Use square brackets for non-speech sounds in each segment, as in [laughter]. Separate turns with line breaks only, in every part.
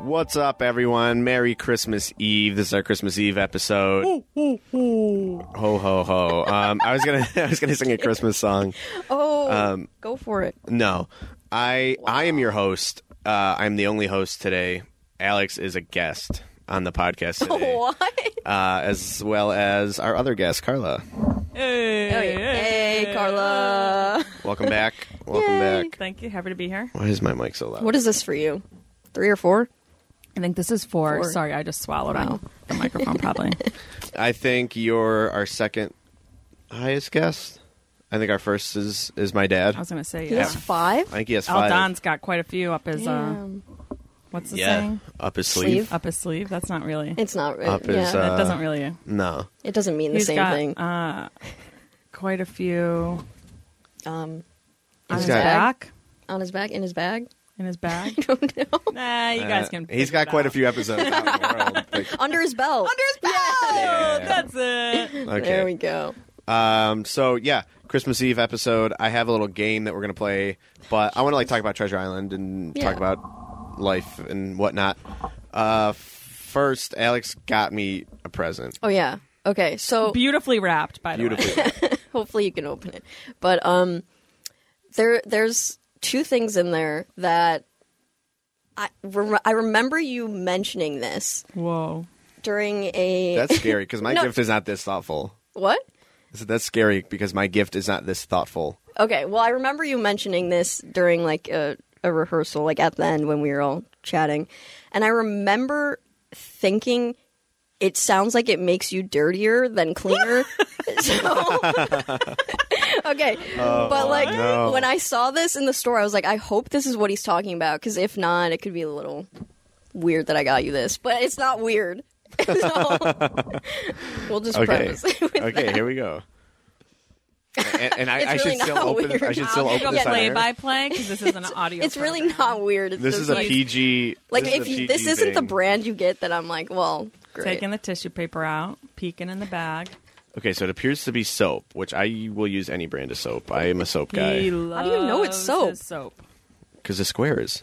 What's up, everyone? Merry Christmas Eve. This is our Christmas Eve episode. Ho ho ho! Um, I was gonna, [laughs] I was gonna sing a Christmas song. Um,
Oh,
Uh,
go for it.
No, I, I am your host. Uh, I'm the only host today. Alex is a guest on the podcast today,
[laughs] [laughs] What?
uh, as well as our other guest, Carla.
Oh, yeah. Hey, Carla.
Welcome back. Welcome back.
Thank you. Happy to be here.
Why is my mic so loud?
What is this for you? Three or four?
I think this is four.
Four.
Sorry, I just swallowed
Wow.
the microphone probably.
I think you're our second highest guest. I think our first is is my dad.
[laughs] I was going to say,
He
yeah.
has five?
I think he has
El
five.
Don's got quite a few up his, uh,
Damn.
what's the
yeah,
saying?
up his
Sleeve.
Up his sleeve? That's not really,
It's not. It,
Up
yeah,
is, uh,
that doesn't really.
No.
it doesn't mean the
He's
same
got
thing.
Uh, quite a few
um,
on
He's
his
got-
back.
on his back, in his bag.
In his [laughs] bag.
I don't know.
nah, you
Uh,
guys can.
He's
figure
got
it
quite a
out.
few episodes out in the
[laughs]
world. Like,
Under his
[laughs]
belt.
Under his bag!
Yeah.
That's it.
okay.
There we go.
Um, so yeah, Christmas Eve episode. I have a little game that we're gonna play, but I want to like talk about Treasure Island and
Yeah.
talk about life and whatnot. Uh, first, Alex got me a present.
Oh, yeah. Okay, so
Beautifully wrapped, by the
[laughs]
way.
Beautiful.
hopefully you can open it. But um, there there's two things in there that I, rem- I remember you mentioning this
Whoa.
during a
That's scary because my
No.
gift is not this thoughtful.
what?
I said, That's scary because my gift is not this thoughtful.
Okay, well, I remember you mentioning this during like a, a rehearsal, like at the end when we were all chatting, and I remember thinking it sounds like it makes you dirtier than cleaner. so, [laughs] okay, but like
Oh, no.
when I saw this in the store, I was like, I hope this is what he's talking about because if not, it could be a little weird that I got you this, but it's not weird. [laughs]
[laughs]
so, we'll just
Okay. [laughs]
preface it with
Okay, here we
[laughs]
go. And, and I,
It's
I should
really
still
not
open. I
weird. [laughs]
should still
I'll
open
do a
this on
play
air.
by play because this is [laughs] an audio.
It's really
program.
not weird. It's
This
just
is a
like-
PG.
Like
this is
if
a
you,
PG
this isn't the
thing.
brand you get, then I'm like, well, great.
Taking the tissue paper out, peeking in
[laughs]
the bag.
Okay, so it appears to be soap, which I will use any brand of soap. I am a soap
He
guy
loves
do you know it's soap?
his soap.
because it squares.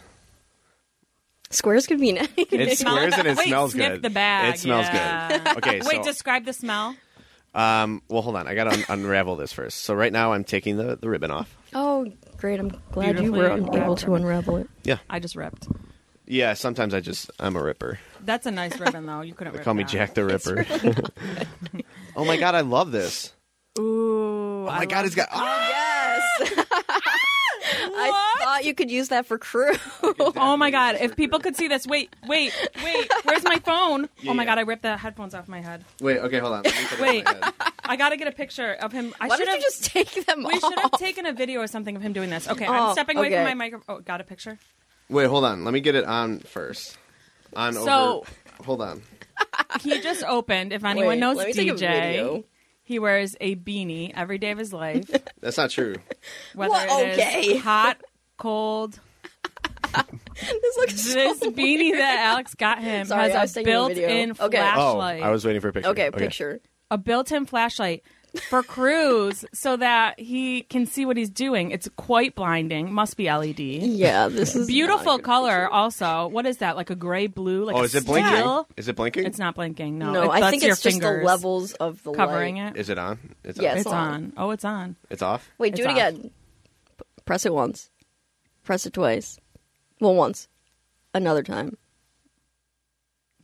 Squares could be [laughs] nice.
It squares and it
Wait,
smells
sniff
good.
the bag,
It smells
yeah.
good.
[laughs]
Okay, so
Wait, describe the smell.
um, well, hold on. I gotta un- unravel this first. So right now, I'm taking the, the ribbon off.
oh, great! I'm glad you
Beautifully
were able
wrapped
to unravel it.
Yeah,
I just ripped.
yeah. Sometimes I just I'm a ripper.
That's a nice ribbon, though. You couldn't
They
rip
call me
that.
Jack the Ripper. [laughs] oh my god, I love this.
Ooh,
Oh
[laughs]
my god, it's got. Ah!
Yes. I thought you could use that for crew.
Oh my god! If people could see this, wait, wait, wait. Where's my
[laughs]
phone? oh my
yeah.
god! I ripped the headphones off my head.
Wait, okay, hold on. Let me put it in
Wait.
my head.
I gotta get a picture of him.
[laughs]
I
Why
should
don't you
have
just take them
We
[laughs]
should have
off?
taken a video or something of him doing this. Okay,
Oh,
I'm stepping away
okay.
from my microphone. Oh, got a picture.
Wait, hold on. Let me get it on first. On
So-
over. Hold on.
He just opened. If anyone
Wait,
knows
let me take a
DJ,
video.
he wears a beanie every day of his life.
That's not true.
Whether
[laughs] Well,
it is
okay. [laughs]
hot, cold,
This looks so [laughs]
this beanie that Alex got him
Sorry, I was
has a
taking a video.
built-in
Okay.
Oh,
flashlight.
I was waiting for a picture.
okay, Picture.
a built-in flashlight for Cruz so that he can see what he's doing. It's quite blinding. Must be LED.
Yeah, this is
Beautiful
not good.
color. Also, what is that? Like a gray blue? Like
Oh,
a
is it blinking?
steel?
Is it blinking?
It's not blinking. No,
No,
It-
I
that's
think
your
it's just the
fingers
levels of the
covering
light.
it.
Is it on? It's
Yes.
On.
It's on. Oh, it's on.
It's off.
Wait, do it
It's off.
again. P- Press it once.
[laughs]
Press it twice. Well, once. Another time.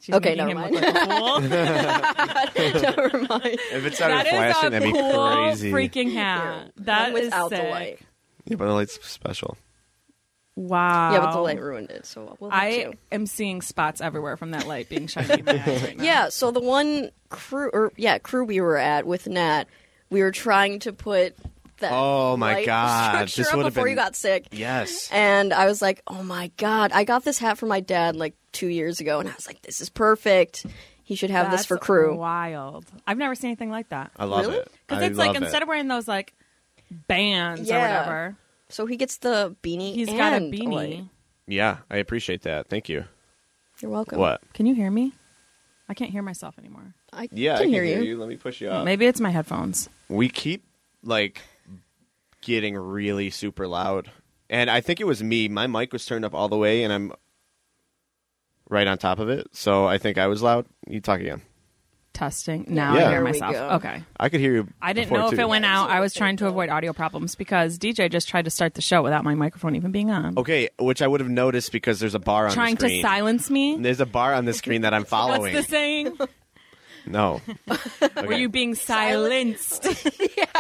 She's
Okay,
making
never
him look like a fool.
[laughs] Never mind.
If it's not
That
a
is
flashing,
a
that'd be
cool
crazy.
freaking hat. That
One
is
without
sick.
the light.
Yeah, but the light's special.
Wow.
Yeah, but the light ruined it. So we'll have
I
to.
am seeing spots everywhere from that light being shined in my
[laughs]
eyes right now.
Yeah, so the one crew or yeah, crew we were at with Nat, we were trying to put that
Oh, my
light
God.
structure
This
up
would've
before you
been-
got sick.
Yes.
And I was like, "Oh my god, I got this hat for my dad like 2 years ago and I was like, this is perfect. He should have this for
That's
crew."
Wild. I've never seen anything like that.
I love
Really?
it.
Because
I
it's like
love
instead
it.
of wearing those like bands or
Yeah.
whatever,
So he gets the beanie
he's
and
got a
the light.
beanie.
Yeah, I appreciate that. Thank you.
You're welcome.
What?
Can you hear me? I can't hear myself anymore.
I
Yeah,
can
I can
hear you.
Let me push you up.
Maybe it's my headphones.
we keep like getting really super loud and i think it was me my mic was turned up all the way and i'm right on top of it so i think i was loud you talk again
Testing. Now
Yeah.
I hear
There
we
myself.
go.
Okay.
i could hear you
I didn't
before,
know if
too.
it went out. I was
Okay,
trying to avoid audio problems because DJ just tried to start the show without my microphone even being on.
okay which i would have noticed because there's a bar on Oh,
Trying
the
to
screen
silence me.
there's a bar on the screen that i'm
[laughs] What's
following
[laughs]
the saying? [laughs]
no
Were you being silenced?
[laughs]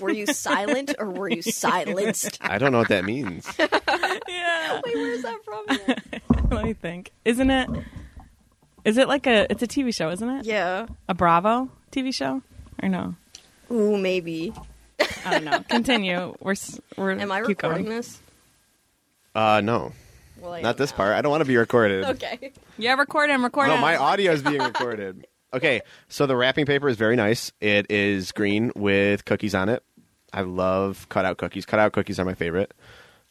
were you silent or
[laughs]
were you silenced?
i don't know what that means
[laughs] yeah.
Wait, where's that from?
[laughs] Let me think. Isn't it? Is it like a? It's a TV show, isn't it?
yeah.
A Bravo TV show, or no?
Ooh, maybe.
I
[laughs]
don't know. Continue. We're s- we're.
Am I
keep
recording
going.
this?
uh no
Well, I
not
am
this
now.
part i don't want to be recorded
[laughs] Okay.
Yeah, record him. Record
No,
him.
my audio is being recorded. [laughs] Okay, so the wrapping paper is very nice. It is green with cookies on it. I love cutout cookies. Cutout cookies are my favorite.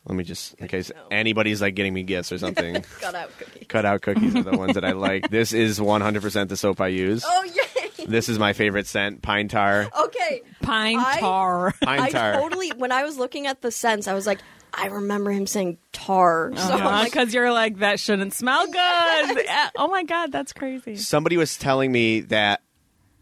Let me just, in case
know.
anybody's like getting me [laughs] gifts or something,
Got out cookie.
cutout cookies are the ones that I like. This is 100% the soap I use.
Oh yay. [laughs]
This is my favorite scent, pine [laughs] tar.
Okay.
Pine
[laughs]
I-
tar. [laughs]
Pine tar.
I totally when I was looking at the scents, I was like, I remember him saying
Oh,
tar. So I'm like,
Because you're like that
[laughs]
shouldn't smell good. Yeah. Oh my god, that's crazy.
Somebody was telling me that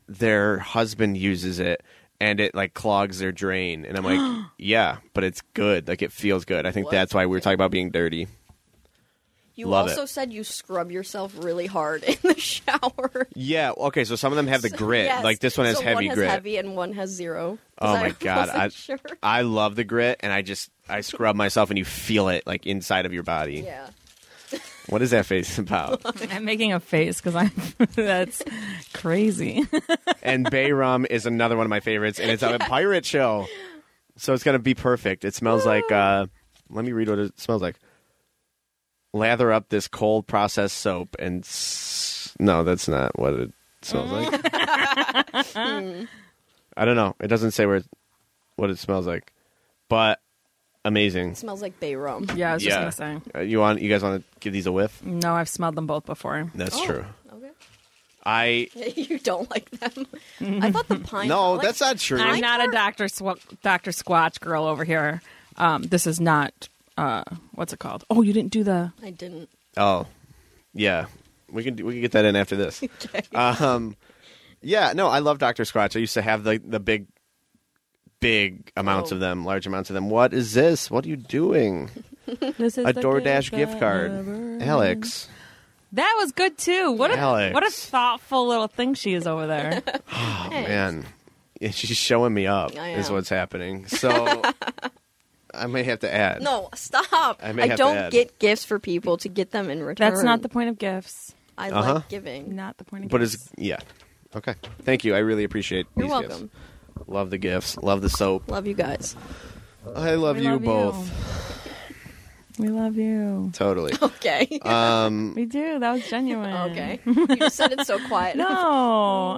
their husband uses it and it like clogs their drain and I'm
[gasps]
like, yeah, but it's good. Like it feels good. I think
What?
that's why we were talking about being dirty.
you
love
also
it.
said you scrub yourself really hard [laughs] in the shower.
Yeah. Okay. So some of them have the grit.
Yes.
Like this one has
So
heavy
one has
grit.
heavy and one has zero.
oh
'Cause I
my
[laughs]
god.
wasn't
I
sure.
I love the grit, and I just I scrub myself, and you feel it like inside of your body.
yeah.
What is that face [laughs] about?
[laughs] I'm making a face because I'm. [laughs] that's crazy.
and Bay Rum is another one of my favorites, and it's on a pirate show, so it's gonna be perfect. It smells like. uh Let me read what it smells like. Lather up this cold processed soap and s- no, that's not what it smells like. I don't know. It doesn't say where it- what it smells like, but amazing.
It smells like bay rum.
Yeah, I was
Yeah.
just gonna say.
Uh, You want you guys want to give these a whiff?
No, I've smelled them both before.
That's
Oh,
true.
Okay.
I
[laughs] You don't like them. I
[laughs]
thought the pine.
no,
like,
that's not true.
I'm not a Doctor Sw- Doctor Squatch girl over here. Um, this is not. Uh, what's it called? Oh, you didn't do the.
I didn't. [laughs]
Oh, yeah. We can we can get that in after this. Um, yeah. No, I love Doctor Squatch. I used to have the the big, big amounts
Oh.
of them, large amounts of them. What is this? What are you
[laughs]
doing?
This is
A DoorDash gift card, Alex.
That was good too. What a
Alex.
what a thoughtful little thing she is over there.
Oh man, Yeah, she's showing me up.
I
Is
am.
what's
[laughs]
happening. So I may have to add.
No, stop.
I may have to
don't
add.
get gifts for people to get them in return.
[laughs] That's not the point of gifts.
I
Uh-huh.
like giving.
Not the point of
But
gifts.
it's yeah. Okay. Thank you. I really appreciate.
You're
these
welcome.
Gifts. Love the gifts. Love the soap.
Love you guys. [laughs]
I love
We
you
love you.
both.
we love you.
Totally.
Okay.
[laughs] Um.
[laughs]
We do. That was genuine.
okay. [laughs] You just said it so quiet. [laughs]
[laughs] No,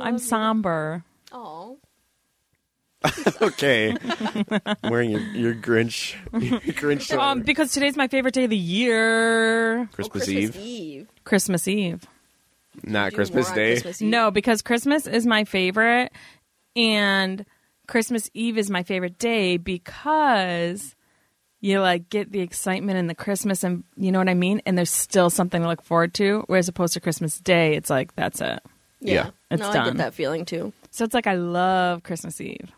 I'm somber.
Oh.
Okay. Wearing your your Grinch [laughs] your Grinch
Oh,
sweater.
Um, because today's my favorite day of the year,
Christmas,
Christmas
Eve,
Eve.
Christmas Eve.
not
Do
Christmas
more on
Day.
Christmas Eve.
No, because Christmas is my favorite, and Christmas Eve is my favorite day because you like get the excitement and the Christmas, and you know what I mean. And there's still something to look forward to, whereas opposed to Christmas Day, it's like that's it.
Yeah.
Yeah.
It's
no, I
done.
get that feeling too.
So it's like I love Christmas Eve.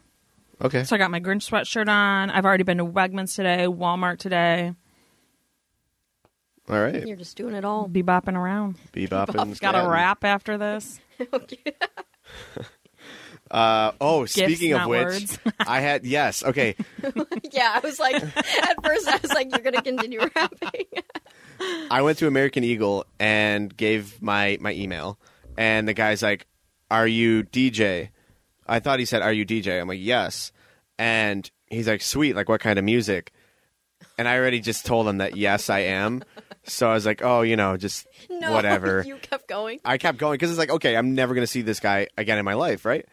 Okay.
So I got my Grinch sweatshirt on. I've already been to Wegmans today, Walmart today.
All right.
You're just doing it
[laughs]
all.
Be bopping around.
Bebop and
Got a
Scatting.
rap after this.
Okay.
Uh, oh, speaking of
not
which,
[laughs]
words.
I had yes. Okay,
yeah, I was like, [laughs] at first I was like, you're gonna continue [laughs] rapping.
I went to American Eagle and gave my my email, and the guy's like, "Are you DJ?" I thought he said, "Are you DJ?" I'm like, "Yes," and he's like, "Sweet, like what kind of music?" And I already just told him that yes, I am. So I was like, "Oh, you know, just
[laughs] no,
whatever."
You kept going.
I kept going because it's like, okay, I'm never going to see this guy again in my life, right?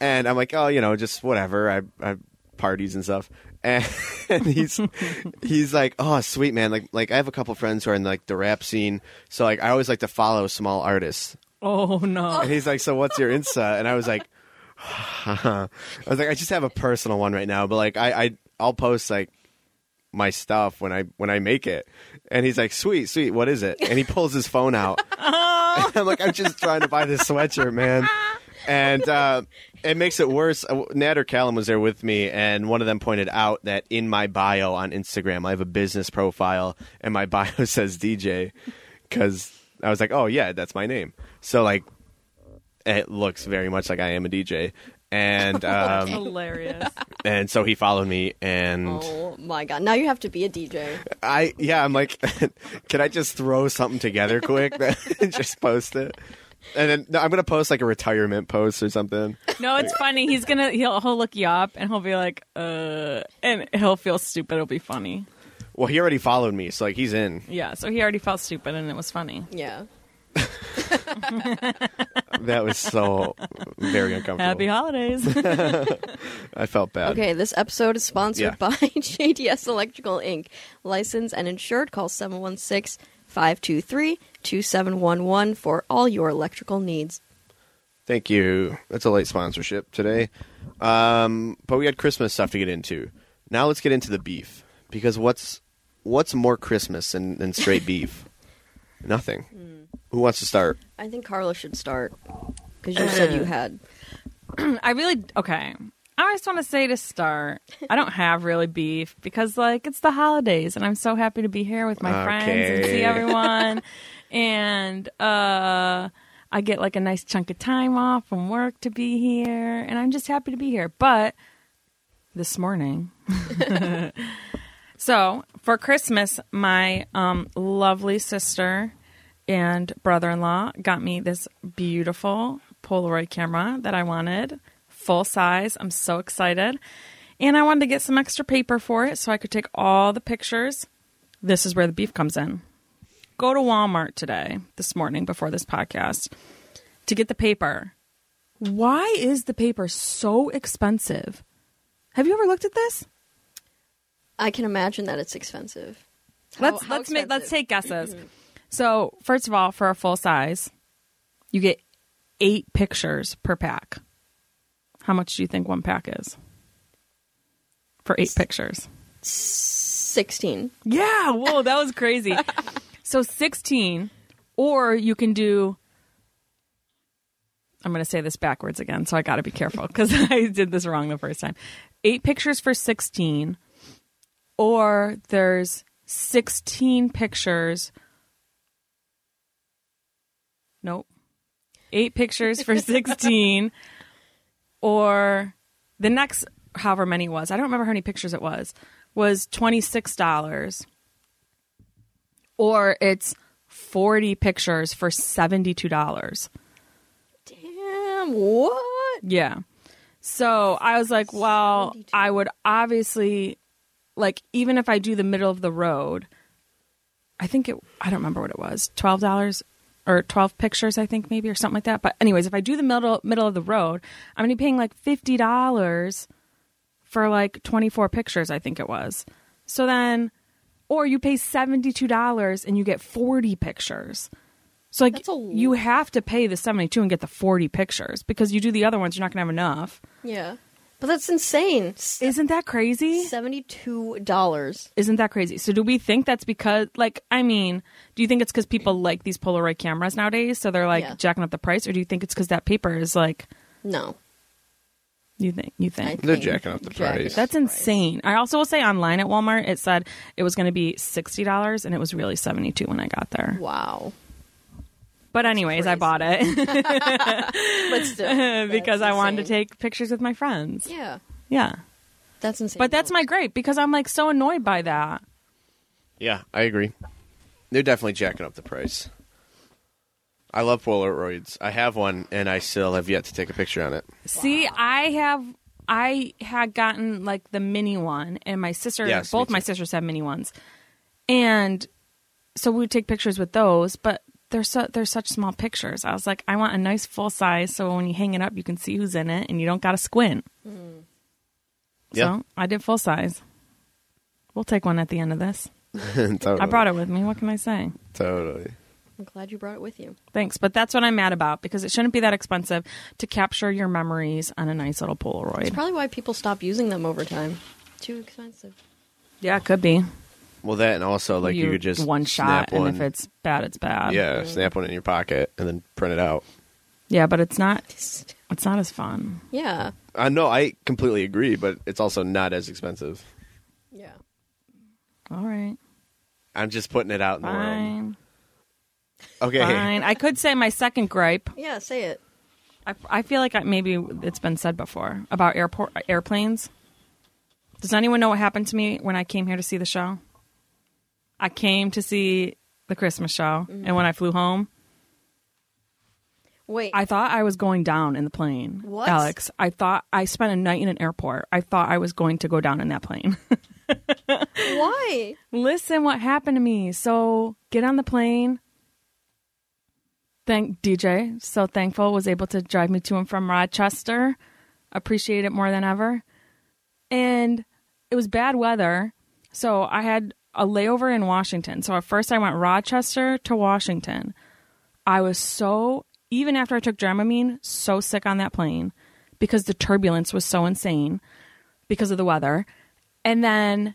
And I'm like, oh, you know, just whatever. I, I parties and stuff. And, [laughs] and he's he's like, oh, sweet man. Like like I have a couple friends who are in like the rap scene, so like I always like to follow small artists.
Oh no.
And he's like, so what's your Insta? And I was like, [sighs] I was like, I just have a personal one right now, but like I, I I'll post like my stuff when I when I make it. And he's like, sweet, sweet, what is it? And he pulls his phone out. [laughs] I'm like, I'm just trying to buy this sweatshirt, man. And uh, it makes it worse. Uh, Nat or Callum was there with me, and one of them pointed out that in my bio on Instagram, I have a business profile, and my [laughs] bio says DJ, because I was like, oh yeah, that's my name. So like, it looks very much like I am a DJ, and um,
Hilarious.
and so he followed me, and
Oh my god! Now you have to be a DJ.
I yeah, I'm like, [laughs] can I just throw something together quick [laughs] and just post it? And then no, I'm gonna post like a retirement post or something.
[laughs] No, it's funny. He's gonna he'll he'll look you up and he'll be like, uh, and he'll feel stupid. It'll be funny.
Well, he already followed me, so like he's in.
Yeah. So he already felt stupid and it was funny.
Yeah.
That was so very
Happy
uncomfortable.
holidays. [laughs]
I felt bad.
Okay, this episode is sponsored
Yeah.
by [laughs] JDS Electrical Inc. Licensed and insured. Call 716 523 2711 for all your electrical needs.
Thank you. That's a late sponsorship today, um, but we had Christmas stuff to get into. Now let's get into the beef because what's what's more Christmas than, than straight beef? Nothing. Who wants to start?
I think Carla should start because
[clears throat]
you said you had.
I really okay. I just want to say to start, I don't have really beef because like it's the holidays and I'm so happy to be here with my friends and
Okay.
see everyone. and uh I get like a nice chunk of time off from work to be here and I'm just happy to be here. But this morning So, for Christmas, my um lovely sister and brother in law got me this beautiful Polaroid camera that I wanted, full size. I'm so excited. And I wanted to get some extra paper for it so I could take all the pictures. This is where the beef comes in. Go to Walmart today, this morning before this podcast, to get the paper. Why is the paper so expensive? Have you ever looked at this?
I can imagine that it's expensive. How-
let's
how
let's make let's
expensive?
take guesses.
[clears throat]
so first of all, for a full size, you get eight pictures per pack. How much do you think one pack is for eight pictures?
16.
Yeah, whoa, that was crazy. so 16, or you can do. I'm going to say this backwards again, so I got to be careful because [laughs] I did this wrong the first time. Eight pictures for 16, or there's 16 pictures. Nope. Eight pictures for 16, or the next however many it was i don't remember how many pictures it was was $26 or it's 40 pictures for $72
Damn, what?
yeah so i was like well
72.
i would obviously like even if i do the middle of the road i think it i don't remember what it was $12 or 12 pictures i think maybe or something like that but anyways if i do the middle middle of the road i'm gonna be paying like $50 for like 24 pictures, I think it was. So then, or you pay $72 and you get 40 pictures. So, like,
That's a l-
you have to pay the 72 and get the 40 pictures because you do the other ones, you're not going to have enough.
Yeah. But that's insane. S-
Isn't that crazy?
$72.
Isn't that crazy? So, do we think that's because, like, I mean, do you think it's because people like these Polaroid cameras nowadays? So they're like
Yeah.
jacking up the price? Or do you think it's because that paper is like
No.
You think? You think?
They're jacking up the price.
That's insane. I also will say online at Walmart, it said it was going to be sixty dollars, and it was really seventy two when I got there.
wow.
But anyways, I
crazy.
bought it
But still,
[laughs] because
that's
I wanted to
insane.
take pictures with my friends.
Yeah,
Yeah,
that's insane.
but that's my gripe because I'm like so annoyed by that.
Yeah, I agree. They're definitely jacking up the price. I love Polaroids. I have one, and I still have yet to take a picture on it. [laughs]
See, I have I had gotten like the mini one, and my sister,
Yes, me
both my
too.
sisters have mini ones, and so we would take pictures with those, but. They're, so, they're such small pictures. I was like, I want a nice full size so when you hang it up, you can see who's in it and you don't got to squint.
Hmm. Yeah.
So I did full size. We'll take one at the end of this.
totally.
I brought it with me. What can I say?
Totally.
I'm glad you brought it with you.
Thanks. But that's what I'm mad about because it shouldn't be that expensive to capture your memories on a nice little Polaroid.
It's probably why people stop using them over time. Too expensive. [laughs]
yeah, it could be.
Well, that and also like you, could just
one
snap
shot,
one.
and if it's bad, it's bad.
yeah, snap one in your pocket and then print it out.
yeah, but it's not. It's not as fun.
Yeah.
I know I completely agree, but it's also not as expensive.
Yeah.
All right,
I'm just putting it out in the world.
fine,
Okay,
fine. I could say my second gripe.
Yeah, say it.
I, I feel like I, maybe it's been said before about airport airplanes. Does anyone know what happened to me when I came here to see the show? I came to see the Christmas show, and when I flew home,
Wait.
I thought I was going down in the plane.
What?
Alex? I thought I spent a night in an airport. I thought I was going to go down in that plane. [laughs]
why?
Listen, what happened to me? So get on the plane. Thank DJ. So thankful was able to drive me to and from Rochester. Appreciate it more than ever. And it was bad weather, so I had a layover in Washington. So at first I went Rochester to Washington. I was so even after I took Dramamine, so sick on that plane because the turbulence was so insane because of the weather. And then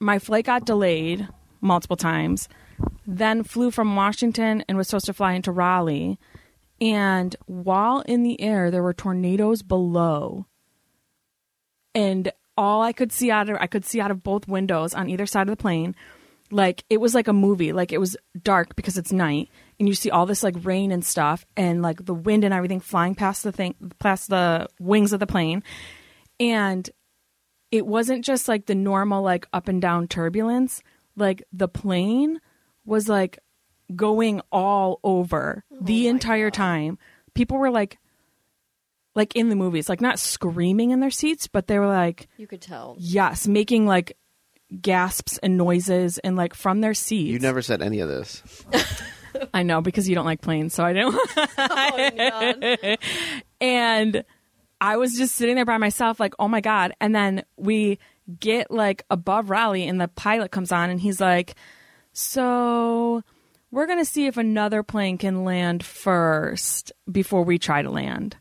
my flight got delayed multiple times then flew from washington and was supposed to fly into raleigh and while in the air there were tornadoes below and all i could see out of i could see out of both windows on either side of the plane like it was like a movie like it was dark because it's night and you see all this like rain and stuff and like the wind and everything flying past the thing past the wings of the plane and it wasn't just like the normal like up and down turbulence like the plane was like going all over the entire time people were like like in the movies like not screaming in their seats but they were like
You could tell.
yes making like gasps and noises and like from their seats
you never said any of this.
i know because you don't like planes so i don't [laughs] and I was just sitting there by myself, like, oh my God. And then we get like above Raleigh, and the pilot comes on, and he's like, so we're going to see if another plane can land first before we try to land.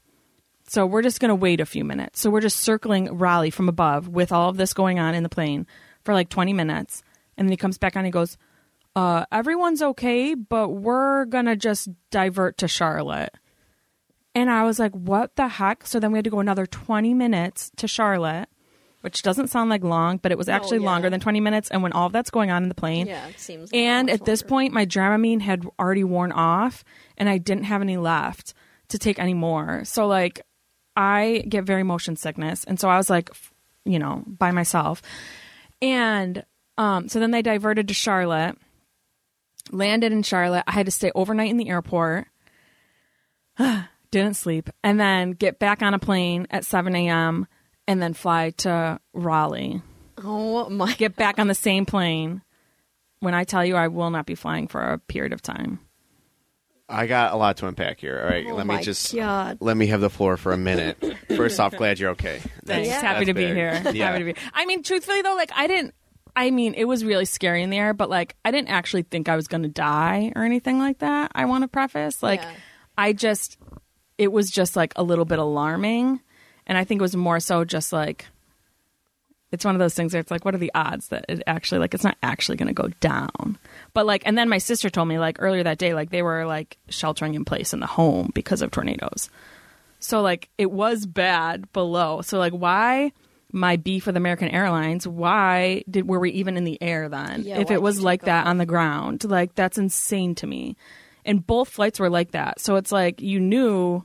So we're just going to wait a few minutes. So we're just circling Raleigh from above with all of this going on in the plane for like 20 minutes. And then he comes back on and he goes, uh, everyone's okay, but we're going to just divert to Charlotte. And I was like, what the heck? So then we had to go another 20 minutes to Charlotte, which doesn't sound like long, but it was actually
yeah.
longer than 20 minutes. And when all of that's going on in the plane,
Yeah, it seems. like
and
much
at this
longer.
point, my Dramamine had already worn off, and I didn't have any left to take any more. So like, I get very motion sickness, and so I was like, f- you know, by myself. And um, so then they diverted to Charlotte, landed in Charlotte. I had to stay overnight in the airport. [sighs] Didn't sleep, and then get back on a plane at 7 a.m. and then fly to Raleigh
Oh my!
get back on the same plane when I tell you I will not be flying for a period of time.
I got a lot to unpack here. All right,
Oh
let
my
me just
God.
let me have the floor for a minute. First off, glad you're okay. That's-
Just happy
that's
to be
big.
here.
[laughs] Yeah.
Happy to be. I mean, truthfully though, like I didn't. I mean, it was really scary in the air, but like I didn't actually think I was going to die or anything like that. I want to preface, like
Yeah.
I just, it was just like a little bit alarming, and I think it was more so just like. It's one of those things where it's like, what are the odds that it actually, like, it's not actually going to go down? But, like, and then my sister told me, like, earlier that day, like, they were, like, sheltering in place in the home because of tornadoes. So like it was bad below. So like why my beef with American Airlines? Why did were we even in the air then?
Yeah,
if
why
it was
did you
like
go?
that on the ground, like that's insane to me. And both flights were like that. So it's like you knew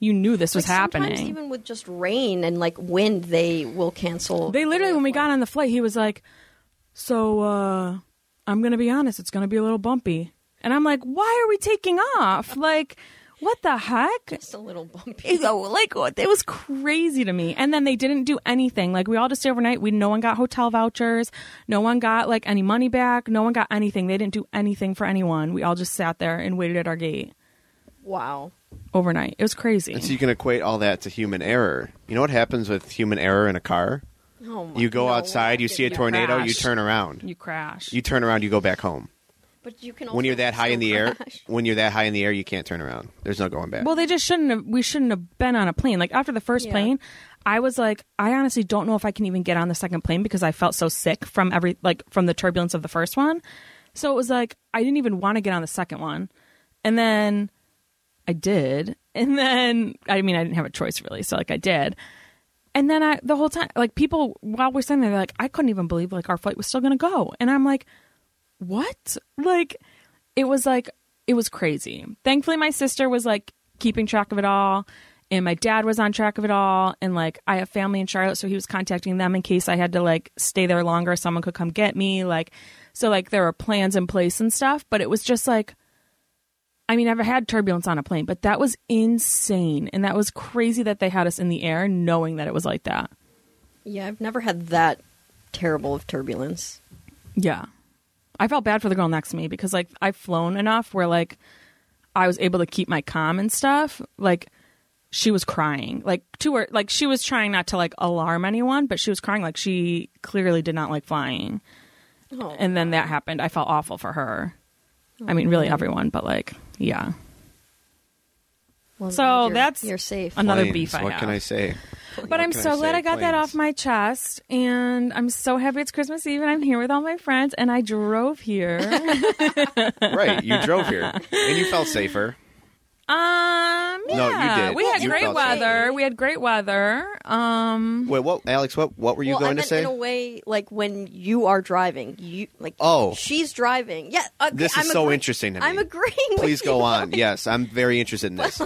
you knew this was
Like, sometimes
happening.
Even with just rain and like wind, they will cancel.
They literally, when we got on the flight, he was like, "So uh, I'm gonna be honest, it's gonna be a little bumpy," and I'm like, "Why are we taking off? Like, what the heck?"
Just a little bumpy.
It- Like it was crazy to me, and then they didn't do anything. Like we all just stayed overnight. We no one got hotel vouchers, no one got like any money back, no one got anything. They didn't do anything for anyone. We all just sat there and waited at our gate
[laughs] Wow.
overnight. It was crazy.
And so you can equate all that to human error. You know what happens with human error in a car?
Oh my,
You go
no,
outside, you
we're not
see a
getting-
tornado, you
crashed.
turn around.
you crash.
You turn around, you go back home.
But you can also
When you're that high in
[laughs]
the air,
crash.
when you're that high in the air, you can't turn around. There's no going back.
Well, they just shouldn't have. We shouldn't have been on a plane. Like after the first
Yeah.
plane, I was like, I honestly don't know if I can even get on the second plane because I felt so sick from every like from the turbulence of the first one. So it was like I didn't even want to get on the second one, and then I did, [laughs] and then I mean I didn't have a choice really, so like I did. And then I, the whole time, like people, while we're sitting there, they're like, I couldn't even believe like our flight was still going to go. And I'm like, what? Like, it was like, it was crazy. Thankfully, my sister was like keeping track of it all. And my dad was on track of it all. And like, I have family in Charlotte. So he was contacting them in case I had to like stay there longer. Someone could come get me. Like, so like there were plans in place and stuff. But it was just like, I mean, I've had turbulence on a plane, but that was insane. And that was crazy that they had us in the air knowing that it was like that.
Yeah, I've never had that terrible of turbulence.
Yeah. I felt bad for the girl next to me because like I've flown enough where like I was able to keep my calm and stuff. Like she was crying. Like to her like she was trying not to like alarm anyone, but she was crying like she clearly did not like flying.
Oh.
And then that happened. I felt awful for her. I mean,
Mm-hmm.
really everyone, but like yeah.
Well,
So
you're-
that's
you're safe.
another
Planes,
beef I
What
have.
can I say?
But I'm
can I
so glad
say?
I got that
Planes.
off my chest, and I'm so happy it's Christmas Eve, and I'm here with all my friends, and I
[laughs]
drove here.
right, you drove here and you felt safer.
Um. Yeah.
No, you did.
We had
You
great
felt
weather.
safe.
We had great weather. Um.
Wait, what, Alex? What what were you
Mm-hmm. well, I
going to
meant
say?
in a way like when you are driving, you like
Oh.
she's driving. Yeah, okay,
This is
I'm
so
agree-
interesting to me.
I'm agreeing. with
Please go
[laughs] you.
on. Yes, I'm very interested in this.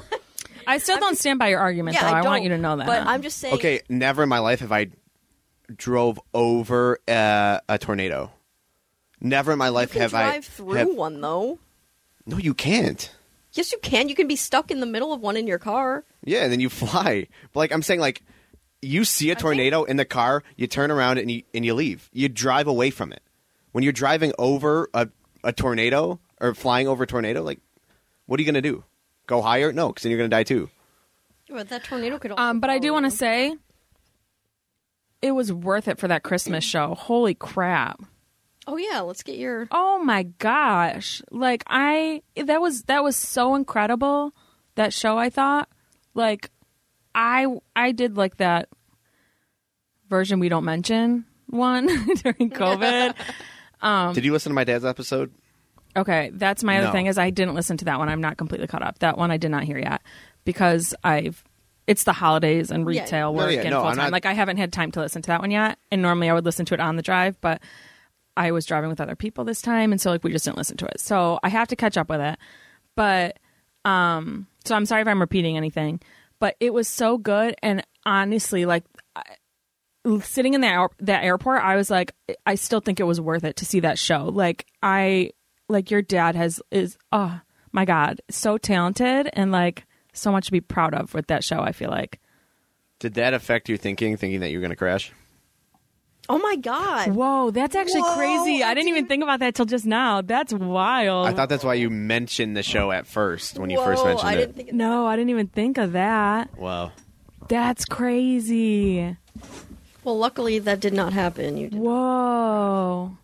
I still don't stand by your argument,
Yeah,
though. I,
I,
want
don't,
you to know that.
But I'm just saying.
Okay, never in my life have I drove over uh, a tornado. Never in my
you
life
can
have
drive
I
through
have-
one though.
No, you can't.
Yes, you can. You can be stuck in the middle of one in your car.
Yeah, and then you fly. But like I'm saying, like you see a tornado in the car, you turn around and you and you leave. You drive away from it. When you're driving over a a tornado or flying over a tornado, like what are you gonna do? Go higher? No, because then you're gonna die too.
But that tornado could. also
um. But I do
follow
want to
you.
say, it was worth it for that Christmas show. Holy crap!
Oh yeah, let's get your.
Oh my gosh! Like I, that was that was so incredible. That show, I thought, like, I I did like that version we don't mention
[laughs]
one [laughs] during COVID.
Um,
Did you listen to my dad's episode?
Okay, that's my other
No.
thing is I didn't listen to that one. I'm not completely caught up. That one I did not hear yet because I've it's the holidays and
Yeah.
retail
No,
work
yeah,
and
no, I'm
full time.
not-
Like I haven't had time to listen to that one yet. And normally I would listen to it on the drive, but I was driving with other people this time and so like we just didn't listen to it. So I have to catch up with it. But um so I'm sorry if I'm repeating anything, but it was so good and honestly like sitting in that aer- that airport, I was like, I still think it was worth it to see that show. Like I, like your dad has is oh my god, so talented and like so much to be proud of with that show. I feel like
Did that affect your thinking, thinking that you were gonna crash?
Oh my god.
whoa, that's actually
Whoa,
crazy. I,
I
didn't even
didn't-
think about that till just now. That's wild.
I thought that's why you mentioned the show at first when you first
Whoa,
mentioned
I
it.
didn't think it.
no, Oh. I didn't even think of that.
Wow.
That's crazy.
Well, luckily that did not happen. You did.
Whoa.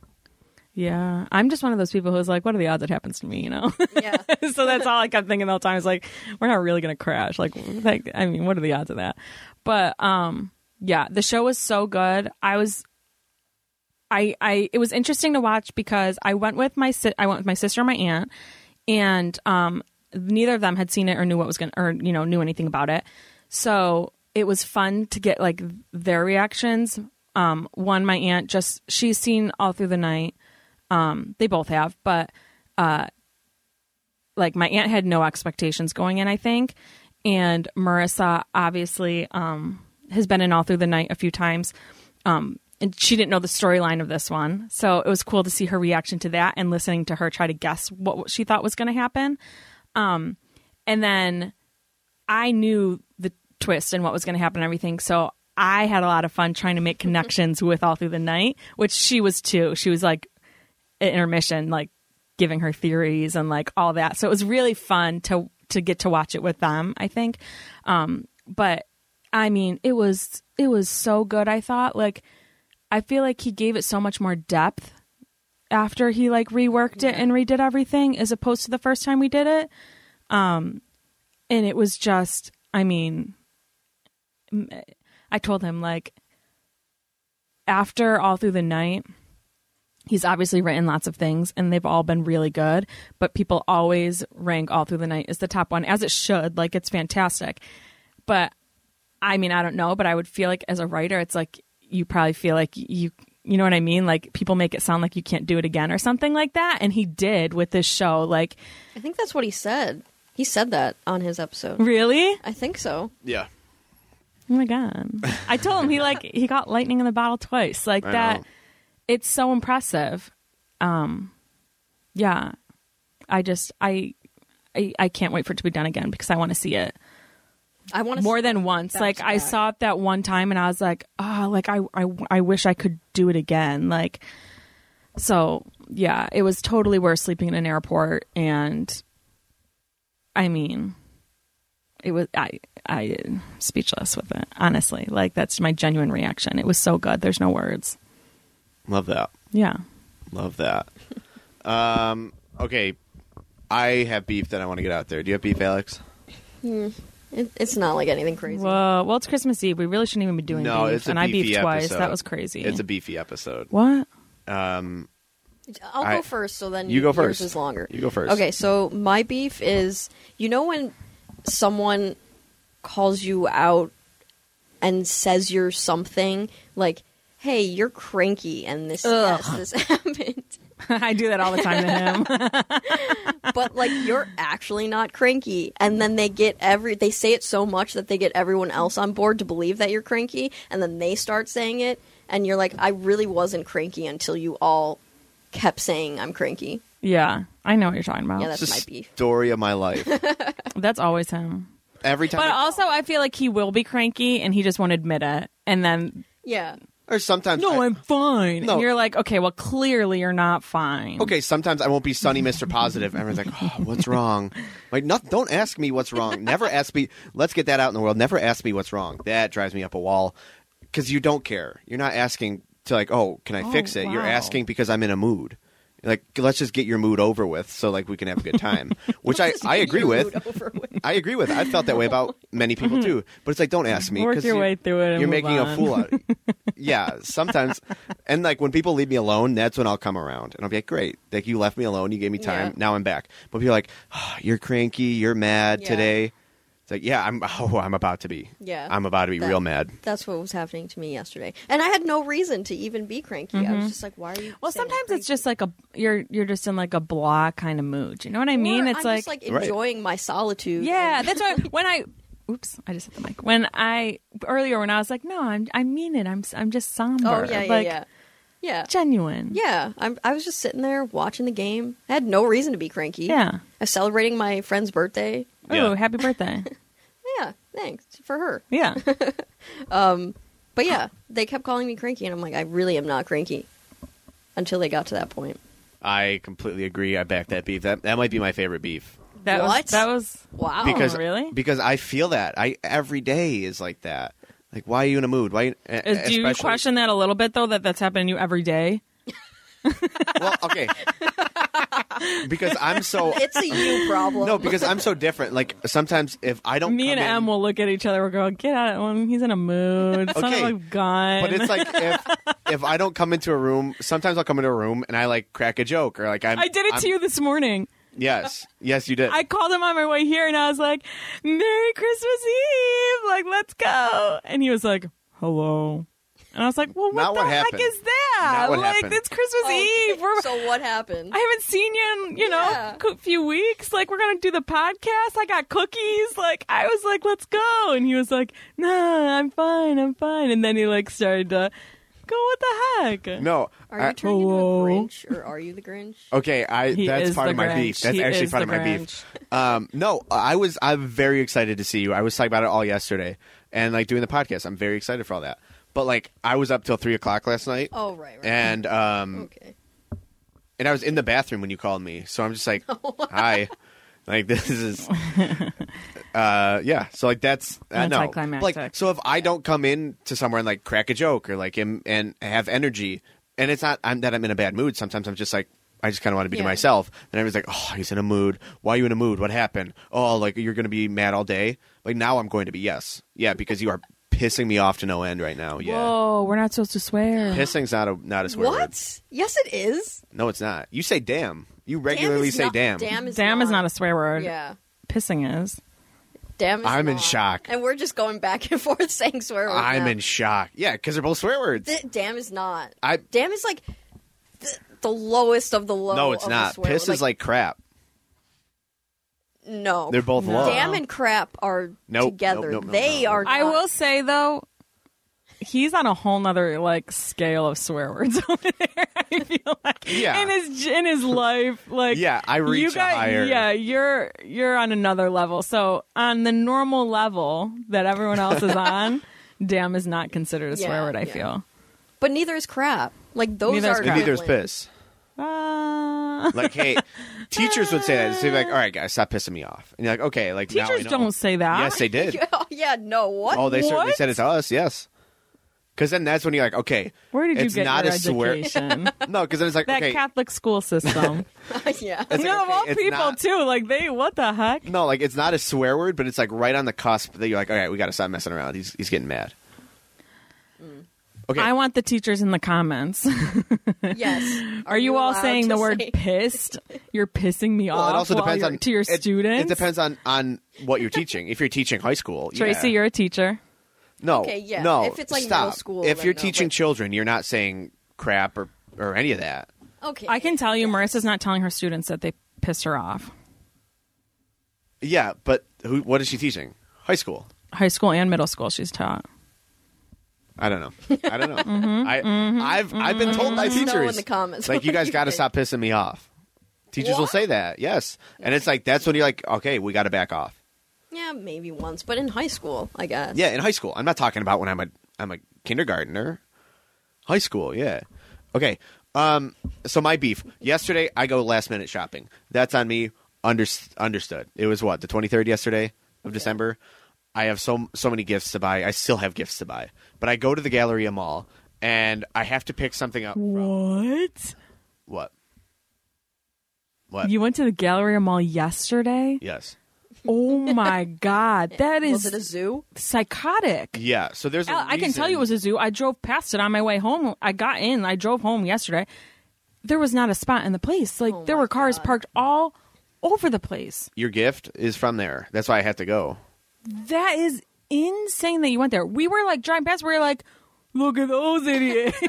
Yeah, I'm just one of those people who's like, what are the odds it happens to me? You know.
Yeah.
[laughs] so that's all I kept thinking the whole time. It's like we're not really gonna crash. Like, like I mean, what are the odds of that? But um, yeah, the show was so good. I was, I, I, it was interesting to watch because I went with my si- I went with my sister and my aunt, and um, neither of them had seen it or knew what was gonna or you know knew anything about it. So it was fun to get like their reactions. Um, one, my aunt just she's seen all through the night. Um, they both have, but uh, like my aunt had no expectations going in, I think, and Marissa obviously um, has been in all through the night a few times. Um, and she didn't know the storyline of this one, so it was cool to see her reaction to that and listening to her try to guess what she thought was going to happen. Um, and then I knew the twist and what was going to happen and everything. So I had a lot of fun trying to make connections with All Through the Night, which she was too. She was like at intermission, like giving her theories and like all that. So it was really fun to to get to watch it with them, I think. Um, but I mean, it was it was so good, I thought. Like I feel like he gave it so much more depth after he like reworked it and redid everything as opposed to the first time we did it Um, and it was just i mean m- i told him like after all through the night he's obviously written lots of things and they've all been really good but people always rank all through the night as the top one as it should like it's fantastic but i mean i don't know but i would feel like as a writer it's like you probably feel like you you know what i mean like people make it sound like you can't do it again or something like that and he did with this show like
I think that's what he said. He said that on his episode.
really
I think so.
Yeah.
Oh my god! I told him he like he got lightning in the bottle twice. Like
I
that,
know.
it's so impressive. Um, yeah, I just I, I I can't wait for it to be done again because I want to see it
I want to
more than once.
back
Like
to
I
back.
saw it that one time and I was like, oh, like I I I wish I could do it again. Like, so yeah, it was totally worth sleeping in an airport and, I mean. It was I I speechless with it. Honestly, like that's my genuine reaction. It was so good. There's no words.
Love that.
Yeah.
Love
[laughs]
that. um, okay. I have beef that I want to get out there. Do you have beef, Alex?
It, it's not like anything crazy.
Well, well, it's Christmas Eve. We really shouldn't even be doing
no,
beef.
it's a
and I
beefy
beefed twice.
episode.
That was crazy.
It's a beefy episode.
[laughs]
what?
Um,
I'll
I-
go first, so then
you go
yours
first.
Is longer.
You go first.
Okay, so my beef is you know when someone calls you out and says you're something like, "Hey, you're cranky," and this yes, this [laughs] happened,
I do that all the time to
[laughs]
him.
but like you're actually not cranky, and then they get every they say it so much that they get everyone else on board to believe that you're cranky, and then they start saying it, and you're like, "I really wasn't cranky until you all kept saying I'm cranky."
yeah, I know what you're talking about.
Yeah,
it's
that's,
the
That's my beef.
story of my
[laughs]
life.
always him.
Every time,
But
I-
also, I feel like he will be cranky and he just won't admit it. And then,
Yeah.
or sometimes,
no,
I-
I'm fine.
No.
And you're like, okay, well, clearly you're not fine.
okay. Sometimes I won't be sunny, Mister Positive. Everyone's like, oh,
[laughs]
"What's wrong?" Like, not, don't ask me what's wrong. Never ask me. Let's get that out in the world. Never ask me what's wrong. That drives me up a wall because you don't care. You're not asking to like, "Oh, can I fix
Oh,
it?" You're
wow.
asking because I'm in a mood. Like, let's just get your mood over with, so like we can have a good
[laughs]
time. Which I, I agree with. I agree with. I felt that way
[laughs]
about many people too. But it's like, don't ask me.
Work
'cause
your
you-
way through it and
you're
move
making a
on.
fool out. yeah, sometimes. And like when people leave me alone, that's when I'll come around and I'll be like, great. Like you left me alone. You gave me time.
Yeah.
Now I'm back. But people are like, "Ah, you're cranky. You're mad
Yeah.
today. It's like, yeah, I'm. [laughs] Oh, I'm about to be.
Yeah.
I'm about to be
That-
real mad.
That's what was happening to me yesterday, and I had no reason to even be cranky. I was just like, "Why are you?"
Mm-hmm. Well,
saying I'm
sometimes
cranky?
it's just like a you're you're just in like a blah kind of mood. You know what I mean?
Or
it's
I'm
like
just like
Right.
enjoying my solitude.
Yeah,
and-
that's why when I oops, I just hit the mic. When I earlier when I was like, no, I'm I mean it. I'm I'm just somber.
oh yeah, yeah,
like,
yeah, yeah,
Genuine.
yeah. I'm, I was just sitting there watching the game. I had no reason to be cranky.
Yeah.
I was celebrating my friend's birthday.
Oh,
Yeah.
[laughs]
happy birthday.
Yeah, thanks for her.
Yeah.
But yeah, they kept calling me cranky, and I'm like, I really am not cranky. Until they got to that point.
I completely agree. I back that beef. That that might be my favorite beef.
That was
What?
that was
Wow.
because
Oh, really?
because I feel that I every day is like that. Like why are you in a mood? Why? e, Do
do you question that a little bit though that that's happening to you every day?
Well, okay. because I'm so
it's a you problem.
no, because I'm so different. Like sometimes if I don't,
Me
come
and
in,
Em will look at each other. We'll go, get out of him. He's in a mood. It's
Okay,
not like gone.
But it's like if if I don't come into a room, sometimes I'll come into a room and I like crack a joke or like I'm,
[laughs] I did it
I'm-
to you this morning.
Yes, yes, you did.
I called him on my way here and I was like, Merry Christmas Eve. Like, let's go. And he was like, hello. And I was like, well, what
Not
the
what
heck
happened.
is that?
Not what
like,
happened.
it's Christmas Eve. We're,
Oh, so what happened?
I haven't seen you in, you know,
Yeah.
a few weeks. Like, we're going to do the podcast. I got cookies. Like, I was like, let's go. And he was like, nah, I'm fine. I'm fine. And then he, like, started to go, what the heck?
no.
Are
I- Oh.
you turning into a
Hello?
Grinch or are you
[laughs]
the Grinch?
Okay, I
He
that's
is
part
the
of my beef.
Grinch.
That's
He
actually
is
part of
the
my beef. Um, no, I was I'm very excited to see you. I was talking about it all yesterday, and like doing the podcast, I'm very excited for all that. But like, I was up till three o'clock last night,
Oh right, right.
and um,
okay.
and I was in the bathroom when you called me, so I'm just like, hi, like this is, uh, yeah. So like that's uh, no,
Anticlimactic.
like so if I don't come in to somewhere and like crack a joke or like am, and have energy, and it's not I'm, that I'm in a bad mood. Sometimes I'm just like. I just kind of want to be to
Yeah.
myself, and everyone's like, "Oh, he's in a mood. Why are you in a mood? What happened? Oh, like you're going to be mad all day. Like now, I'm going to be yes, yeah, because you are pissing me off to no end right now. Yeah,
Whoa, we're not supposed to swear.
pissing's not a not a swear word.
What? Yes, it is.
No, it's not. You say damn. You
Damn
regularly
is
say
not-
damn.
Damn is
Damn
not,
is not a swear word.
Yeah.
Pissing is.
Damn is
I'm in
not.
shock.
And we're just going back and [laughs] forth saying swear words.
I'm
now.
in shock. Yeah, because they're both swear words.
Th- damn is not.
I
Damn is like the, the lowest of the low.
no, it's
of the
not.
swear
Piss
word.
is like crap.
no.
They're both
No.
low.
Damn and crap are
Nope,
together.
nope, nope, nope,
they
nope.
are. Not.
I will say though, he's on a whole nother like scale of swear words [laughs] over there. I feel like
Yeah.
in his in his life, like
Yeah, I reach
you
a
got-
higher-
Yeah, you're you're on another level. So on the normal level that everyone
[laughs]
else is on, damn is not considered a swear
Yeah,
word. I
yeah.
feel.
But neither is crap. Like those
Neither is
are.
crap.
And neither is
equivalent.
piss.
Uh,
Like,
[laughs]
hey, teachers would say that. They'd be like, all right, guys, stop pissing me off. And you're like, okay, like now I
teachers
know.
don't say that.
Yes, they
[laughs]
did.
Yeah, yeah, no. What? [laughs]
Oh, they certainly
What?
said it to us. Yes. Because then that's when you're like, okay,
Where did you
it's
get
not
your
a swear.
education?
[laughs] No, because then it's like,
That
okay,
Catholic school system.
[laughs]
yeah.
it's like,
no, of
okay,
all
it's
people
not-
too. Like they, what the heck?
No, like it's not a swear word, but it's like right on the cusp that you're like, all right, we got to stop messing around. He's he's getting mad. Okay,
Mm. I want the teachers in the comments. [laughs]
Yes.
Are you, all
allowed
saying
to
the word
say- [laughs]
pissed? You're pissing me
Well,
off.
it also
while
depends
you're-
on
to your
it,
students.
It depends on on what
[laughs]
you're teaching. if you're teaching high school,
Tracy,
yeah.
you're a teacher.
no,
Okay, yeah.
no.
If it's, like,
stop.
middle school,
if
then
you're
no,
teaching
but-
children, you're not saying crap or or any of that.
Okay.
I can tell you, Marissa's not telling her students that they pissed her off.
Yeah, but who? What is she teaching? High school.
High school and middle school, she's taught.
I don't know. I don't know. I I've I've been told by
Let us know in
teachers
the comments
like
what
you guys
you
got to
think.
stop pissing me off. Teachers will
What?
say that, yes, and it's like that's when you're like, okay, we got to back off.
Yeah, maybe once, but in high school, I guess.
Yeah, in high school. I'm not talking about when I'm a I'm a kindergartner. High school, yeah. Okay. Um so my beef. Yesterday I go last minute shopping. That's on me. Under, understood. It was what, the 23rd yesterday of December. I have so so many gifts to buy. I still have gifts to buy. But I go to the Galleria Mall and I have to pick something up
Mm.
from
What?
what? What?
You went to the Galleria Mall yesterday?
yes.
Oh my God, that
Was it a
is
zoo?
psychotic.
Yeah. So there's a
Uh, I I can tell
reason-
you it was a zoo. I drove past it on my way home. I got in. I drove home yesterday. There was not a spot in the place. Like
Oh
there
my
were cars
God.
parked all over the place.
your gift is from there. That's why I had to go.
That is insane that you went there. We were like driving past. We were like, look at those idiots.
[laughs]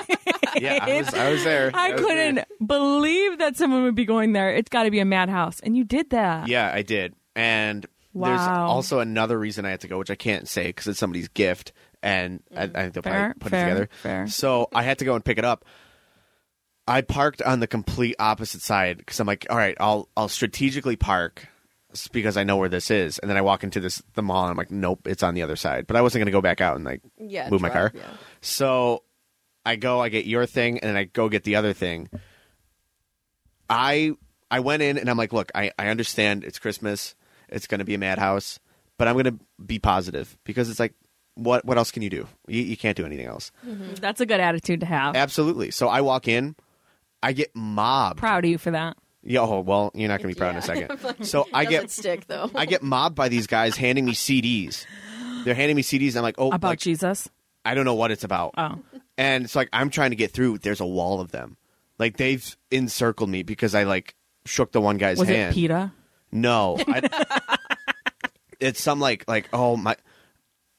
Yeah, I
[laughs]
was, I was there.
I
was there.
couldn't believe that someone would be going there. It's got to be a madhouse, and you did that.
Yeah, I did. And there's
Wow.
also another reason I had to go, which I can't say because it's somebody's gift, and I, I think they'll
Fair,
probably put
fair,
it together.
fair.
So I had to go and pick it up. I parked on the complete opposite side because I'm like, all right, I'll I'll strategically park s- because I know where this is, and then I walk into this the mall and I'm like, nope, it's on the other side. But I wasn't gonna go back out and like
Yeah,
move my car.
drive, yeah.
So I go, I get your thing, and then I go get the other thing. I I went in and I'm like, look, I, I understand it's Christmas, it's gonna be a madhouse, but I'm gonna be positive because it's like, what what else can you do? You, you can't do anything else.
Mm-hmm. That's a good attitude to have.
Absolutely. So I walk in, I get mobbed.
Proud of you for that.
Yo, oh, well, you're not gonna be proud in a second. so I
Doesn't
get
stick though.
I get mobbed by these guys handing me CDs. They're handing me CDs. I'm like, oh,
About
like,
Jesus.
I don't know what it's about.
Oh.
And it's like I'm trying to get through. There's a wall of them. Like they've encircled me because I like shook the one guy's
Was
hand.
it PETA? [laughs]
No, I, it's some like like oh my.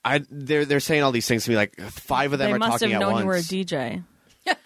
I they're they're saying all these things to me like five of them
They
are
must have
talking
known
at once.
you were a DJ.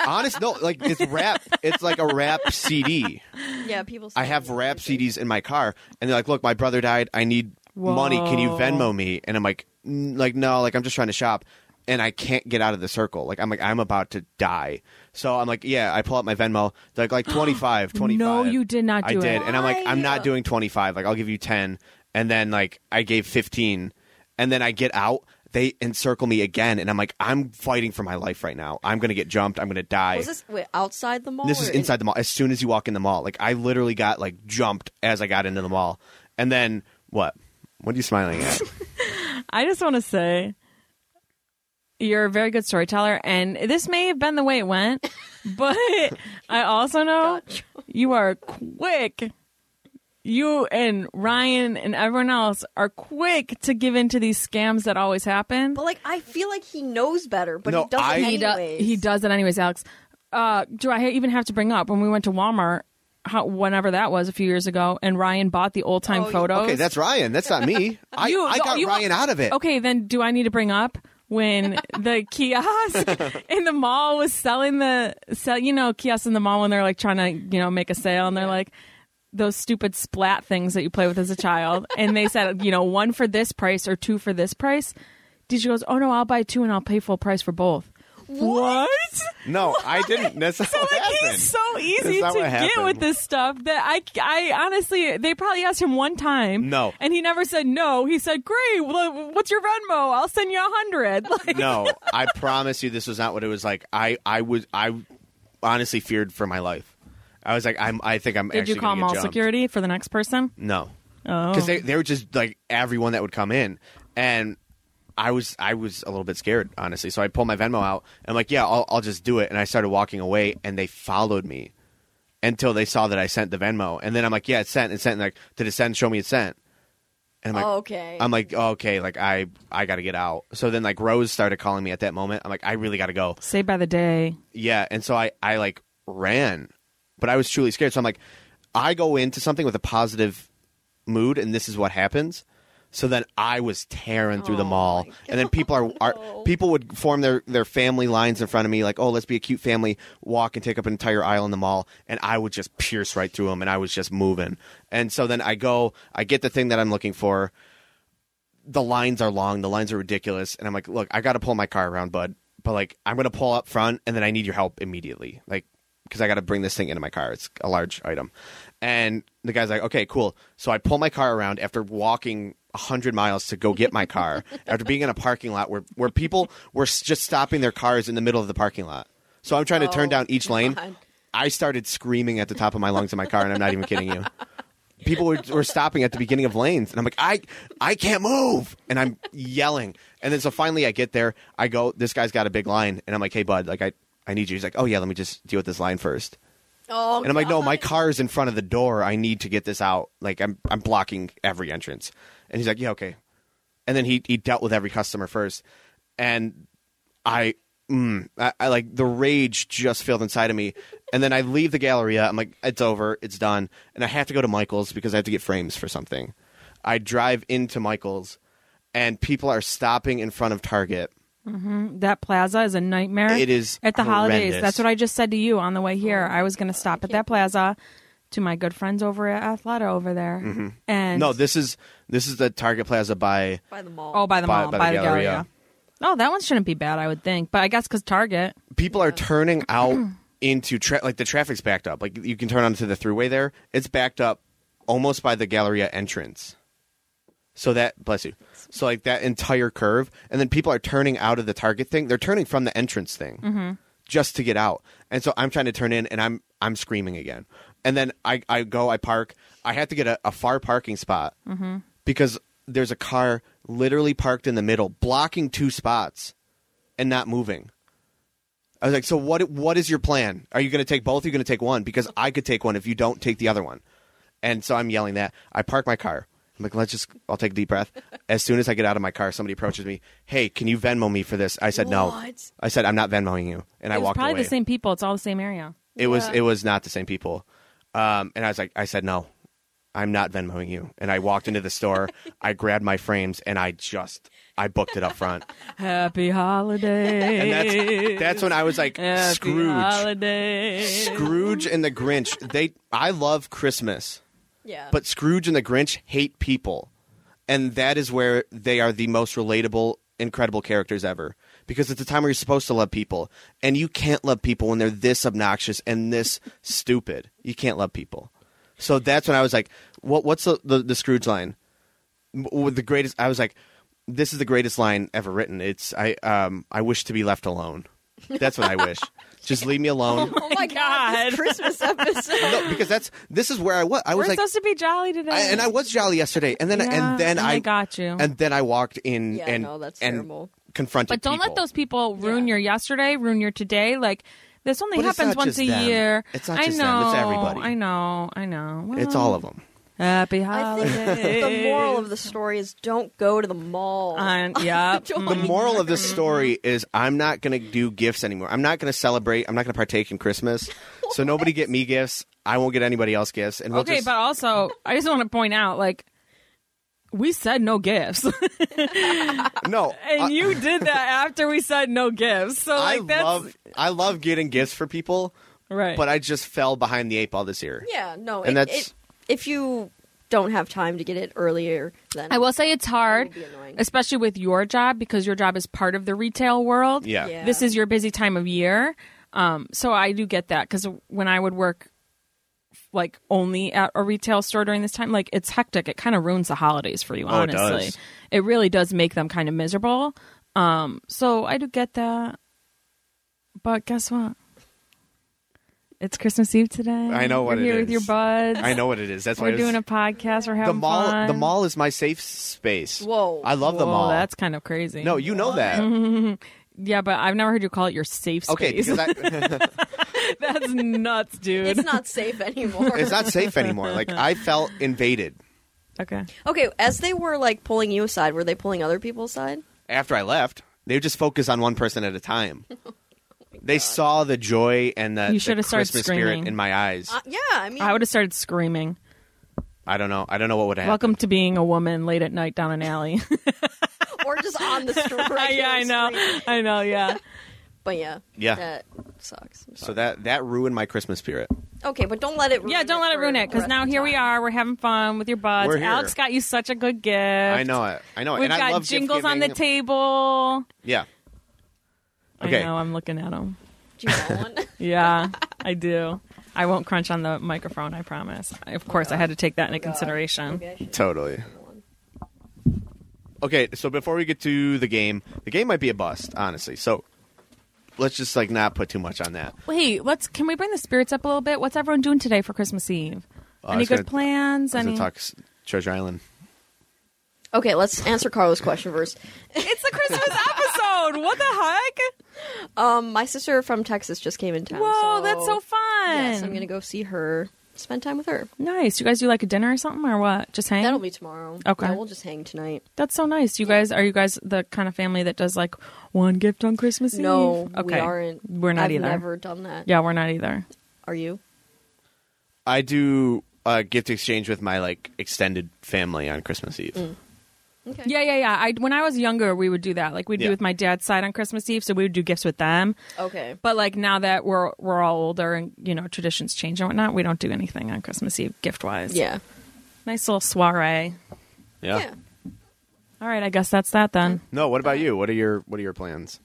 Honest, no, like it's rap. It's like a rap CD.
Yeah, people.
[laughs] I have rap CDs in my car, and they're like, "Look, my brother died. I need money. Can you
Whoa.
Venmo me?" And I'm like, "N- "Like no, like I'm just trying to shop, and I can't get out of the circle. Like I'm like I'm about to die." So I'm like, "Yeah." I pull out my Venmo. They're
[gasps]
like, "Like 25, 25."
No, you did not
I
do it.
did, and I'm like, "I'm
Why?
not doing 25. Like I'll give you 10." And then like I gave 15, and then I get out. They encircle me again, and I'm like, "I'm fighting for my life right now. I'm gonna get jumped. I'm gonna die."
Was this wait, outside the mall?
This is
or in-
inside the mall. As soon as you walk in the mall, like I literally got like jumped as I got into the mall, and then what? What are you smiling
[laughs]
at?
I just want to say you're a very good storyteller, and this may have been the way it went, [laughs] but I also know you are quick. You and Ryan and everyone else are quick to give in to these scams that always happen.
But like, I feel like he knows better, but
No,
he doesn't.
I-
He, do-
anyways.
he does it anyways, Alex. Uh, do I even have to bring up when we went to Walmart, how, whenever that was a few years ago, and Ryan bought the old time
Oh,
photos?
okay, that's Ryan. That's not me. I,
You-
I got
you- Oh.
Ryan out of it.
Okay, then do I need to bring up when the kiosk in the mall was selling the sell? You know, kiosks in the mall when they're like trying to you know make a sale and they're like those stupid splat things that you play with as a child, and they said you know one for this price or two for this price. DJ goes, oh no, I'll buy two and I'll pay full price for both. What?
No,
[laughs]
I didn't. That's not what
Like
happened.
he's so easy
not
to
what
get
happened.
with this stuff that I, I honestly, they probably asked him one time.
No.
and he never said no. He said, "Great, well, what's your Venmo? I'll send you a hundred. [laughs] Like,
no, I promise you, this was not what it was like. I, I was, I honestly feared for my life. I was like, I'm. I think I'm.
Did
actually
you call
gonna get
mall
jumped.
security for the next person?
No.
Oh.
because they, they were just like everyone that would come in, and I was I was a little bit scared honestly. So I pulled my Venmo out. And I'm like, yeah, I'll, I'll just do it. And I started walking away, and they followed me until they saw that I sent the Venmo. And then I'm like, yeah, it's sent. It's sent. And like, did it send? Show me it sent. And I'm like,
Oh, okay.
I'm like, oh, okay, like I I gotta get out. So then like Rose started calling me at that moment. I'm like, I really gotta go.
Saved by the Day.
Yeah, and so I I like ran, but I was truly scared. So I'm like, I go into something with a positive mood, and this is what happens. So then I was tearing through the mall, and then people are, are people would form their their family lines in front of me, like, oh, let's be a cute family, walk and take up an entire aisle in the mall, and I would just pierce right through them, and I was just moving. And so then I go, I get the thing that I'm looking for. The lines are long, the lines are ridiculous, and I'm like, look, I got to pull my car around, bud, but like I'm gonna pull up front, and then I need your help immediately, like because I got to bring this thing into my car. It's a large item. And the guy's like, okay, cool. So I pull my car around after walking 100 miles to go get my
[laughs]
car, after being in a parking lot where, where people were s- just stopping their cars in the middle of the parking lot. So I'm trying to turn
Oh,
down each lane.
God.
I started screaming at the top of my lungs in my car, and I'm not even kidding you. People were, were stopping at the beginning of lanes, and I'm like, I, I can't move, and I'm yelling. And then so finally, I get there. I go, this guy's got a big line, and I'm like, hey bud, like I, I need you. He's like, oh yeah, let me just deal with this line first.
oh,
And I'm like, no, my car is in front of the door. I need to get this out. Like I'm I'm blocking every entrance. And he's like, yeah, okay. And then he he dealt with every customer first. And I mm, I, I like the rage just filled inside of me. And then I leave the Galleria. I'm like, it's over, it's done. And I have to go to Michael's because I have to get frames for something. I drive into Michael's, and people are stopping in front of Target.
That plaza is a nightmare.
It is
at the holidays.
horrendous.
That's what I just said to you on the way here. I was going to stop at that plaza to my good friends over at Athleta over there, and
Mm-hmm. No, this is this is the Target Plaza by
by the mall.
oh by the
by-
mall
by the Galleria.
the Galleria. Oh, that one shouldn't be bad, I would think. But I guess because Target.
people are turning out into tra- like the traffic's backed up. Like you can turn onto the throughway there. It's backed up almost by the Galleria entrance. So that bless you. So like that entire curve, and then people are turning out of the Target thing. They're turning from the entrance thing just to get out. And so I'm trying to turn in, and I'm I'm screaming again. And then I I go, I park. I have to get a, a far parking spot because there's a car literally parked in the middle, blocking two spots, and not moving. I was like, so what? What is your plan? Are you going to take both? Are you going to take one? Because I could take one if you don't take the other one. And so I'm yelling that. I park my car. I'm like, let's just. I'll take a deep breath. As soon as I get out of my car, somebody approaches me. Hey, can you Venmo me for this? I said no.
What?
I said I'm not Venmoing you, and I
It was
walked
probably
away.
the same people. It's all the same area.
It was.
Yeah.
It was not the same people. Um, and I was like, I said, no, I'm not Venmoing you. And I walked into the
[laughs]
store, I grabbed my frames, and I just, I booked it up front.
Happy holiday.
And that's, that's when I was like,
Happy
Scrooge.
holidays.
Scrooge and the Grinch. They, I love Christmas,
Yeah.
but Scrooge and the Grinch hate people. And that is where they are the most relatable, incredible characters ever. Because it's the time where you're supposed to love people. And you can't love people when they're this obnoxious and this stupid. You can't love people. So that's when I was like, what, what's the, the, the Scrooge line? with the greatest i was like this is the greatest line ever written it's i um i wish to be left alone that's what i wish just leave me alone
oh my god, this
God. [laughs]
Christmas episode.
no because that's this is where i was i
We're
was like
supposed to be jolly today.
I, and i was jolly yesterday and then
Yeah,
and then
and
i
I got you.
and then i walked in
Yeah,
and
no, that's
and
terrible.
confronted
but don't let
people.
those people ruin
Yeah.
your yesterday, ruin your today. Like this only
But it's
happens
not
once
just
a
them.
year.
It's not
I
just them,
know,
it's everybody.
I know. I know.
it's all of them
Happy
I
holidays. [laughs]
think the moral of the story is don't go to the mall.
[laughs] On- yeah.
[laughs] Don't-
the moral of this story is i'm not going to do gifts anymore i'm not going to celebrate i'm not going to partake in
[laughs]
christmas so nobody get me gifts i won't get anybody else gifts and we'll
okay,
just,
but also I just want to point out, like, we said no gifts, [laughs]
no
and
I-
you did
[laughs]
that after we said no gifts. So like
I
that's
love I love getting gifts for people,
right.
but I just fell behind the eight ball this year.
yeah, no.
And
it-
that's-
it- if you don't have time to get it earlier, then
I will say it's hard,
It would be annoying.
especially with your job because your job is part of the retail world.
Yeah.
Yeah.
This is your busy time of year. Um, so I do get that because when I would work like only at a retail store during this time, like it's hectic. It kind of ruins the holidays for you,
Oh, it
honestly.
does.
It really does make them kind of miserable. Um, so I do get that. But guess what? It's Christmas Eve today.
I know what
You're
it
here with
is.
your buds.
I know what it is. That's why
We're
it was-
doing a podcast. We're having
the mall.
fun.
The mall is my safe space.
Whoa.
I love the
Whoa,
mall.
That's kind of crazy.
no, you know that.
yeah, but I've never heard you call it your safe space. [laughs]
Okay, because I,
that's nuts, dude.
it's not
[laughs]
safe anymore.
it's not safe anymore. Like I felt invaded
okay.
okay, as they were like pulling you aside, were they pulling other people aside?
after I left. They would just focus on one person at a
[laughs]
time.
Oh
They saw the joy and the,
You
the
should've started
Christmas
screaming.
spirit in my eyes.
Uh, yeah, I mean,
I would have started screaming.
I don't know. I don't know what would happen.
Welcome to being a woman late at night down
[laughs]
an alley. [laughs]
or just on the store.
yeah, I know. I
[laughs]
know. Yeah.
But yeah,
Yeah.
that sucks. I'm
So
sorry.
that that ruined my Christmas spirit.
okay, but don't let it. Ruin
Yeah. Don't let it
for
ruin it
the
because
rest
now
of
here we
time.
are. We're having fun with your buds.
We're here.
Alex got you such a good gift.
I know it. I know it.
We've
and I
got
love
jingles on the
gift-giving.
table.
Yeah. Okay.
I know. I'm looking at them.
Do you want one?
Yeah, I do. I won't crunch on the microphone. I promise. Of course, I had to take that
Oh,
into consideration.
Okay, I
[laughs]
should
Totally.
have one.
Okay, so before we get to the game, the game might be a bust, honestly. So let's just like not put too much on that.
Wait, let's can we bring the spirits up a little bit? What's everyone doing today for Christmas Eve?
I
Any
was
good
Oh, gonna-
plans?
Let's
Any?
not talk s- Treasure Island.
Okay, let's answer Carlos' question first.
[laughs] It's the Christmas
[laughs]
episode. What the heck?
Um, my sister from Texas just came in town.
Whoa,
so
that's so fun.
Yes, I'm gonna go see her. Spend time with her.
Nice. You guys do like a dinner or something or what? Just hang.
That'll be tomorrow.
Okay.
Yeah, we'll just hang tonight.
That's so nice. You guys are you guys the kind of family that does like one gift on Christmas
No,
Eve? Okay.
we aren't.
We're not
I've
either.
Never done that.
Yeah, we're not either.
Are you?
I do a gift exchange with my like extended family on Christmas Eve.
Okay.
Yeah, yeah, yeah. I when I was younger, we would do that. Like we'd
Yeah.
be with my dad's side on Christmas Eve, so we would do gifts with them.
Okay.
But like now that we're we're all older and you know traditions change and whatnot, we don't do anything on Christmas Eve gift wise.
Yeah.
nice little soiree.
Yeah.
Yeah.
All right, I guess that's that then.
Mm-hmm.
No, what about you? What are your what are your plans?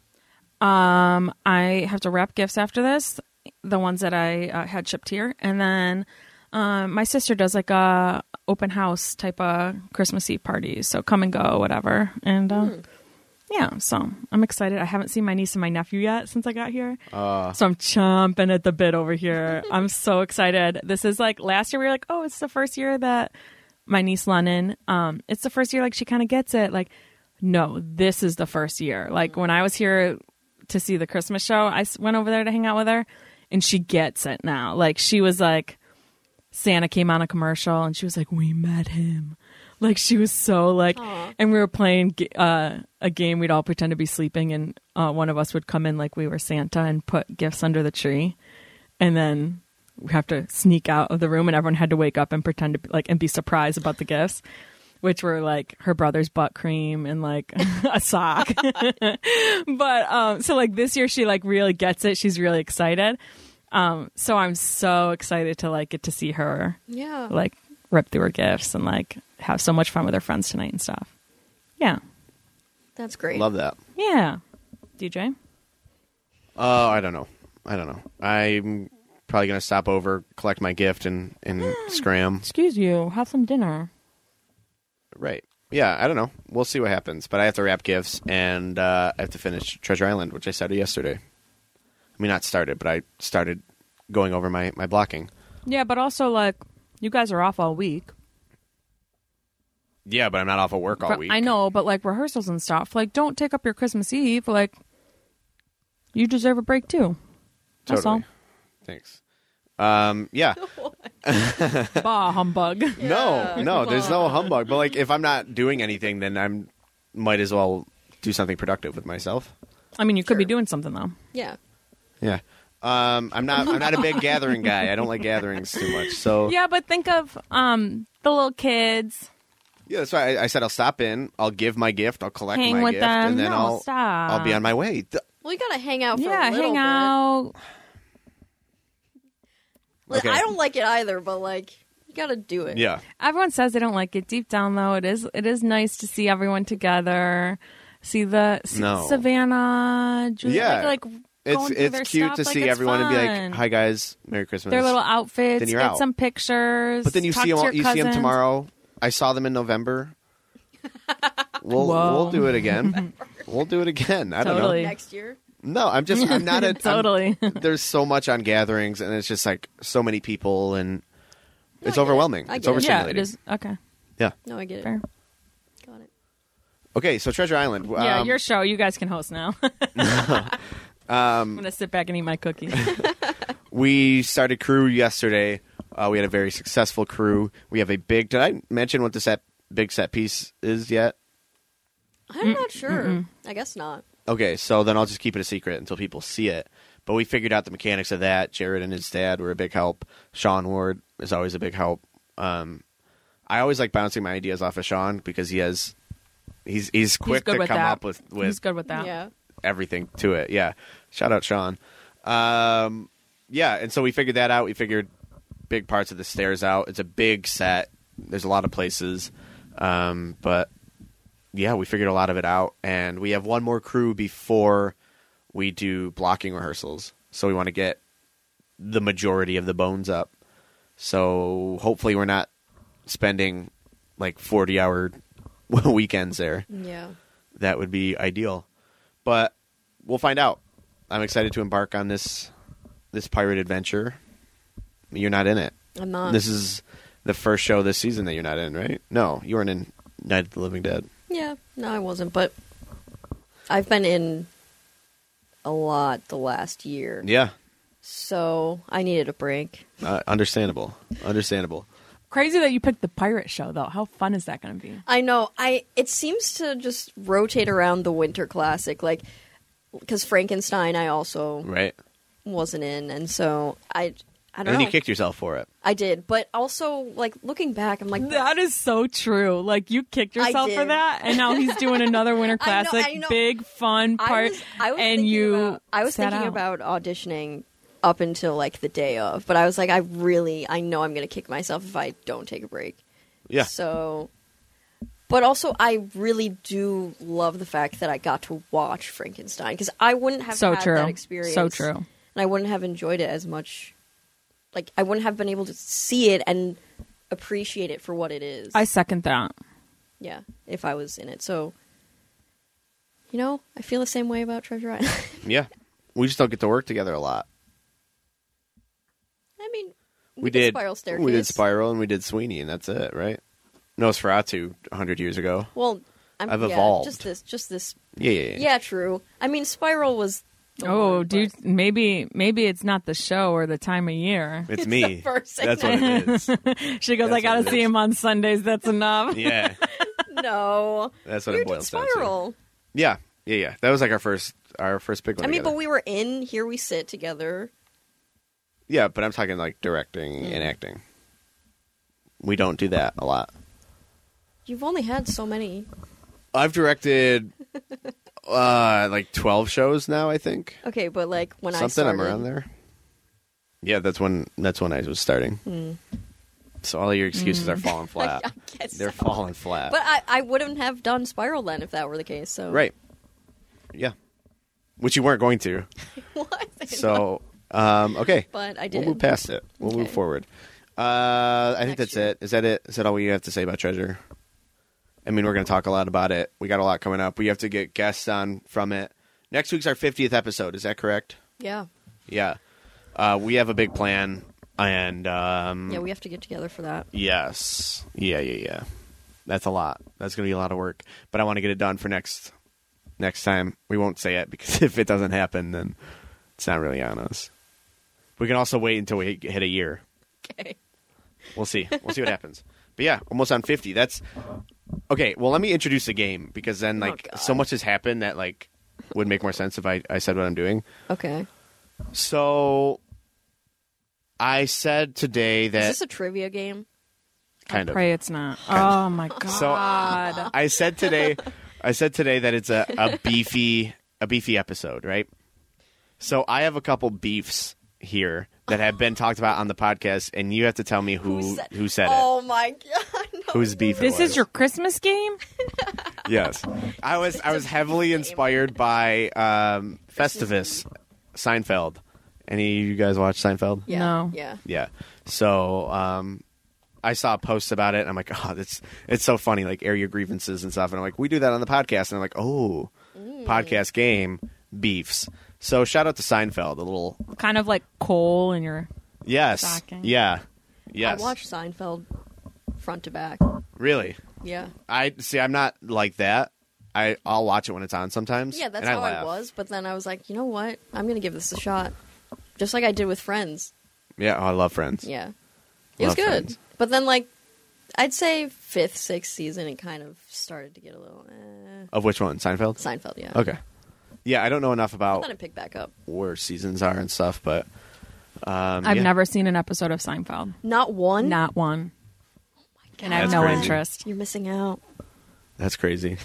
Um, I have to wrap gifts after this, the ones that I uh, had shipped here, and then um, my sister does like a open house type of Christmas Eve party, so come and go, whatever, and. Uh, Yeah, so I'm excited. I haven't seen my niece and my nephew yet since I got here. so I'm chomping at the bit over here. I'm so excited. This is like last year we were like, oh, it's the first year that my niece Lennon, um, it's the first year like she kind of gets it. Like, no, this is the first year. Like when I was here to see the Christmas show, I s- went over there to hang out with her, and she gets it now. Like she was like, Santa came on a commercial, and she was like, we met him. Like she was so like, and we were playing ga- uh, a game. We'd all pretend to be sleeping, and uh, one of us would come in like we were Santa and put gifts under the tree, and then we have to sneak out of the room, and everyone had to wake up and pretend to be, like and be surprised about the gifts, which were like her brother's butt cream and like [laughs] a sock. but um, so like this year, she like really gets it. She's really excited. Um, so I'm so excited to like get to see her
Yeah.
like rip through her gifts and like have so much fun with her friends tonight and stuff. Yeah,
That's great.
Love that.
yeah. DJ,
Oh, I don't know. I don't know. I'm probably gonna stop over, collect my gift, and and scram.
excuse you. Have some dinner.
Right. Yeah. I don't know. We'll see what happens. But I have to wrap gifts, and uh, I have to finish Treasure Island, which I started yesterday. I mean, not started, but I started going over my my blocking.
Yeah, but also like you guys are off all week.
Yeah, but I'm not off of work all
But-
week.
I know, but like rehearsals and stuff. Like, don't take up your Christmas Eve. Like, you deserve a break too. That's
Totally. Thanks. Um. Yeah.
all.
[laughs]
Bah humbug.
No, no, there's no humbug. But like, if I'm not doing anything, then I'm might as well do something productive with myself.
I mean, you could be doing something though.
Yeah.
Yeah, um, I'm not. I'm not a big gathering guy. I don't like gatherings too much. So yeah,
Yeah, but think of um the little kids.
that's why I, I said I'll stop in. I'll give my gift. I'll collect
Hang
my
with
gift,
them.
and then
No,
I'll
stop.
I'll be on my way. Th-
Well, you gotta hang out. For a
Yeah,
little
hang
bit.
out.
Like,
Okay.
I don't like it either, but like you gotta do it.
Yeah,
Everyone says they don't like it. Deep down though, it is it is nice to see everyone together. See the see
No.
Savannah, Julia,
Yeah.
like, like
it's
going through their
it's cute
stuff,
to
like,
see
it's
everyone and
fun.
be like, "Hi guys, Merry Christmas."
their little outfits,
Then you're
get
out.
some pictures.
but then you
talk
see
to your
them. You see them
cousins.
tomorrow. I saw them in
[laughs]
November. We'll
Whoa.
we'll do it again. we'll do it again. I don't know.
Totally.
Next year.
No, I'm just I'm
[laughs]
not a I'm-
Totally.
there's so much on gatherings, and it's just like so many people, and
No, I
it's
get it.
overwhelming.
I
It's
get it.
yeah,
overstimulating.
it is okay.
Yeah.
No, I get it.
Fair.
Got it.
Okay, so Treasure Island.
Yeah,
um,
your show. You guys can
[laughs]
host now. [laughs]
Um,
I'm gonna sit back and eat
[laughs]
my cookie.
we started crew yesterday. Uh, we had a very successful crew. We have a big. Did I mention what the set big set piece is yet?
I'm not sure. I guess not.
Okay, so then I'll just keep it a secret until people see it. But we figured out the mechanics of that. Jared and his dad were a big help. Sean Ward is always a big help. Um, I always like bouncing my ideas off of Sean because he has he's he's
He's
quick
good
to
with
come
that.
up with with
He's good with that.
Yeah.
everything to it. Yeah, shout out Sean. Um, yeah, and so we figured that out. We figured big parts of the stairs out. It's a big set. There's a lot of places, um, but yeah, we figured a lot of it out, and we have one more crew before we do blocking rehearsals. So we want to get the majority of the bones up. So hopefully we're not spending like 40 hour [laughs] weekends there.
Yeah.
That would be ideal. But we'll find out. I'm excited to embark on this this pirate adventure. You're not in it.
I'm not.
This is the first show this season that you're not in, right? No, you weren't in Night of the Living Dead.
Yeah. No, I wasn't. But I've been in a lot the last year.
Yeah,
So I needed a break.
uh, understandable. Understandable.
Crazy that you picked the pirate show though. How fun is that gonna be?
I know. I it seems to just rotate around the winter classic, like because Frankenstein I also
Right.
wasn't in, and so I I
And
don't
then
know.
you kicked yourself for it.
I did, but also like looking back, I'm like
That is so true. Like you kicked yourself for
did.
that, and now he's
[laughs]
doing another winter
I know,
classic,
I know.
big fun
I
part.
was, I was
and
thinking
you,
about, I was
sat
thinking
out.
about auditioning up until like the day of, but I was like, I really, I know I'm gonna kick myself if I don't take a break.
Yeah.
So, but also, I really do love the fact that I got to watch Frankenstein because I wouldn't have
so
had
true,
that experience.
so true.
and I wouldn't have enjoyed it as much. Like I wouldn't have been able to see it and appreciate it for what it is.
I second that.
yeah, if I was in it, so you know, I feel the same way about Treasure Island. [laughs]
Yeah. We just don't get to work together a lot.
I mean,
We, did
Spiral Staircase.
We did Spiral and we did Sweeney, and that's it, right? Nosferatu, hundred years ago.
Well, I'm,
I've
yeah,
evolved.
Just this, just this.
Yeah, yeah, yeah.
Yeah, true. I mean, Spiral was. the
Oh,
one,
dude, maybe maybe it's not the show or the time of year.
It's, me.
the first thing
that's what it is.
She goes,
That's
I gotta
what it
see
is.
him on Sundays.
[laughs]
That's enough.
Yeah,
but
[laughs]
No,
that's what
we
it
did
boils down to.
Spiral.
Yeah, yeah, yeah. That was like our first, our first big one.
I mean,
together.
but we were in. Here we sit together.
Yeah, but I'm talking like directing
Mm.
and acting. We don't do that a lot.
You've only had so many.
I've directed [laughs] uh like 12 shows now, I think.
Okay, but like when I
Something
started,
I'm around there. Yeah, that's when that's when I was starting. So all your excuses are falling flat.
Hmm. [laughs] I guess
They're
so.
falling flat.
But I, I wouldn't have done Spiral then if that were the case. So
right. Yeah. Which you weren't going to.
[laughs] What?
So, um, okay.
But I
We'll
did.
move past it. We'll move
Okay.
forward. Uh, I think
Next
that's
year.
it. Is that it? Is that all you have to say about Treasure? I mean, we're going to talk a lot about it. We got a lot coming up. We have to get guests on from it. Next week's our 50th episode. Is that correct?
yeah,
Yeah. Uh, we have a big plan. And um,
yeah, we have to get together for that.
yes. Yeah, yeah, yeah. That's a lot. That's going to be a lot of work. But I want to get it done for next next time. We won't say it because [laughs] if it doesn't happen, then it's not really on us. We can also wait until we hit a year.
Okay.
We'll
[laughs]
see. We'll see what happens. But yeah, almost on 50. That's okay. Well, let me introduce the game because then,
Oh,
like,
God.
so much has happened that, like, would make more sense if I, I said what I'm doing.
Okay.
So I said today
Is
that
this a trivia game?
kind
I
of.
pray it's not. Oh my
[laughs] So-
god.
[laughs] I said today, I said today that it's a, a beefy a beefy episode, right? So I have a couple beefs here that have been talked about on the podcast, and you have to tell me who who said, it,
Oh my [laughs] god! No.
whose beef. it
this
was.
is your Christmas game?
yes. I was I was heavily inspired by um, Festivus, Seinfeld. Any of you guys watch Seinfeld?
Yeah.
No.
Yeah.
Yeah. So um, I saw a post about it, and I'm like, oh, that's it's so funny. Like air your grievances and stuff. And I'm like, we do that on the podcast. And I'm like, oh,
Mm.
podcast game beefs. So shout out to Seinfeld. A little
Kind of like coal in your
yes,
Shocking.
yeah, yes.
I watched Seinfeld front to back.
Really,
Yeah.
I see. I'm not like that. I I'll watch it when it's on sometimes.
Yeah, that's
and
how
I,
I
laugh.
was. But then I was like, you know what? I'm gonna give this a shot, just like I did with Friends.
Yeah, oh, I love Friends.
Yeah. It was
Love
good.
Friends.
But then, like, I'd say fifth, sixth season, it kind of started to get a little. Eh.
Of which one? Seinfeld.
Seinfeld, yeah.
Okay. Yeah, I don't know enough about
Let it pick back up.
where seasons are and stuff, but um,
I've
yeah. Hmm?
never seen an episode of Seinfeld.
Not one.
Not one. and I have
That's
no
crazy.
interest.
You're missing out.
That's crazy.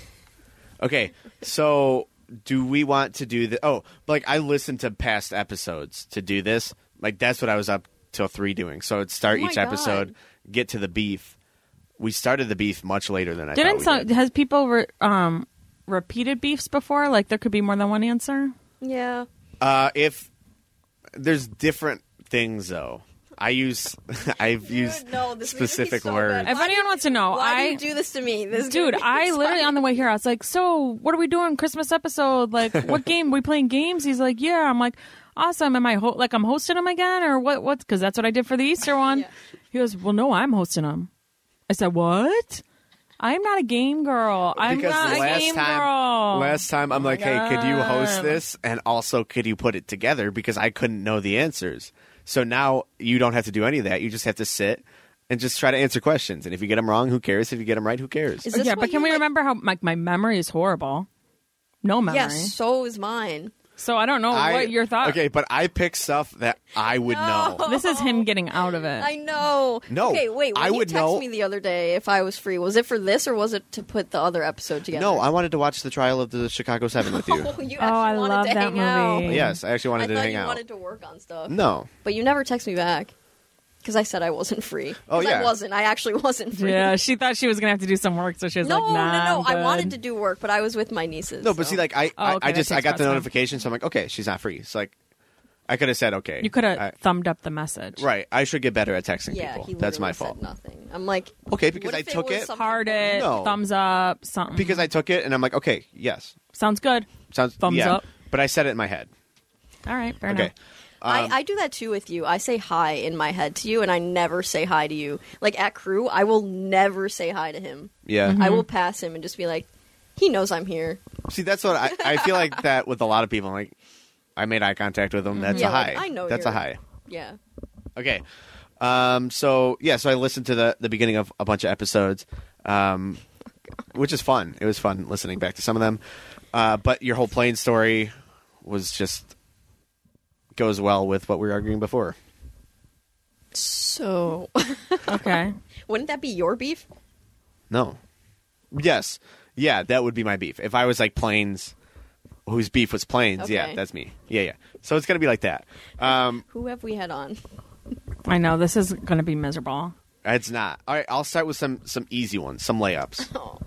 Okay, so do we want to do the? Oh, like I listened to past episodes to do this. Like that's what I was up till three doing. So it's start
Oh my
each episode,
God.
get to the beef. We started the beef much later than I thought.
Didn't
we
some
did.
has people re- um repeated beefs before? Like there could be more than one answer.
Yeah.
Uh, if there's different things though, I use [laughs] I've used
no, this is gonna be
specific
so bad.
words.
If
Why
anyone wants to know,
Why
Oh, I
do you do this to me? This is
dude,
gonna be
I
[laughs]
literally
exciting.
on the way here, I was like, "So, what are we doing Christmas episode? Like,
[laughs]
what game? we playing games?" He's like, "Yeah." I'm like, "Awesome." Am I ho- like I'm hosting them again or what? What's because that's what I did for
[laughs]
the Easter one.
Yeah.
He goes, "Well, no, I'm hosting them." I said, "What?" I'm not a game girl. I'm
because
not a
last
game
time,
girl. Oh
last time I'm like, hey, could you host
God.
this? And also, could you put it together? Because I couldn't know the answers. So now you don't have to do any of that. You just have to sit and just try to answer questions. And if you get them wrong, who cares? If you get them right, who cares?
Is this
yeah,
what
but
you
can we
like-
remember how like my memory is horrible? No memory.
Yeah, so is mine.
So I don't know
I-
what your thought.
Okay, but I pick stuff that I would know.
This is him getting out of it.
[laughs] I know.
No,
Okay, wait. When
I
you
would
texted
know-
me the other day if I was free, was it for this or was it to put the other episode together?
No, I wanted to watch the trial of the Chicago Seven with
[laughs]
you.
[laughs] Oh, you actually
Oh, I
wanted
love
to
that
hang
movie.
out.
Yeah,
yes, I actually
I
wanted
thought
to hang
you
out.
wanted to work on stuff.
no.
But you never text me back because I said I wasn't free. 'Cause
Oh, yeah.
I wasn't. I actually wasn't free.
Yeah, she thought she was gonna have to do some work, so she was
No,
like, "Nah,
no, no.
I'm
I wanted to
good."
do work, but I was with my nieces.
No, but
so-
see, like I, I,
Oh, okay,
I
that
just I
takes
got the
less time.
notification, so I'm like, okay, she's not free. So like, I could have said, okay,
You could have
I-
thumbed up the message.
Right. I should get better at texting
yeah,
people.
he
That's my
literally
fault.
said Nothing. I'm like,
Okay, because
what
I
if
took
was
it-
something-
Heart it,
No.
thumbs up, something.
Because I took it and I'm like, okay, yes.
sounds good.
Sounds
Thumbs
yeah.
up.
But I said it in my head.
All right, fair
Okay.
enough.
Um,
I, I do that too with you. I say hi in my head to you, and I never say hi to you. Like at crew, I will never say hi to him.
Yeah.
Mm-hmm.
I will pass him and just be like, he knows I'm here.
See, that's what I, I feel like that with a lot of people. Like, I made eye contact with them. That's
Mm-hmm. Yeah,
a high.
like, I know
That's a
you're-
high.
Yeah.
Okay. Um, so yeah, so I listened to the the beginning of a bunch of episodes, um, which is fun. It was fun listening back to some of them. Uh, but your whole plane story was just goes well with what we were arguing before.
So,
Okay.
[laughs] wouldn't that be your beef?
No. Yes. Yeah, that would be my beef. If I was like planes, whose beef was planes? Yeah,
Okay.
that's me. Yeah, yeah. So it's gonna be like that. Um,
Who have we had on?
I know this is going to be miserable.
it's not. All right. I'll start with some some easy ones, some
[laughs]
layups,
Oh,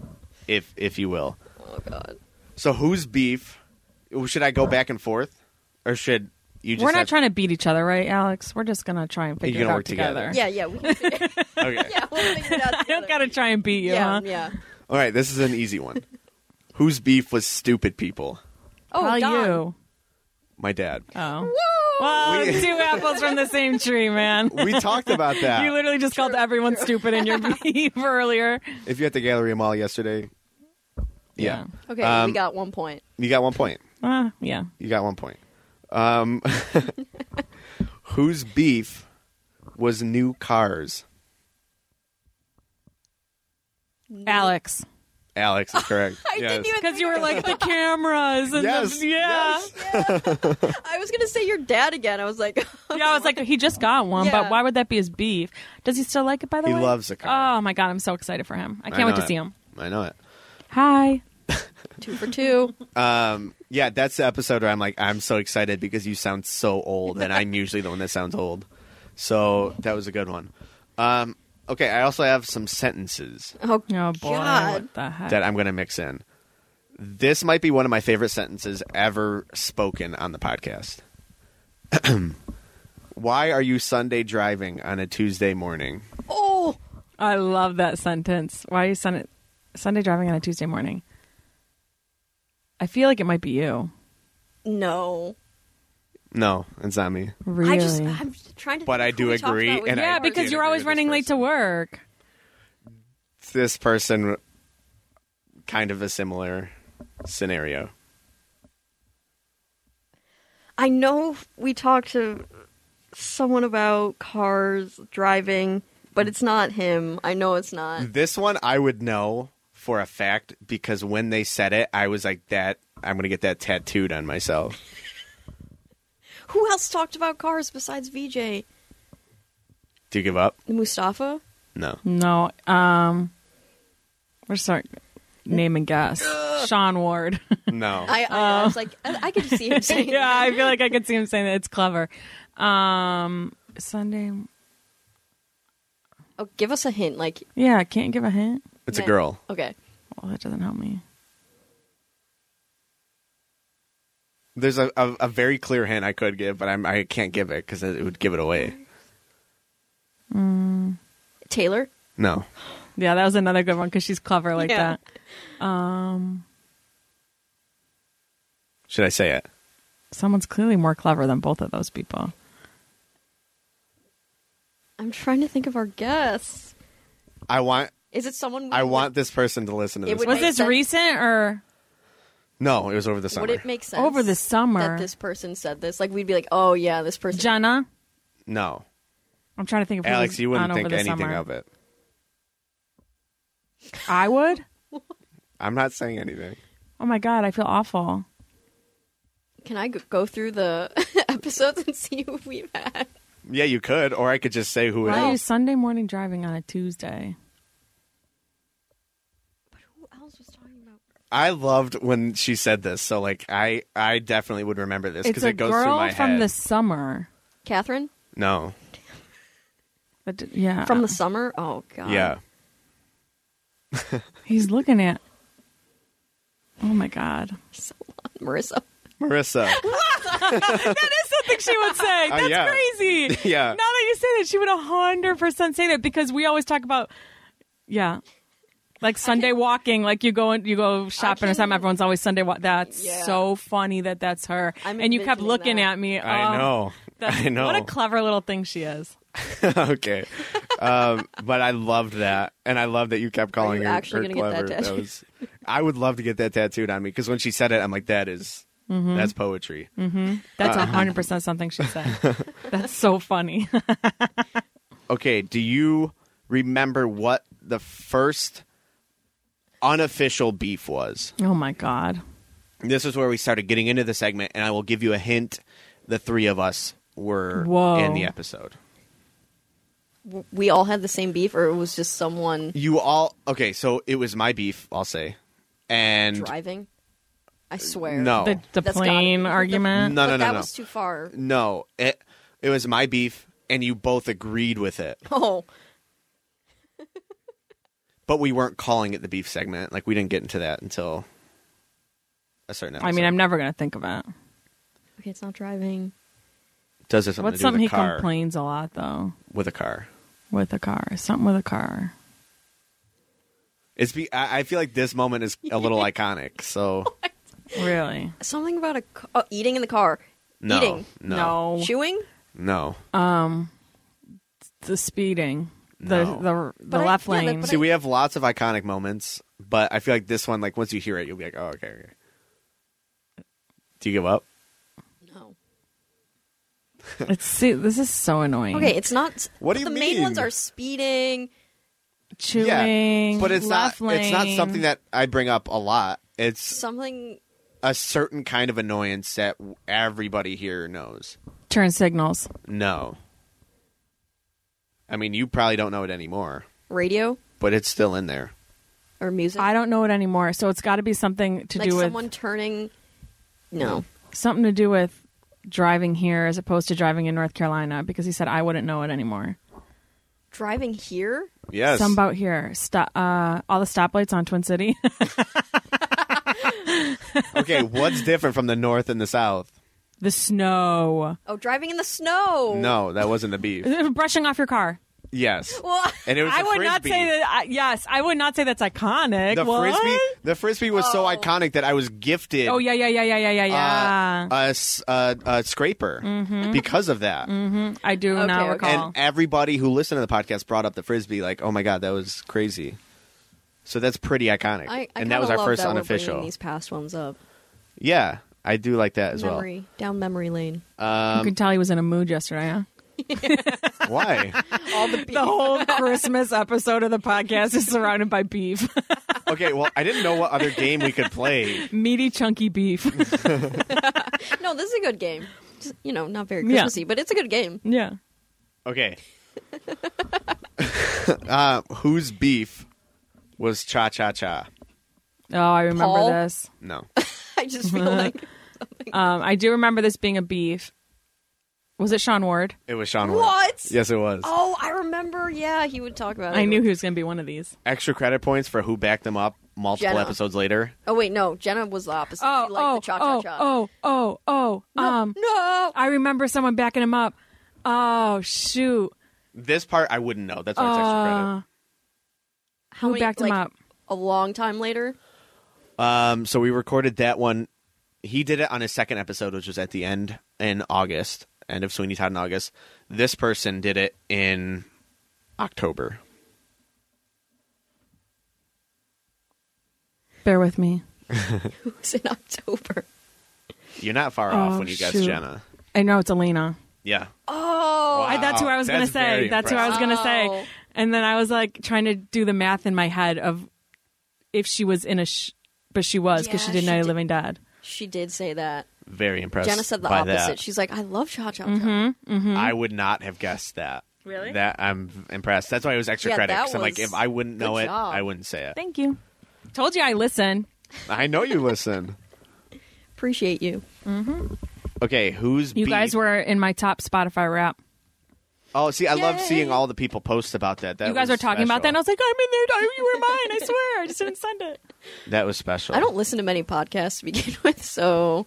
if if you will.
oh God.
So whose beef? Should I go back and forth, or should you? just
We're not
have-
trying to beat each other, right, Alex? We're just going to try and figure
gonna
it out
work together?
Yeah, yeah. We can figure,
Okay.
yeah, we'll figure it out.
[laughs] I don't got to try and beat you,
Yeah,
huh?
yeah.
All right. This is an easy one. whose beef was stupid people?
Oh,
Probably
Don.
you.
My dad.
Oh.
Whoa!
Well,
We- [laughs]
two apples from the same tree, man.
We talked
[laughs]
about that.
You literally just called everyone stupid
[laughs]
in your beef earlier.
if you at the gallery mall yesterday, yeah,
Yeah.
[laughs] Okay,
Um,
we got one point.
you got one point.
Uh, yeah.
You got one point. Um, [laughs] whose beef was new cars?
Alex.
Alex
[laughs]
is correct.
I didn't even.
Because you were like the cameras and
Yes.
the, yeah.
Yes.
I was gonna say your dad again. I was like, [laughs]
[laughs] Yeah, I was like, he just got one,
Yeah.
but why would that be his beef? Does he still like it by the
He
way?
loves the car.
Oh my god, I'm so excited for him. I can't
know
wait to
it.
see him.
I know it.
Hi.
two for two.
Um, yeah, that's the episode where I'm like, I'm so excited because you sound so old, and
[laughs]
I'm usually the one that sounds old. So that was a good one. Um, okay, I also have some sentences
Oh,
Oh boy.
God.
What the heck?
that I'm going to mix in. This might be one of my favorite sentences ever spoken on the podcast. [clears throat] Why are you Sunday driving on a Tuesday morning?
oh,
I love that sentence. Why are you Sunday, Sunday driving on a Tuesday morning? I feel like it might be you.
no.
No, it's not me.
Really?
I just, I'm just trying to.
But
think
I
who
do
we talked
agree,
about with
and I
yeah,
cars.
because
did
you're
agree
always
with
running
this
late to
person.
work.
This person, kind of a similar scenario.
I know we talked to someone about cars driving, but it's not him. I know it's not.
This one I would know for a fact because when they said it, I was like, that, I'm going to get that tattooed on myself.
Who else talked about cars besides VJ?
Do you give up?
Mustafa?
No.
No. Um we're sorry. Name
[laughs]
and guess. Sean Ward. [laughs]
No.
I, I, I was like, I, I could see [laughs] him saying
yeah,
that.
I feel like I could see him saying that. It's clever. Um, Sunday.
Oh, give us a hint. Like,
Yeah, I can't give a hint.
it's a girl.
okay.
Well, that doesn't help me.
There's a, a, a very clear hint I could give, but I'm, I can't give it because it would give it away.
Taylor?
No.
Yeah, that was another good one because she's clever like
Yeah.
that. Um,
Should I say it?
someone's clearly more clever than both of those people.
I'm trying to think of our guess.
I want
Is it someone? we
I
would-
want this person to listen to
It
this.
would
Was
make
this
sense.
recent or
no, it was over the summer.
Would it make sense
over the summer?
that this person said this? Like, we'd be like, oh yeah, this person.
Jenna.
no,
I'm trying to think of who
Alex,
was
you
on
wouldn't
over
think
the
anything
summer.
of it.
I would.
I'm not saying anything.
Oh my god, I feel awful.
Can I go- go through the [laughs] episodes and see who we've had?
Yeah, you could, or I could just say who it is.
Why are you Sunday morning driving on a Tuesday?
But who else was talking about?
I loved when she said this, so like I I definitely would remember this
It's
because
a
it goes
girl
through my
from
head.
the summer.
Catherine
No,
But, d- yeah,
from the summer. Oh god.
yeah,
He's looking at. Oh my god!
So long, [laughs] Marissa.
Marissa.
Something she would
[laughs]
say.
Uh,
That's
yeah. [laughs]
crazy.
Yeah.
Now that you say that, she would hundred percent say that because we always talk about, yeah, like Sunday walking. Like you go and you go shopping or
can-
something. Everyone's always Sunday walk. That's
Yeah.
so funny that that's her.
I'm
and you kept
envisioning
looking
that.
at me.
I
[laughs] Oh,
know.
that's-
I know.
What a clever little thing she is.
[laughs] okay, um, but I loved that, and I love that you kept calling
you
her,
actually
her
gonna get
clever.
that tattooed?
was, I would love to get that tattooed on me because when she said it, I'm like, that is-
Mm-hmm.
that's poetry.
That's
Uh-huh.
hundred percent something she
[laughs]
said. that's so funny. [laughs]
Okay, do you remember what the first unofficial beef was?
oh my god.
This is where we started getting into the segment, and I will give you a hint. The three of us were
Whoa.
in the episode.
w- we all had the same beef, or it was just someone
You all okay? So it was my beef. I'll say, and
driving? I swear.
no,
The, the
That's
plane
gotta-
argument.
No,
but
no, no,
that
no.
was too far. [laughs]
no, it it was my beef, and you both agreed with it,
Oh,
but we weren't calling it the beef segment. Like we didn't get into that until a certain. Episode.
I mean, I'm never going to think of it.
okay, it's not driving.
does this something
What's
to do
something
with
he
a car?
complains a lot though?
With a car,
With a car, something with a car.
it's be. I, I feel like this moment is a
[laughs]
little iconic. So
Really?
Something about a ca- oh, eating in the car,
no,
Eating.
no,
chewing.
no.
Um, the speeding, the
No.
the the
But I-
left
yeah, that-
lane.
but
See, we have lots of iconic moments, but I feel like this one, like once you hear it, you'll be like, "Oh, okay." okay. Do you give up?
No.
it's see, this is so annoying.
Okay, it's not.
What do you
the main ones
mean?
are speeding.
chewing,
but it's
left
not.
Lane.
It's not something that I bring up a lot. It's
Something.
a certain kind of annoyance that w- everybody here knows.
turn signals.
No, I mean you probably don't know it anymore,
Radio
but it's still in there.
or music.
I don't know it anymore. So it's got to be something to
like
do with
someone turning. No.
something to do with driving here as opposed to driving in North Carolina because he said I wouldn't know it anymore.
Driving here?
Yes,
Some about here. Stop. Uh, all the stoplights on Twin City. [laughs]
okay, what's different from the north and the south?
the snow.
Oh, driving in the snow. [laughs]
No, that wasn't the beef.
Brushing off your car.
Yes,
Well,
and it was.
I
the
would not
Frisbee.
say that. I, yes, I would not say that's iconic.
The
What?
frisbee, the frisbee was so iconic that I was gifted.
Oh yeah, yeah, yeah, yeah, yeah, yeah, yeah.
uh, a, s- uh, a scraper
Mm-hmm.
because of that.
I do
Okay,
now
okay.
recall.
And everybody who listened to the podcast brought up the frisbee, like, oh my god, that was crazy. So that's pretty iconic,
[laughs] I, I
and that
kinda
was our
love
first
that we're bringing
unofficial.
These past ones up.
Yeah, I do like that as
memory down memory
[laughs]
lane.
well.
you
Um,
could tell he was in a mood yesterday. Huh?
[laughs]
[laughs]
why?
All the
The whole Christmas episode of the podcast is surrounded by beef, [laughs]
Okay, well, I didn't know what other game we could play.
meaty, chunky beef. [laughs]
no, this is a good game. Just, you know, not very
Yeah.
Christmassy, but it's a good game. [laughs]
yeah.
Okay. uh, whose beef was cha cha cha?
Oh, I remember
Paul?
this.
No.
I just feel
Uh-huh.
like
Um, I do remember this being a beef. Was it Sean Ward?
It was Sean Ward.
what?
Yes, it was.
Oh, I remember. Yeah, he would talk about it.
I knew he was going to be one of these.
Extra credit points for who backed them up multiple
Jenna.
episodes later.
Oh wait, no, Jenna was the opposite.
Oh,
he liked
oh,
the cha cha
oh,
cha.
oh, oh, oh, Um,
No.
I remember someone backing him up. Oh shoot!
This part I wouldn't know. That's why it's extra credit.
Uh,
How
who
many-
backed him
like,
up?
A long time later.
Um, so we recorded that one. He did it on his second episode, which was at the end in August, end of Sweeney Todd in August. This person did it in October.
Bear with me.
It was in [laughs] October.
You're not far off
Oh,
when you guess
shoot.
Jenna.
I know it's Elena.
Yeah.
Oh,
Wow.
I, that's who I was going to
That's
say.
very
That's who I was going to
Wow.
say. And then I was like trying to do the math in my head of if she was in a, sh- but she was because
Yeah,
she didn't
she
know
did-
Living Dad.
she did say that.
Very impressed.
Jenna said the
by
opposite. Hmm?
that.
She's like, I love cha cha cha.
I would not have guessed that.
Really?
That I'm impressed. That's why it was extra
Yeah,
credit.
that
'cause I'm like,
was-
if I wouldn't know
good
it,
job.
I wouldn't say
[laughs]
it.
Thank you. Told you I listen.
I know you listen.
Appreciate you.
Okay, who's
You
beef-
guys were in my top Spotify rap.
Oh, see, I love
Yay.
seeing all the people post about that. That
you guys
was
were talking about that, and I
special.
was like, I'm in there. I- You were mine. I swear. I just didn't
[laughs]
send it.
That was special.
I don't listen to many podcasts to begin [laughs] with, so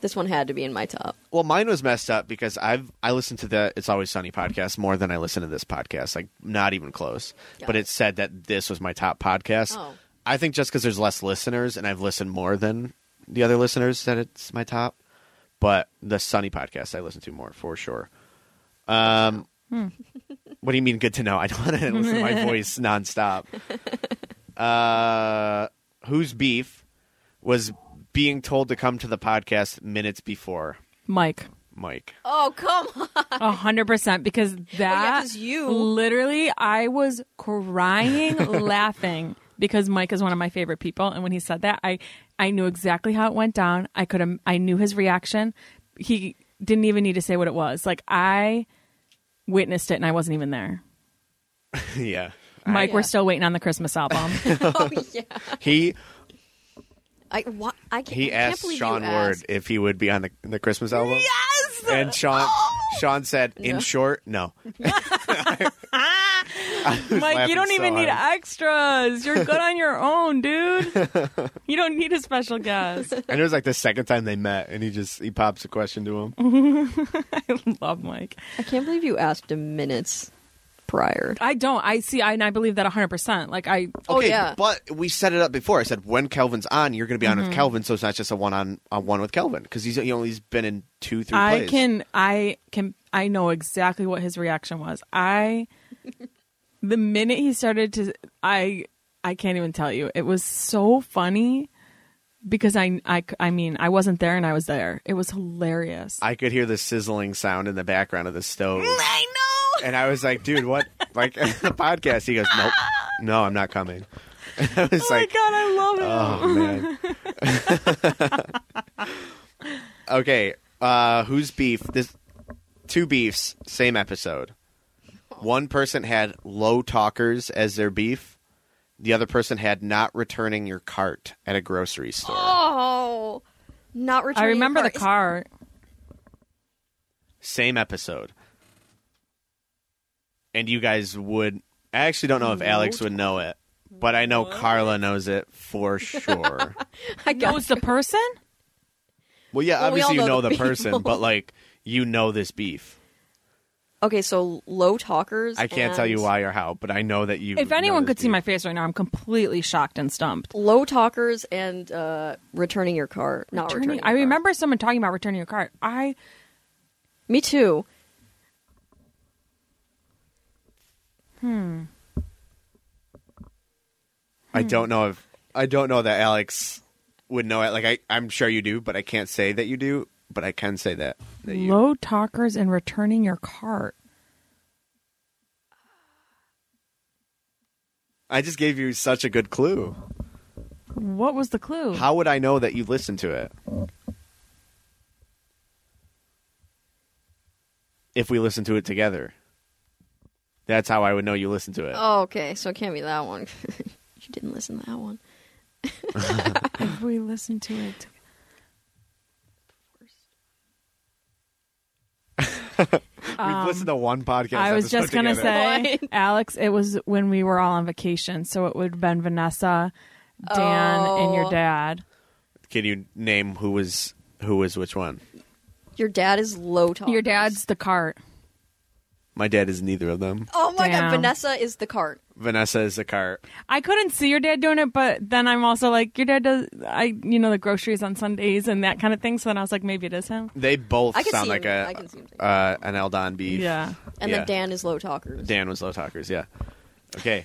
this one had to be in my top.
Well, mine was messed up because I've I listened to the It's Always Sunny podcast more than I listen to this podcast, like not even close.
Got
But
it.
it said that this was my top podcast.
Oh.
I think just because there's less listeners and I've listened more than the other listeners, that it's my top. But the Sunny podcast I listen to more for sure. Um,
Hmm.
what do you mean? Good to know. I don't want to [laughs] listen to
[laughs]
my voice nonstop. Uh, whose beef was being told to come to the podcast minutes before?
Mike.
Mike. [laughs]
Oh come on!
A hundred percent because that
Oh, 'cause you-
literally I was crying [laughs] laughing because Mike is one of my favorite people and when he said that I I knew exactly how it went down. I could have I knew his reaction. He didn't even need to say what it was. Like I witnessed it and I wasn't even there.
yeah.
Mike,
Yeah.
we're still waiting on the
[laughs]
Christmas album.
[laughs]
[laughs]
oh yeah.
He
I wha- I can't,
he
I can't
asked
believe you
Sean Ward
asked.
if he would be on the the Christmas album.
yes.
And Sean Sean said, in short, no.
Mike, you
laughing
don't
so
even need
hard.
extras. You're good on your
[laughs]
own, dude. You don't need a
[laughs]
special guest.
And it was like the second time they met, and he just he pops a question to him.
I love Mike.
I can't believe you asked him minutes prior.
I don't. I see. I, and I believe that 100%. Like, I.
Oh,
Okay,
yeah.
but we set it up before. I said when Kelvin's on, you're going to be on with Kelvin, so it's not just a one on on one with Kelvin because he's he only's been in two three.
I
plays.
can I can I know exactly what his reaction was. I [laughs] the minute he started to I I can't even tell you. It was so funny because I I I mean, I wasn't there and I was there. It was hilarious.
I could hear the sizzling sound in the background of the stove,
[laughs] I know.
and I was like, "Dude, what?" Like [laughs] the podcast, he goes, "Nope, no, I'm not coming." [laughs] I was
Oh my
like,
god, I love it.
"Oh [laughs] man." okay, uh, who's beef? This two beefs, same episode. One person had low talkers as their beef. The other person had not returning your cart at a grocery store.
Oh, not returning.
I remember
your
the car.
Same episode. And you guys would. I actually don't know if Alex would know it, but I know Carla knows it [laughs] for sure.
[laughs] I
That was the person?
well, yeah,
Well, we all
obviously you
know
know
the
the person,
people.
but like you know this beef.
Okay, so low talkers.
I can't
and-
tell you why or how, but I know that you.
If
know
anyone
this
could see
beef.
my face right now, I'm completely shocked and stumped.
Low talkers and uh, returning your car. Not returning.
Returning,
your
I
car.
remember someone talking about returning your cart. I
Me too.
I
Hmm.
don't know if I don't know that Alex would know it. Like I, I'm sure you do, but I can't say that you do. But I can say that. that you,
low talkers and returning your cart.
I just gave you such a good clue.
What was the clue?
How would I know that you listened to it? If we listened to it together, that's how I would know you listened to it.
Oh, okay, so it can't be that one. [laughs] you didn't listen to that one.
[laughs] If we listen to it.
We've listened to one podcast.
um, I was
episode
just going to
together.
say,
What?
Alex, it was when we were all on vacation. So it would have been Vanessa, Dan, and your
Oh.
dad.
Can you name who was who was which one?
Your dad is low talkers.
Your dad's the cart.
My dad is neither of them.
Oh my
Damn.
god, Vanessa is the cart.
Vanessa is the cart.
I couldn't see your dad doing it, but then I'm also like, your dad does, I, you know, the groceries on Sundays and that kind of thing. So then I was like, maybe it is him.
They both
I can
sound
see
like
him.
a
I can see him.
uh, an Eldon beef.
Yeah.
And
yeah.
then Dan is low talkers.
Dan was low talkers. Yeah. Okay.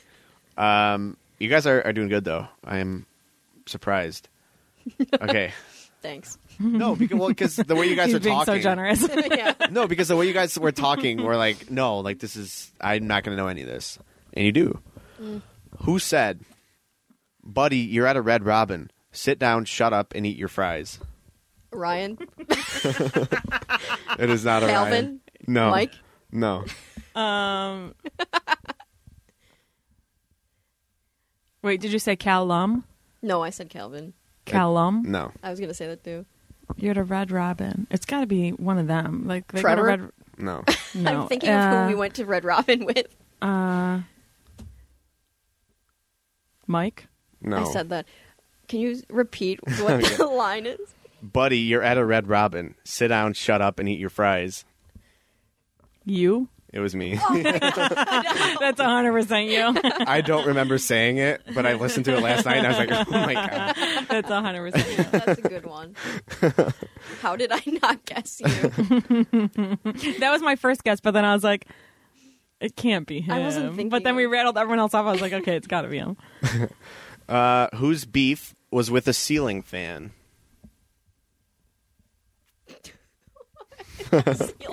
Um, you guys are, are doing good though. I am
[laughs]
surprised. Okay.
Thanks.
No, because well, 'cause the way you guys
[laughs] He's
are
being
talking.
so generous.
[laughs] yeah.
No, because the way you guys were talking, we're like, no, like this is I'm not going to know any of this, and you do.
Mm.
Who said, buddy? You're at a Red Robin. Sit down, shut up, and eat your
[laughs]
fries.
[laughs] Ryan,
It is not a
Calvin,
Ryan. No,
Mike?
No,
um, wait, did you say Calum?
No, I said Calvin.
Calum?
no.
I was gonna say that too.
You're the Red Robin. It's got to be one of them. Like they got a
Trevor?
Red.
[laughs] No.
No,
I'm thinking of
uh,
who we went to Red Robin [laughs] with.
Uh, Mike.
No.
I said that. Can you repeat what
[laughs]
the line is?
Buddy, you're at a Red Robin. Sit down, shut up, and eat your fries.
You.
It was me.
That's hundred percent you.
[laughs]
[laughs]
I don't remember saying it, but I listened to it last night and I was like, oh my God.
That's hundred percent you.
That's a good one. How did I not guess you?
That was my first guess, but then I was like, it can't be him.
I wasn't thinking
But then we
of-
rattled everyone else off. I was like, okay, it's got to be him.
[laughs] Uh, whose beef was with a ceiling fan?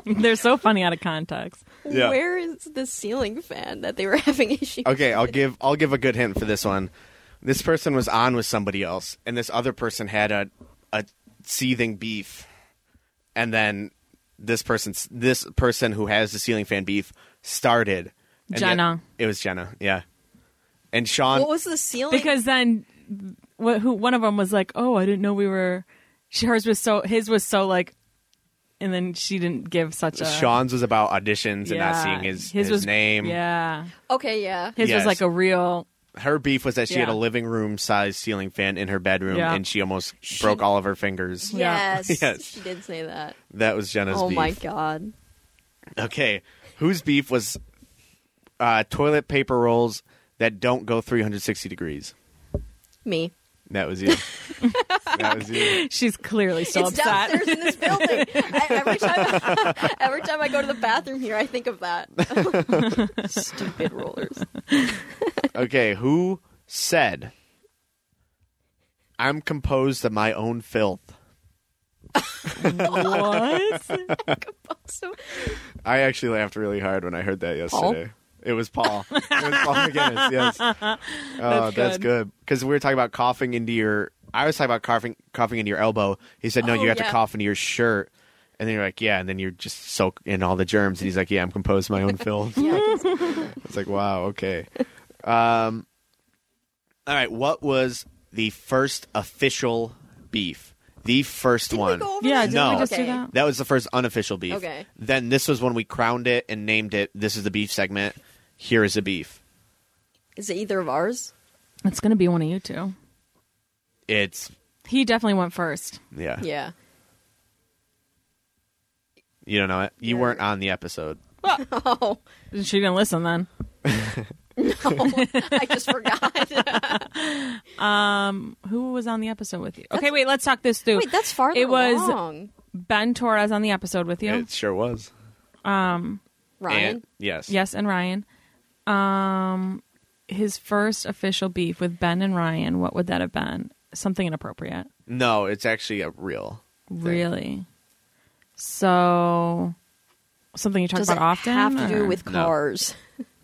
They're so funny out
[laughs]
of context.
[laughs] Yeah.
Where is the ceiling fan that they were having issues?
Okay, I'll give I'll give a good hint for this one. This person was on with somebody else, and this other person had a a seething beef, and then this person this person who has the ceiling fan beef started And
Jenna.
yet- It was Jenna. Yeah. And Sean.
What was the ceiling?
because then wh- who one of them was like, "Oh, I didn't know we were." She, hers was so his was so like, and then she didn't give such a
Sean's was about auditions and not
uh, Yeah.
seeing his his,
was,
name.
Yeah,
okay, yeah.
his
Yes.
was like a real
Her beef was that she had a
Yeah.
living room size ceiling fan in her bedroom,
Yeah.
and she almost broke all of her fingers.
[laughs]
Yeah.
Yes,
Yes.
she did say that.
That was Jenna's
oh
beef.
my god.
Okay, whose beef was uh, toilet paper rolls that don't go 360 degrees?
Me.
That
[laughs]
was you. that was you.
She's clearly so
it's
upset.
downstairs [laughs] in this building. I, every time, every time I [laughs] go to the bathroom here, I think of that. [laughs] Stupid [laughs] rollers.
Okay, who said, "I'm composed of my own filth"?
[laughs]
[laughs] what?
Also,
I actually laughed really hard when I heard that yesterday. It was
[laughs]
Paul. it was Paul McGinnis. Yes. Oh, that's,
good.
good. Because we were talking about coughing into your. I was talking about coughing, coughing into your elbow. He said, "No,
Oh,
you have
yeah.
to cough into your shirt." And then you're like, "Yeah," and then you're just soak in all the germs. And he's like, "Yeah, I'm composed of my own filth."
[laughs] yeah, I guess-
It's like, wow, okay. Um, all right, what was the first official beef? The 1st
Didn't we
one.
go over
Yeah,
this?
didn't
No.
we just do
Okay.
that?
That was the first unofficial beef.
Okay.
Then this was when we crowned it and named it. This is the beef segment. Here is a beef.
Is it either of ours?
It's gonna be one of you two.
It's
He definitely went first.
yeah.
Yeah.
You don't know it. You weren't on the episode.
Oh,
She didn't listen then.
[laughs] I just [laughs] forgot.
Who was on the episode with you? Okay, wait, let's talk this through.
Wait, that's farther
It was
along.
Ben Torres on the episode with you.
It sure was.
Ryan.
And- yes.
Yes, and Ryan. Um, his first official beef with Ben and Ryan. What would that have been? Something inappropriate.
No, it's actually a real.
Really. So, something you talk
Does
about
it
often.
have to
or-
do with
No.
cars?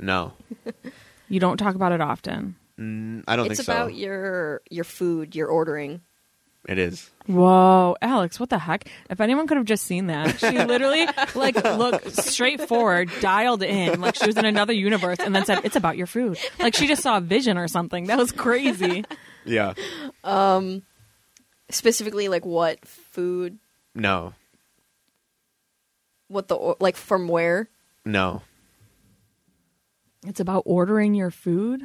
No,
you don't talk about it often.
I don't
It's
think so.
about your your food, your ordering.
It is.
Whoa, Alex, what the heck? If anyone could have just seen that, [laughs] she literally like looked straight forward, dialed in, like she was in another universe, and then said, "It's about your food." Like she just saw a vision or something. That was crazy.
Yeah.
Specifically, like what food,
No.
what the or- like from where?
No.
[laughs] It's about ordering your food.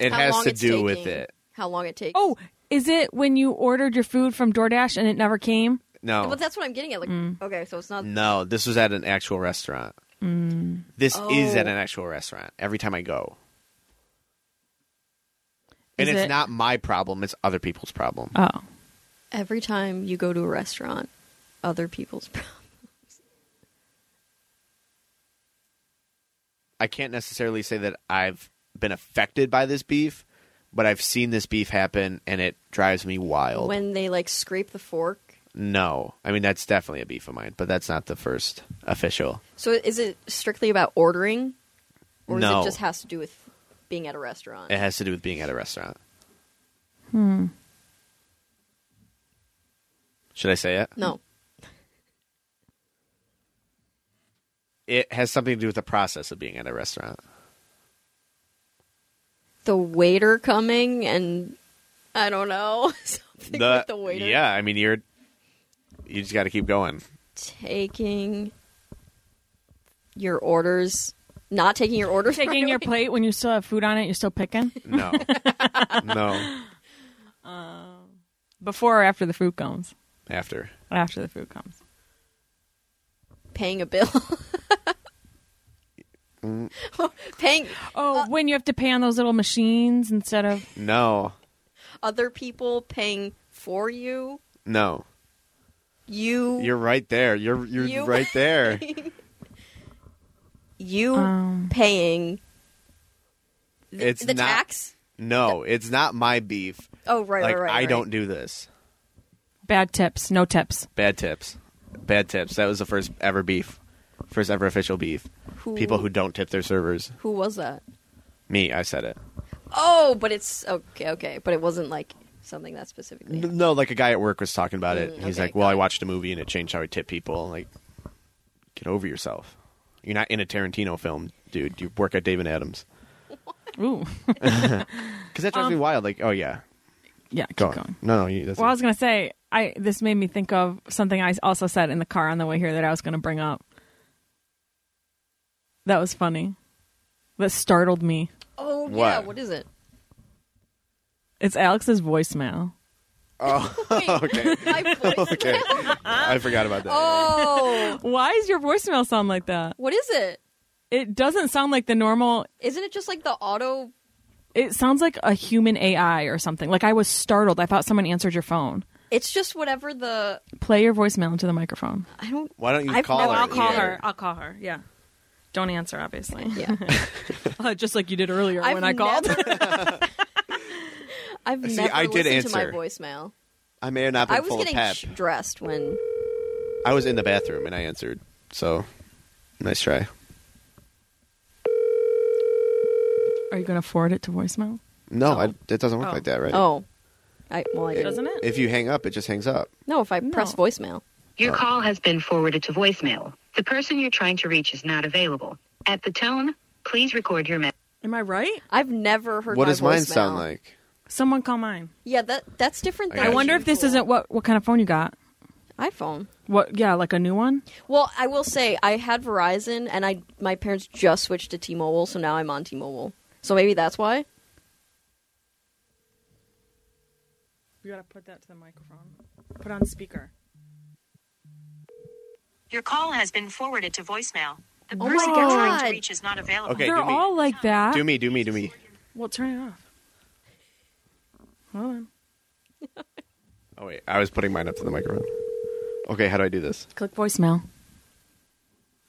It
How
has
long
to
it's
do with
taking,
it.
How long it takes?
Oh, is it when you ordered your food from DoorDash and it never came?
No.
But that's what I'm getting at. Like, okay, so it's not.
Mm. No, this was at an actual restaurant. This is
Oh.
at an actual restaurant every time I go. And
Is
it's
it-
not my problem, it's other people's problem.
Oh,
Every time you go to a restaurant, other people's. [laughs]
I can't necessarily say that I've been affected by this beef, but I've seen this beef happen and it drives me wild.
when they like scrape the fork.
no. I mean that's definitely a beef of mine, but that's not the first official.
So is it strictly about ordering, or
No. Eh.
is it just has to do with being at a restaurant?
It has to do with being at a restaurant. Should I say it?
No.
It has something to do with the process of being at a
[laughs]
restaurant.
The waiter coming and I don't know [laughs] something with the waiter
Yeah, I mean you're you just got to keep going.
taking your orders, not taking your orders,
taking
right
your
away.
plate when you still have food on it, you're still picking
[laughs]
No, no.
before or after the food comes.
After
After the food comes.
paying a bill. [laughs] paying
Oh, when you have to pay on those little machines instead of
no,
other people paying for you.
no.
You
You're right there. You're you're
You-
right
[laughs]
there.
you
Um.
paying th-
It's
the
not-
tax?
No, it's not my beef.
Oh right,
like
right, right.
I
right.
don't do this.
bad tips, no tips.
Bad tips. Bad tips. That was the first ever beef. First ever official beef.
Who-
People who don't tip their servers.
Who was that?
Me, I said it.
Oh, but it's okay, okay, but it wasn't like something that specifically.
N- No, like a guy at work was talking about it.
Mm,
He's
okay,
like, "Well,
got
I
it.
watched a movie and it changed how I tip people." I'm Like, get over yourself. You're not in a Tarantino film, dude. You work at David Adams
Ooh,
because that
Um,
drives me wild. Like, oh yeah,
[laughs] yeah. Keep
go on.
going.
No, no, you, that's
Well, I was gonna say, I this made me think of something I also said in the car on the way here that I was gonna bring up. That was funny. That startled me.
Oh yeah,
What?
what
[laughs]
is it?
It's Alex's voicemail.
okay.
My voice.
[laughs] okay. I forgot about that.
Oh,
Why does your voicemail sound like that?
what is it?
It doesn't sound like the normal.
Isn't it just like the auto?
It sounds like a human AI or something. Like I was startled. I thought someone answered your phone.
It's just whatever the
Play your voicemail into the microphone.
I don't.
Why don't you
I've
call
never-
her?
I'll call
Yeah.
her. I'll call her. Yeah. Don't answer, obviously.
Yeah,
[laughs] Just like you did earlier
I've
when I called. [laughs]
never- [laughs] I've
See,
never
I did
listened to my
answer.
voicemail.
I may have not been
I was
full of
getting
pep.
sh- dressed when
I was in the bathroom and I answered. So, nice try.
Are you going to forward it to voicemail?
No, I, it doesn't work
Oh.
like that, right?
Oh, I well, I
It-
didn't.
Doesn't it?
If you hang up, it just hangs up.
No, if I press
No.
voicemail.
Your
Oh.
call has been forwarded to voicemail. The person you're trying to reach is not available. At the tone, please record your message.
Am I right?
I've never heard.
what
my
does mine
voicemail.
sound like?
Someone call mine.
Yeah, that that's different.
I
Than
got
I
Yeah,
wonder if this isn't what what kind of phone you got.
iPhone.
What? Yeah, like a new one.
Well, I will say I had Verizon, and I my parents just switched to T-Mobile, so now I'm on T-Mobile. So maybe that's why.
You gotta put that to the microphone. Put on speaker.
Your call has been forwarded to voicemail. The
Oh
person
my
you're trying
God.
to reach is not available.
Okay,
They're
do me.
all like that.
Do me, do me, do me.
Well, turn it off. Hold on.
Oh wait, I was putting mine up to the microphone. Okay, how do I do this?
Click voicemail.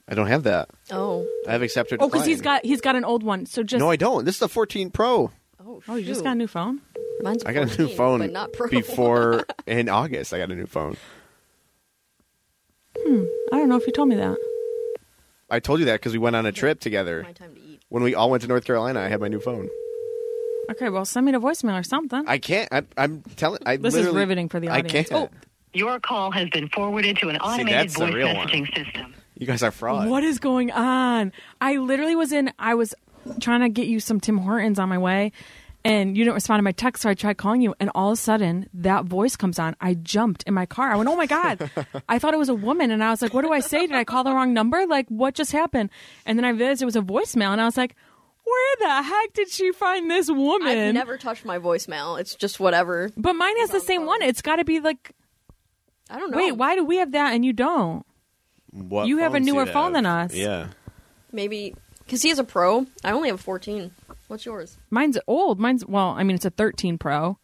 I don't have that.
Oh,
I have accepted.
Oh, because
decline.
he's got he's got an old one. So just
No, I don't. This is the 14 Pro.
oh,
oh, you just
shoot.
got a new phone.
Mine's
I got a new
14,
phone
but not Pro. [laughs]
before
[laughs]
in August. I got a new phone.
I don't know if you told me that.
I told you that because we went on a trip together.
my time to eat.
When we all went to North Carolina, I had my new phone.
Okay, well, send me the voicemail or something.
I can't. I, I'm telling. I
This is
literally,
riveting for the
I
audience. Oh,
can't.
Your call has been forwarded to an automated
that's the
voice
real one.
messaging system.
You guys are
Uh,
fraud.
What is going on? I literally was in. I was trying to get you some Tim Hortons on my way, and you didn't respond to my text. So I tried calling you, and all of a sudden that voice comes on. I jumped in my car. I went, "Oh my god!" I thought it was a woman, and I was like, "What do I say? Did I call the wrong number? Like, what just happened?" And then I realized it was a voicemail, and I was like, "Where the heck did she find this woman?"
I've never touched my voicemail. It's just whatever.
but mine has the same one. It's got to be like,
I don't know.
wait, why do we have that and you don't?
What
You have a
phones do
newer
they
phone than
have?
us.
Yeah.
Maybe because he has a Pro. I only have 14. What's yours?
Mine's old. Mine's well, I mean, it's a 13 Pro.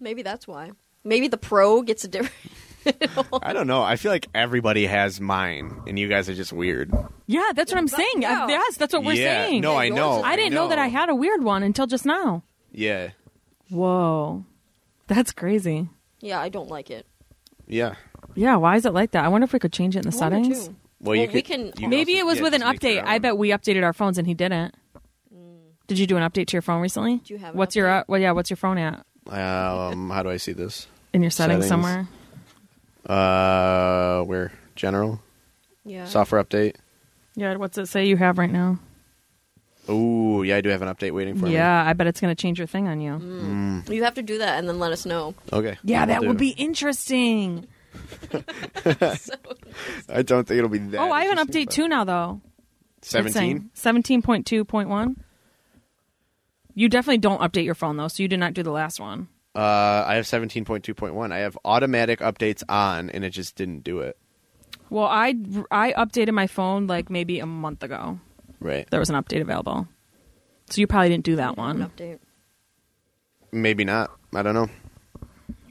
Maybe that's why. Maybe the Pro gets a different. [laughs]
I don't know. I feel like everybody has mine, and you guys are just weird.
Yeah, that's what I'm
Right,
saying.
yeah.
I- Yes, that's what we're
yeah.
saying.
No, I
Yeah, yours
know.
is-
I didn't know. that I had a weird one until just now.
Yeah.
Whoa, that's crazy.
Yeah, I don't like it.
Yeah.
Yeah, why is it like that? I wonder if we could change it in the
I wonder,
settings.
too.
Well,
Well,
you
we
could,
can-
you
Maybe
also-
it was
yeah,
with an
just make your
update. I
own.
bet we updated our phones and he didn't. Did you do an update to your phone recently?
Mm. Do you have an
what's your
update?
up? Well, yeah, what's your phone at
Um, how do I see this?
in your settings,
Settings.
somewhere?
Uh, where general
Yeah.
software update.
Yeah, what's it say you have right now?
Ooh, yeah, I do have an update waiting for me.
Yeah, I bet it's going to change your thing on you.
Mm. You have to do that and then let us know.
Okay.
Yeah,
Will
that
do.
would be interesting.
I don't think it'll be that.
oh, I have an
interesting,
update
but-
too now though. It's
Seventeen.
saying 17.2.1. You definitely don't update your phone though, so you did not do the last one.
Uh, I have seventeen point two point one. I have automatic updates on, and it just didn't do it.
Well, I I updated my phone like maybe a month ago.
Right.
There was an update available. So you probably didn't do that
An
one.
update.
Maybe not. I don't know.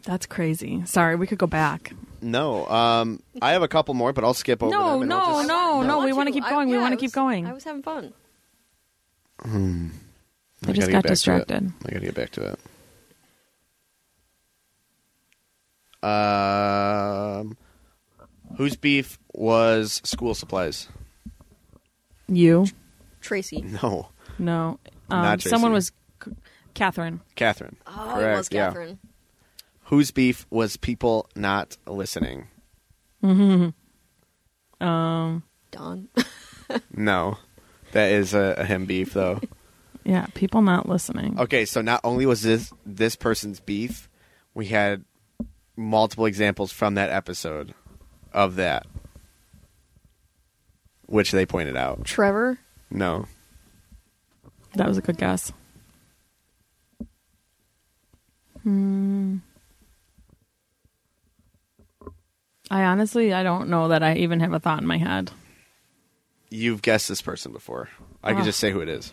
That's crazy. Sorry, we could go back.
No. Um, I have a couple more, but I'll skip over
No,
them. and I'll
no,
just-
no,
I
Oh, no. we
want
want to
you.
keep
I-
going. we
yeah,
want
I
to keep
was-
going.
I was having fun.
I just
gotta
got
get back to that.
distracted.
I gotta get back to that. Um, whose beef was school supplies? [laughs]
You?
Tracy.
No,
No. Um,
Not
someone
Tracy.
was Catherine.
Catherine.
Oh,
Correct,
it was
yeah.
Catherine.
Whose beef was people not listening?
Um,
Don.
No. That is a, a him beef,
[laughs]
though.
Yeah, people not listening.
Okay, so not only was this this person's beef, we had multiple examples from that episode of that, which they pointed out.
[laughs] Trevor?
No,
That was a good guess. Hmm. I honestly, I don't know that I even have a thought in my head.
you've guessed this person before. I
Oh.
could
Ugh.
just say who it is.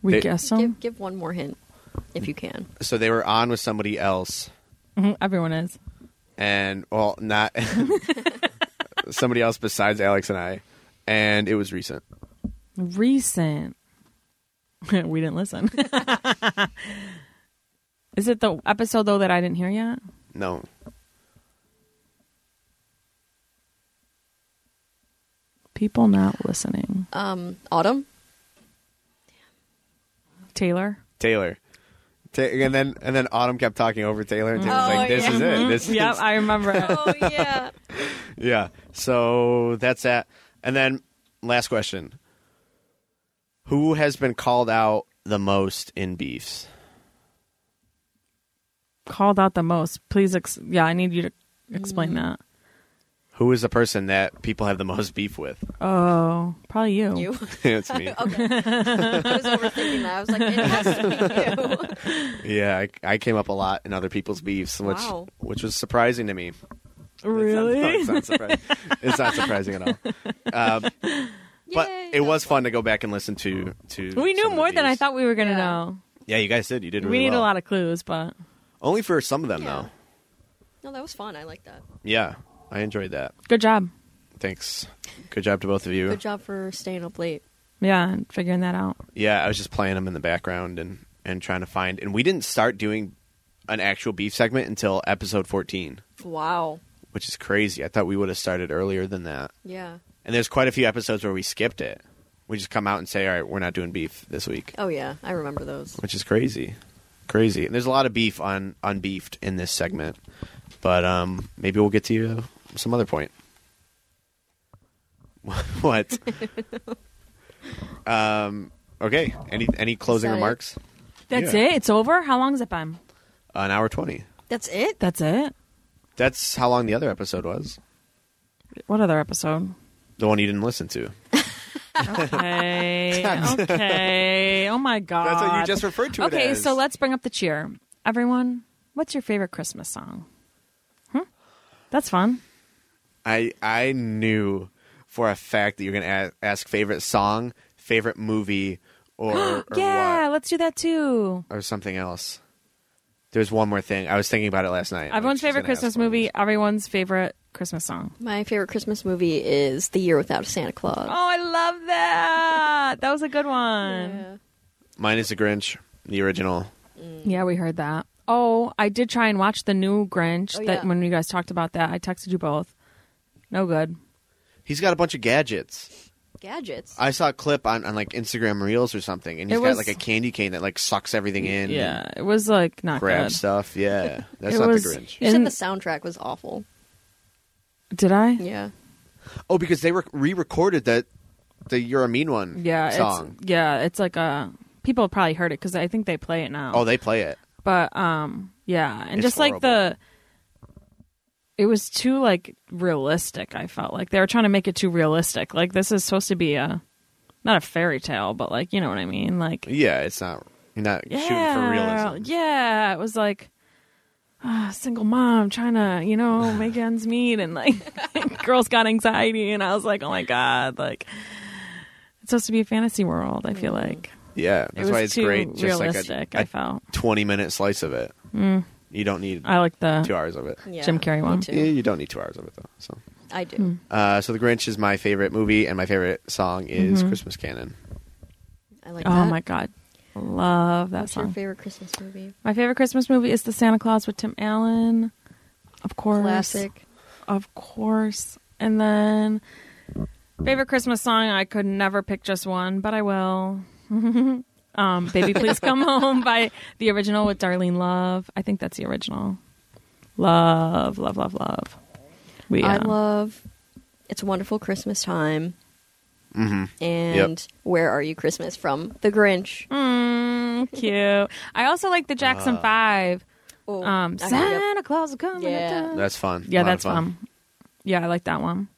We
They-
guessed them.
Give, give one more hint if you can.
So they were on with somebody else,
Mhm, Everyone is.
and well, not [laughs] somebody else besides Alex and I, and it was recent.
Recent. [laughs] we didn't listen. [laughs] Is it the episode though that I didn't hear yet?
No,
People not listening.
Um, Autumn?
Taylor.
Taylor. Ta- and then and then Autumn kept talking over Taylor, and Taylor was
Oh,
like, "This
yeah.
is it. This is
Yep, I remember it.
Oh, yeah.
[laughs] Yeah. So that's that. And then last question. Who has been called out the most in beefs?
Called out the most. Please, ex- yeah, I need you to explain that.
Who is the person that people have the most beef with? [laughs]
Oh, probably
[laughs]
you.
you.
it's me.
[laughs] Okay. I was overthinking that. I was like, it has [laughs] to be you.
Yeah, I, I came up a lot in other people's beefs, which
Wow.
which was surprising to me.
Really?
It's not, it's not surprising. it's not surprising at all. Um, but
Yay.
it was fun to go back and listen to to.
[laughs] We
some
knew
of the
more than I
beefs.
thought we were going to
Yeah.
know.
Yeah, you guys did. You did. Really
we need
well.
a lot of clues, but
Only for some of them,
Yeah.
though.
No, that was fun. I like that.
Yeah, I enjoyed that.
good job.
Thanks. Good job to both of you.
Good job for staying up late.
Yeah, and figuring that out.
Yeah, I was just playing them in the background and and trying to find. And we didn't start doing an actual beef segment until episode 14,
Wow.
which is crazy. I thought we would have started earlier than that.
Yeah.
And there's quite a few episodes where we skipped it. We just come out and say, "All right, we're not doing beef this week,"
Oh, yeah. I remember those.
which is crazy. Crazy. And there's a lot of beef on unbeefed in this segment. But um maybe we'll get to you some other point. [laughs]
[laughs]
what? um okay. Any any closing
that it?
remarks?
That's
Yeah.
it. It's over. How long has it been?
An hour 20.
That's it?
That's it.
That's how long the other episode was.
What other [laughs] episode?
The one you didn't listen to.
Okay. okay. Oh my god.
That's what you just referred to it
Okay,
as.
so let's bring up the cheer. Everyone, what's your favorite Christmas song? Hmm? That's fun.
I I knew for a fact that you're going to ask favorite song, favorite
[gasps]
movie or, or
yeah,
what,
let's do that too.
or something else. There's one more thing. I was thinking about it last night. I'm
Everyone's
like, she's
favorite
gonna ask
Christmas
one of
movie,
these.
everyone's favorite Christmas song.
My favorite Christmas movie is The Year Without a Santa Claus.
Oh, I love that. That was a good one.
Yeah.
Mine is The Grinch, the original.
Yeah, we heard that. Oh, I did try and watch the new Grinch
Oh,
that
yeah.
when you guys talked about that. I texted you both. No good.
He's got a bunch of gadgets.
Gadgets.
I saw a clip on, on like Instagram Reels or something, and he's
It
got
was-
like a candy cane that like sucks everything in.
Yeah, it was like not
and grabs
good.
stuff.
[laughs]
Yeah, that's
It
not
was-
the Grinch.
you said
in-
the soundtrack was awful.
Did I?
Yeah.
Oh, because they re- re-recorded that the "You're a Mean One"
Yeah,
song.
It's, yeah, it's like a people have probably heard it because I think they play it now.
Oh, they play it.
but um, yeah, and
It's
just like the, it was too like realistic. I felt like they were trying to make it too realistic. Like this is supposed to be a, not a fairy tale, but like you know what I mean. Like
Yeah, it's not. You're not shooting for
yeah,
realism.
yeah, it was like. Uh, single mom trying to
[laughs]
you know make ends meet and like [laughs] girls got anxiety and i was like oh my god like it's supposed to be a fantasy world i
Mm.
feel like
Yeah,
it
that's
was
why it's
too
great. Just like
realistic.
a,
I
a
felt. Mm.
20 minute slice of it. You don't need
I like
two
the.
hours of it.
Yeah.
Jim Carrey
me
one.
Yeah,
too.
you don't need two hours of it though. So,
I do.
uh, so The Grinch is my favorite movie, and my favorite song is
Mm-hmm.
Christmas Canon.
I like
Oh
that.
my god, love that
What's your
song.
favorite Christmas movie?
My favorite Christmas movie is The Santa Claus with Tim Allen, of course.
Classic.
of course. And then favorite Christmas song. I could never pick just one, but I will. [laughs] um, Baby, please come home by the original with Darlene Love. I think that's the original. Love, love, love, love. We,
I
uh,
love It's a Wonderful Christmas Time. Mm-hmm. And
Yep.
Where Are You Christmas from The Grinch.
Mm, cute. I also like the Jackson
Uh,
Five.
Oh,
Um,
I hurry up.
Santa Claus is coming.
Yeah.
to town.
That's fun.
Oh.
A lot
yeah,
of
that's fun. Yeah, I like that one.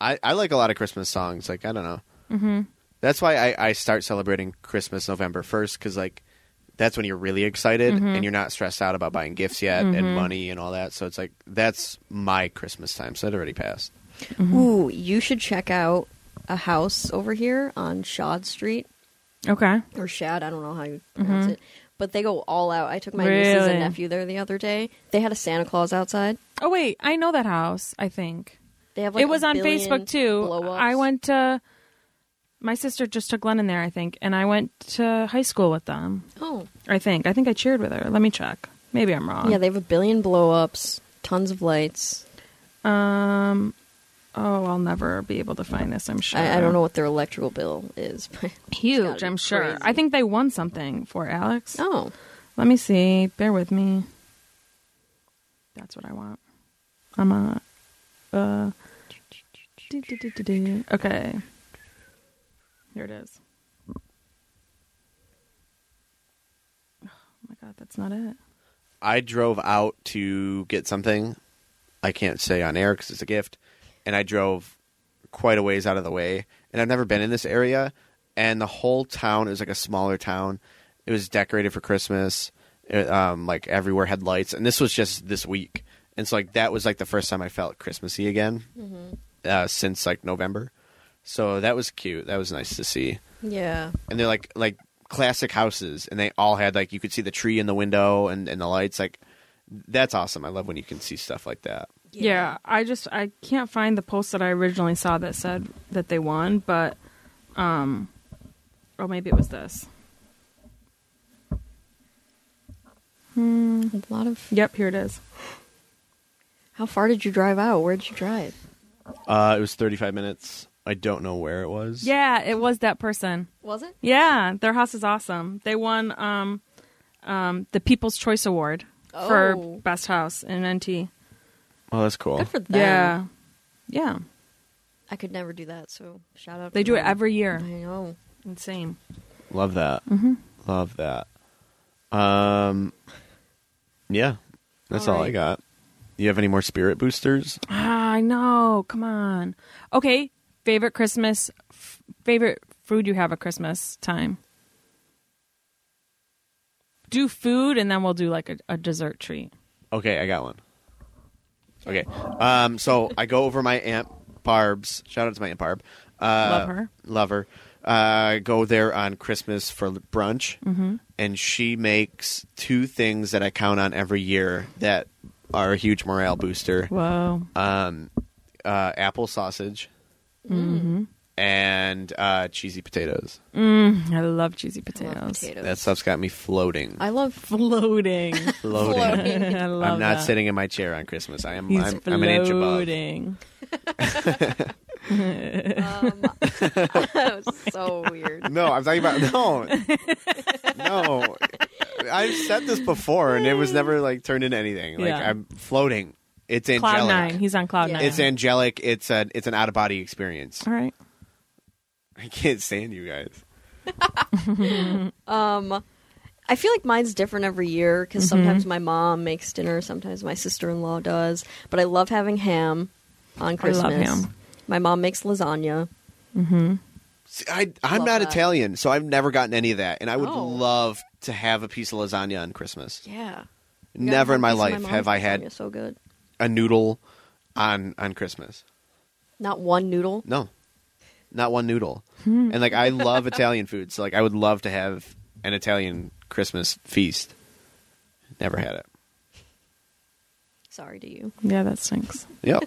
I, I like a lot of Christmas songs. Like I don't know. Mm-hmm. That's why I, I start celebrating Christmas November first because like that's when you're really excited and you're not stressed out about buying gifts yet and money and all that. So it's like that's my Christmas time. So it already passed.
Mm-hmm.
Ooh, you should check out a house over here on Shad Street.
Okay.
or Shad, I don't know how you pronounce it. But they go all out. I took my nieces
Mm-hmm. Really?
and nephew there the other day. They had a Santa Claus outside.
Oh wait, I know that house. I think
They have like
it was
a
on
billion
Facebook too.
blow-ups.
I went to. My sister just took Glennon there, I think, and I went to high school with them.
Oh,
I think. I think I cheered with her. Let me check. Maybe I'm wrong.
yeah, they have a billion blow ups, tons of lights.
um. Oh, I'll never be able to find this. I'm sure.
I, I don't know what their electrical bill is. [laughs] but-
Huge.
gotta
I'm
be
sure.
crazy.
I think they won something for it, Alex.
oh,
Let me see. Bear with me. That's what I want. I'm a. Uh, do-do-do-do-do. okay. Here it is. Oh my god, that's not it.
I drove out to get something. I can't say on air because it's a gift, and I drove quite a ways out of the way. And I've never been in this area, and the whole town is like a smaller town. It was decorated for Christmas, it, um, like everywhere had lights, and this was just this week. And so like that was like the first time I felt Christmassy again uh, since like November. So that was cute. That was nice to see
yeah.
and they're like like classic houses and they all had like you could see the tree in the window and, and the lights like that's awesome i love when you can see stuff like that
Yeah. I just I can't find the post that I originally saw that said that they won, but um oh maybe it was this.
A lot of.
Yep, here it is.
How far did you drive out? Where did you drive?
uh it was 35 minutes i don't know where it was
Yeah, it was that person.
Was it?
Yeah, their house is awesome. They won um, um, the People's Choice Award for
Oh.
best house in NT.
oh that's cool
Good for them.
Yeah, yeah,
I could never do that. So shout out.
they
to
do it
them.
every year.
I know.
Insane.
love that
Mm-hmm.
love that um yeah that's all,
All right.
i got you have any more spirit boosters
Ah, I know. Come on. Okay, favorite Christmas, f- favorite food you have at Christmas time. Do food, and then we'll do like a, a dessert treat.
Okay, I got one. Okay. Um, so I go over my Aunt Barb's. Shout out to my Aunt Barb. Uh,
Love her.
Love her. Uh, go there on Christmas for brunch,
Mm-hmm.
and she makes two things that I count on every year that are a huge morale booster:
Whoa.
um, uh, apple sausage
Mm-hmm.
and uh, cheesy potatoes.
[laughs] I love
I
cheesy
love
potatoes.
potatoes.
That stuff's got me floating.
I love.
Floating. [laughs]
floating.
I love
I'm not
that.
sitting in my chair on Christmas. I am.
He's
I'm, I'm an inch above.
floating.
[laughs] [laughs] Um, that was
[laughs] Oh
so weird.
No, I'm talking about no, no. I've said this before, and it was never like turned into anything. Like
Yeah.
I'm floating. It's angelic.
Cloud nine. He's on cloud
Yeah.
nine.
It's angelic. It's an it's an out of body experience.
All right.
I can't stand you guys.
I feel like mine's different every year because
Mm-hmm.
sometimes my mom makes dinner, sometimes my sister in law does. But I love having ham on Christmas.
ham.
My mom makes lasagna.
See, I I'm
Love
not
that.
Italian, so I've never gotten any of that, and I would
Oh.
love to have a piece of lasagna on Christmas.
Yeah.
Never in my life have I had
so good.
a noodle on on Christmas.
Not one noodle.
No, not one noodle.
Hmm.
and like
[laughs]
I love Italian food, so like I would love to have an Italian Christmas feast. Never had it.
Sorry to you.
Yeah, that stinks.
Yep.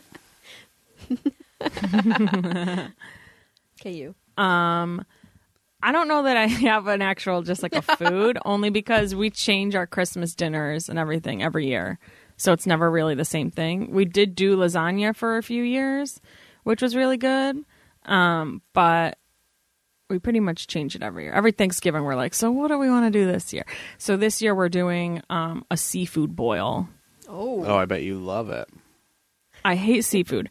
Okay, you.
I don't know that I [laughs] have an actual just
[laughs]
like a food, only because we change our Christmas dinners and everything every year. So it's never really the same thing. We did do lasagna for a few years, which was really good. Um, but we pretty much change it every year. Every Thanksgiving we're like, so what do we want to do this year? So this year we're doing um, a seafood boil.
Oh.
oh, I bet you love it.
I
[laughs]
hate seafood,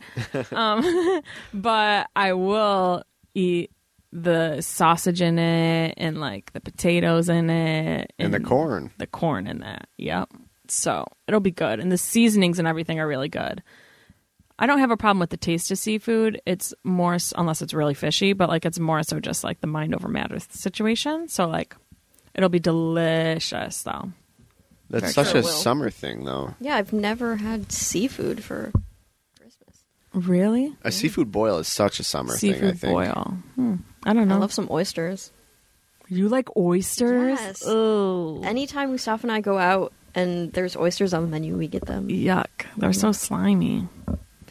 um, [laughs] but I will eat the sausage in it and like the potatoes in it
and the corn.
the corn in that. Yep. So it'll be good. And the seasonings and everything are really good. I don't have a problem with the taste of seafood. It's more, s- unless it's really fishy, but like it's more so just like the mind over matter situation. So like it'll be delicious though.
That's
Very
such
true.
a summer thing, though.
Yeah, I've never had seafood for Christmas.
Really?
A seafood boil is such a summer thing. I
Mm. Seafood
think.
boil. Hmm. I don't
I
know.
love some oysters.
you like oysters?
Yes.
Oh.
Anytime Mustafa and I go out and there's oysters on the menu, we get them.
Yuck. They're so slimy.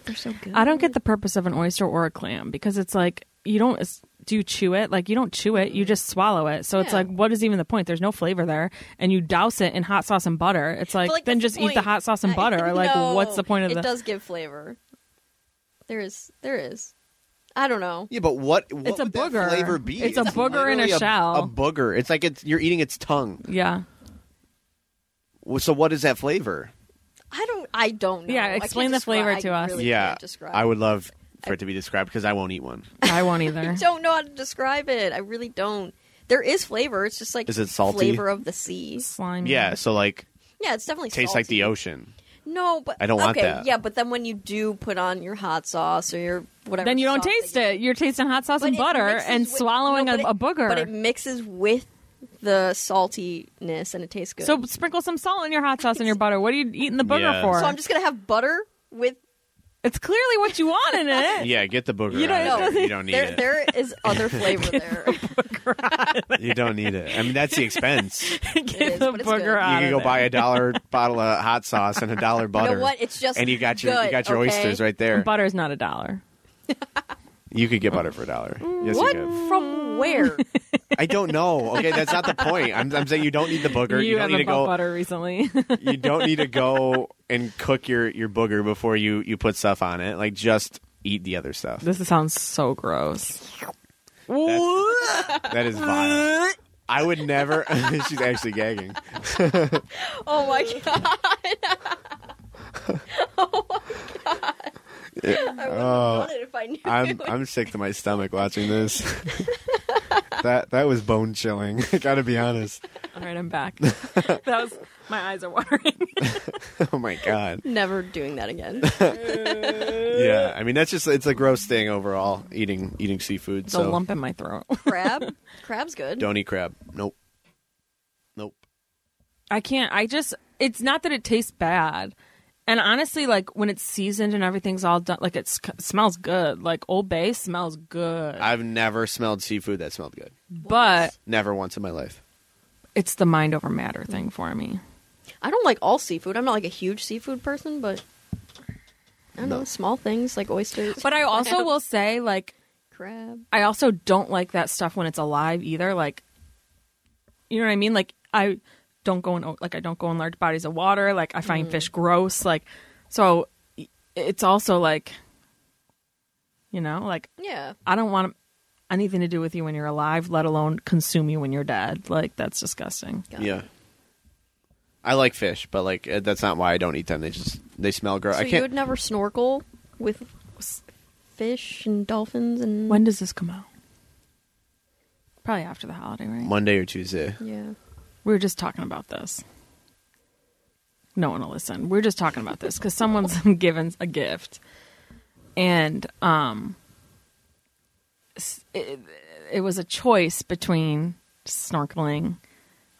They're so good.
I don't get the purpose of an oyster or a clam because it's like you don't it's- do you chew it like you don't chew it you just swallow it so it's
Yeah.
like what is even the point there's no flavor there and you douse it in hot sauce and butter it's like,
But, like,
then
that's
just
the
eat the
point. Uh,
hot sauce and
I- [laughs]
butter or like
No,
what's the point of
it
the
does give flavor. There is. There is. I don't know.
Yeah, but what? what
It's a
would that
booger.
flavor be?
It's a booger in a
literally
shell.
A booger. It's like it's you're eating its tongue.
[laughs] yeah
Well, So what is that flavor?
I don't. I don't know.
Yeah,
I can't
explain the
describe-
flavor
I
to us.
really can't describe.
I would love for it to be described because I won't eat one.
I won't either
[laughs] don't know how to describe it. I really don't. There is flavor. It's just like
Is it salty?
flavor of the sea.
slimy
Yeah, so like
Yeah, it's definitely
tastes like
salty.
the ocean.
No, but
I don't want
okay,
that.
Yeah, but then when you do put on your hot sauce or your whatever,
then you don't
sauce
taste
that
it you're tasting hot sauce
But
and
it
butter
mixes
and
with-
swallowing
no, but
a,
it-
a booger
but it mixes with the saltiness and it tastes good.
so sprinkle some salt in your hot sauce and your butter what are you eating the booger
Yeah.
for
so I'm just gonna have butter with.
it's clearly what you want in it [laughs]
Yeah, get the booger.
You don't-
out of there.
no,
you don't need
there,
it.
there is other flavor there.
[laughs]
You don't need it. I mean, that's the
[laughs]
expense. you
get
is,
the
but it's good.
booger out
can
of
go
there.
buy a dollar bottle of hot sauce and a dollar
you
butter.
know what? It's just
and you got your you
good,
got your
okay?
oysters right there.
butter's not a dollar
You could get butter for a dollar. Yes,
What
you could.
from where?
I don't know. Okay, that's not the point. I'm, I'm saying you don't need the booger. You,
you
don't
haven't
need to
bought
go.
butter [laughs] recently.
You don't need to go and cook your your booger before you you put stuff on it. Like just eat the other stuff.
this sounds so gross.
That is vile. I would never. [laughs] she's actually gagging.
Oh my god! [laughs]
[laughs]
Oh I would have
Uh,
done it if I knew.
I'm I'm sick to my stomach watching this. [laughs] that that was bone chilling. [laughs] I gotta be honest.
[laughs]
[laughs]
All right, I'm back. that was my eyes are watering.
Oh my god.
Never doing
[laughs]
that again.
Yeah. I mean that's just it's a gross thing overall. Eating eating seafood.
the
So
lump in my throat.
Crab, crab's good.
don't eat crab. Nope. Nope.
I can't. I just. It's not that it tastes bad. And honestly, like when it's seasoned and everything's all done, like it smells good. Like Old Bay smells good,
I've never smelled seafood that smelled good.
but
Never once in my life.
it's the mind over matter thing for me.
I don't like all seafood. I'm not like a huge seafood person, but I don't know small things like oysters.
But I [laughs] also will say, like
crab.
I also don't like that stuff when it's alive either. Like, you know what I mean? Like, I don't go in like I don't go in large bodies of water. Like, I find fish gross. Like, so i- it's also like, you know, like
Yeah,
I don't want anything to do with you when you're alive, let alone consume you when you're dead. Like, that's disgusting.
Got it.
Yeah. I like fish, but like uh, that's not why I don't eat them. They just they smell gross.
so
I
you
can't.
would never snorkel with s- fish and dolphins and
When does this come out? Probably after the holiday, right?
Monday or Tuesday.
yeah.
We were just talking about this. No one will listen. We are just talking about this because someone's [laughs] given a gift, and um, s- it, it was a choice between snorkeling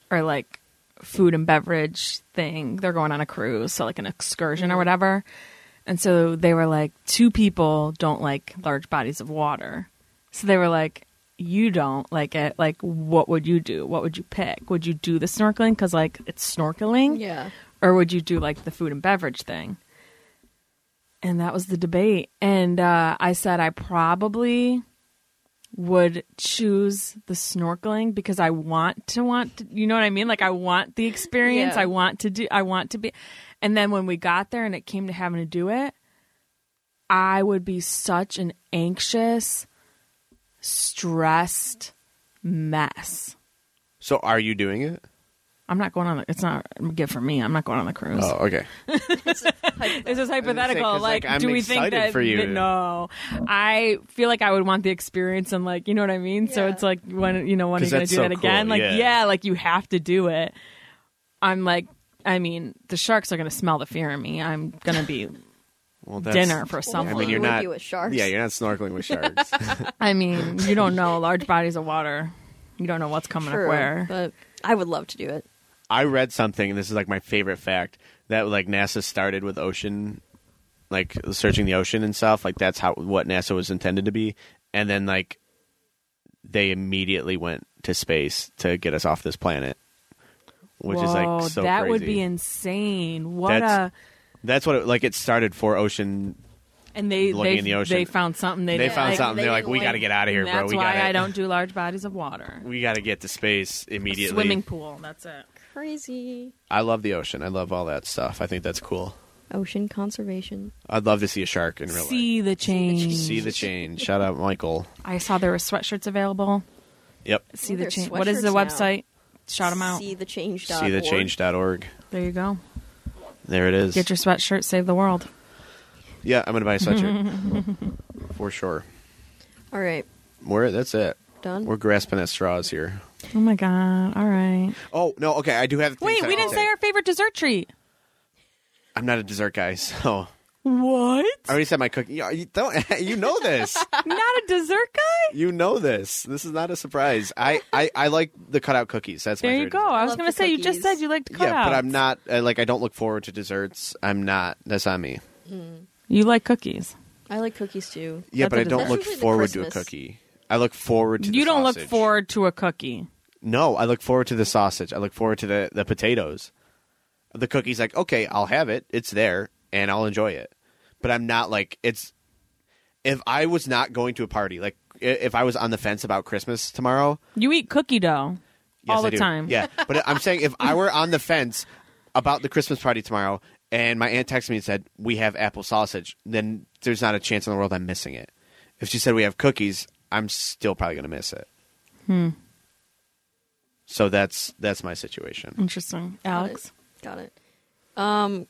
or like food and beverage thing. They're going on a cruise, so like an excursion or whatever. And so they were like, two people don't like large bodies of water. So they were like, you don't like it. Like, what would you do? What would you pick? Would you do the snorkeling? Because, like, it's snorkeling.
Yeah.
Or would you do, like, the food and beverage thing? And that was the debate. And uh, I said, I probably would choose the snorkeling because I want to want to, you know what I mean? Like I want the experience.
Yeah.
I want to do I want to be and then when we got there and it came to having to do it, I would be such an anxious, stressed mess.
So are you doing it?
I'm not going on. The, it's not a gift for me. I'm not going on the cruise.
Oh, okay.
This is
gonna say,
hypothetical.
'cause,
like,
like, I'm
do we think
excited
that,
for you.
that- No, I feel like I would want the experience and like you know what I mean. So
Yeah.
it's like when you know when are
'Cause
you gonna
that's
do
so
that again?
cool,
Like
yeah.
like you have to do it. I'm like, I mean, the sharks are gonna smell the fear in me. I'm gonna be
Well,
dinner for someone.
I mean, you're
Would
not
be with sharks.
Yeah, you're not snorkeling with sharks.
I mean, you don't know large bodies of water. You don't know what's coming
True,
up where.
but I would love to do it.
I read something, and this is like my favorite fact that like NASA started with ocean, like searching the ocean and stuff. Like that's how what NASA was intended to be, and then like they immediately went to space to get us off this planet, which is
Whoa,
like so
that would
crazy.
be insane. What
That's-
a
that's what it, like it started for ocean.
and they
looking
they
in the ocean.
they found something they,
They
didn't
found
like.
something. They're
they
like,
didn't
we
like-
got to get out of here,
And
bro.
That's
we
why
gotta,
I don't do large bodies of water.
[laughs] We got to get to space immediately.
Swimming pool. That's it.
Crazy
I love the ocean. I love all that stuff. I think that's cool.
ocean conservation.
I'd love to see a shark in real life.
See the change.
See
[laughs]
the change. Shout out Michael.
I saw there were sweatshirts available.
Yep.
See
Oh,
the
there's
change. What is the
sweatshirts now.
website? Shout them out.
See the change.
See the change.org.
There you go.
There it is.
Get your sweatshirt. Save the world.
yeah, I'm going to buy a sweatshirt.
[laughs]
For sure.
All right,
We're that's it.
done.
We're grasping at straws here.
Oh my god. All right.
Oh, no, okay, I do have things
Wait,
I
we
can
didn't say our favorite dessert treat.
I'm not a dessert guy, [laughs] so
What?
I already said my cookie. Yeah, You don't [laughs] you know this.
[laughs] Not a dessert guy?
You know this. This is not a surprise. I I, I like the cutout cookies. That's my
There you
favorite
go. I was
love
going to
the
say you just
cookies.
said you liked cutouts.
dessert. Yeah, but I'm not uh, like I don't look forward to desserts. I'm not. That's on me.
You like cooties.
I like cookies too.
Yeah,
That's
but
a
I don't
dessert.
look
That's usually the
forward to a
Christmas.
cookie. I look forward to. the
You don't
sausage.
look forward to a cookie.
No, I look forward to the sausage. I look forward to the the potatoes. The cookie's like, okay, I'll have it. It's there, and I'll enjoy it. But I'm not like it's. If I was not going to a party, like i- if I was on the fence about Christmas tomorrow,
You eat cookie dough
yes,
all
I
the
do.
time.
Yeah, but I'm saying if I were on the fence about the Christmas party tomorrow, and my aunt texted me and said we have apple sausage, then there's not a chance in the world I'm missing it. If she said we have cookies, I'm still probably going to miss it.
Hmm.
So that's that's my situation.
Interesting. Alex?
Got it. Um,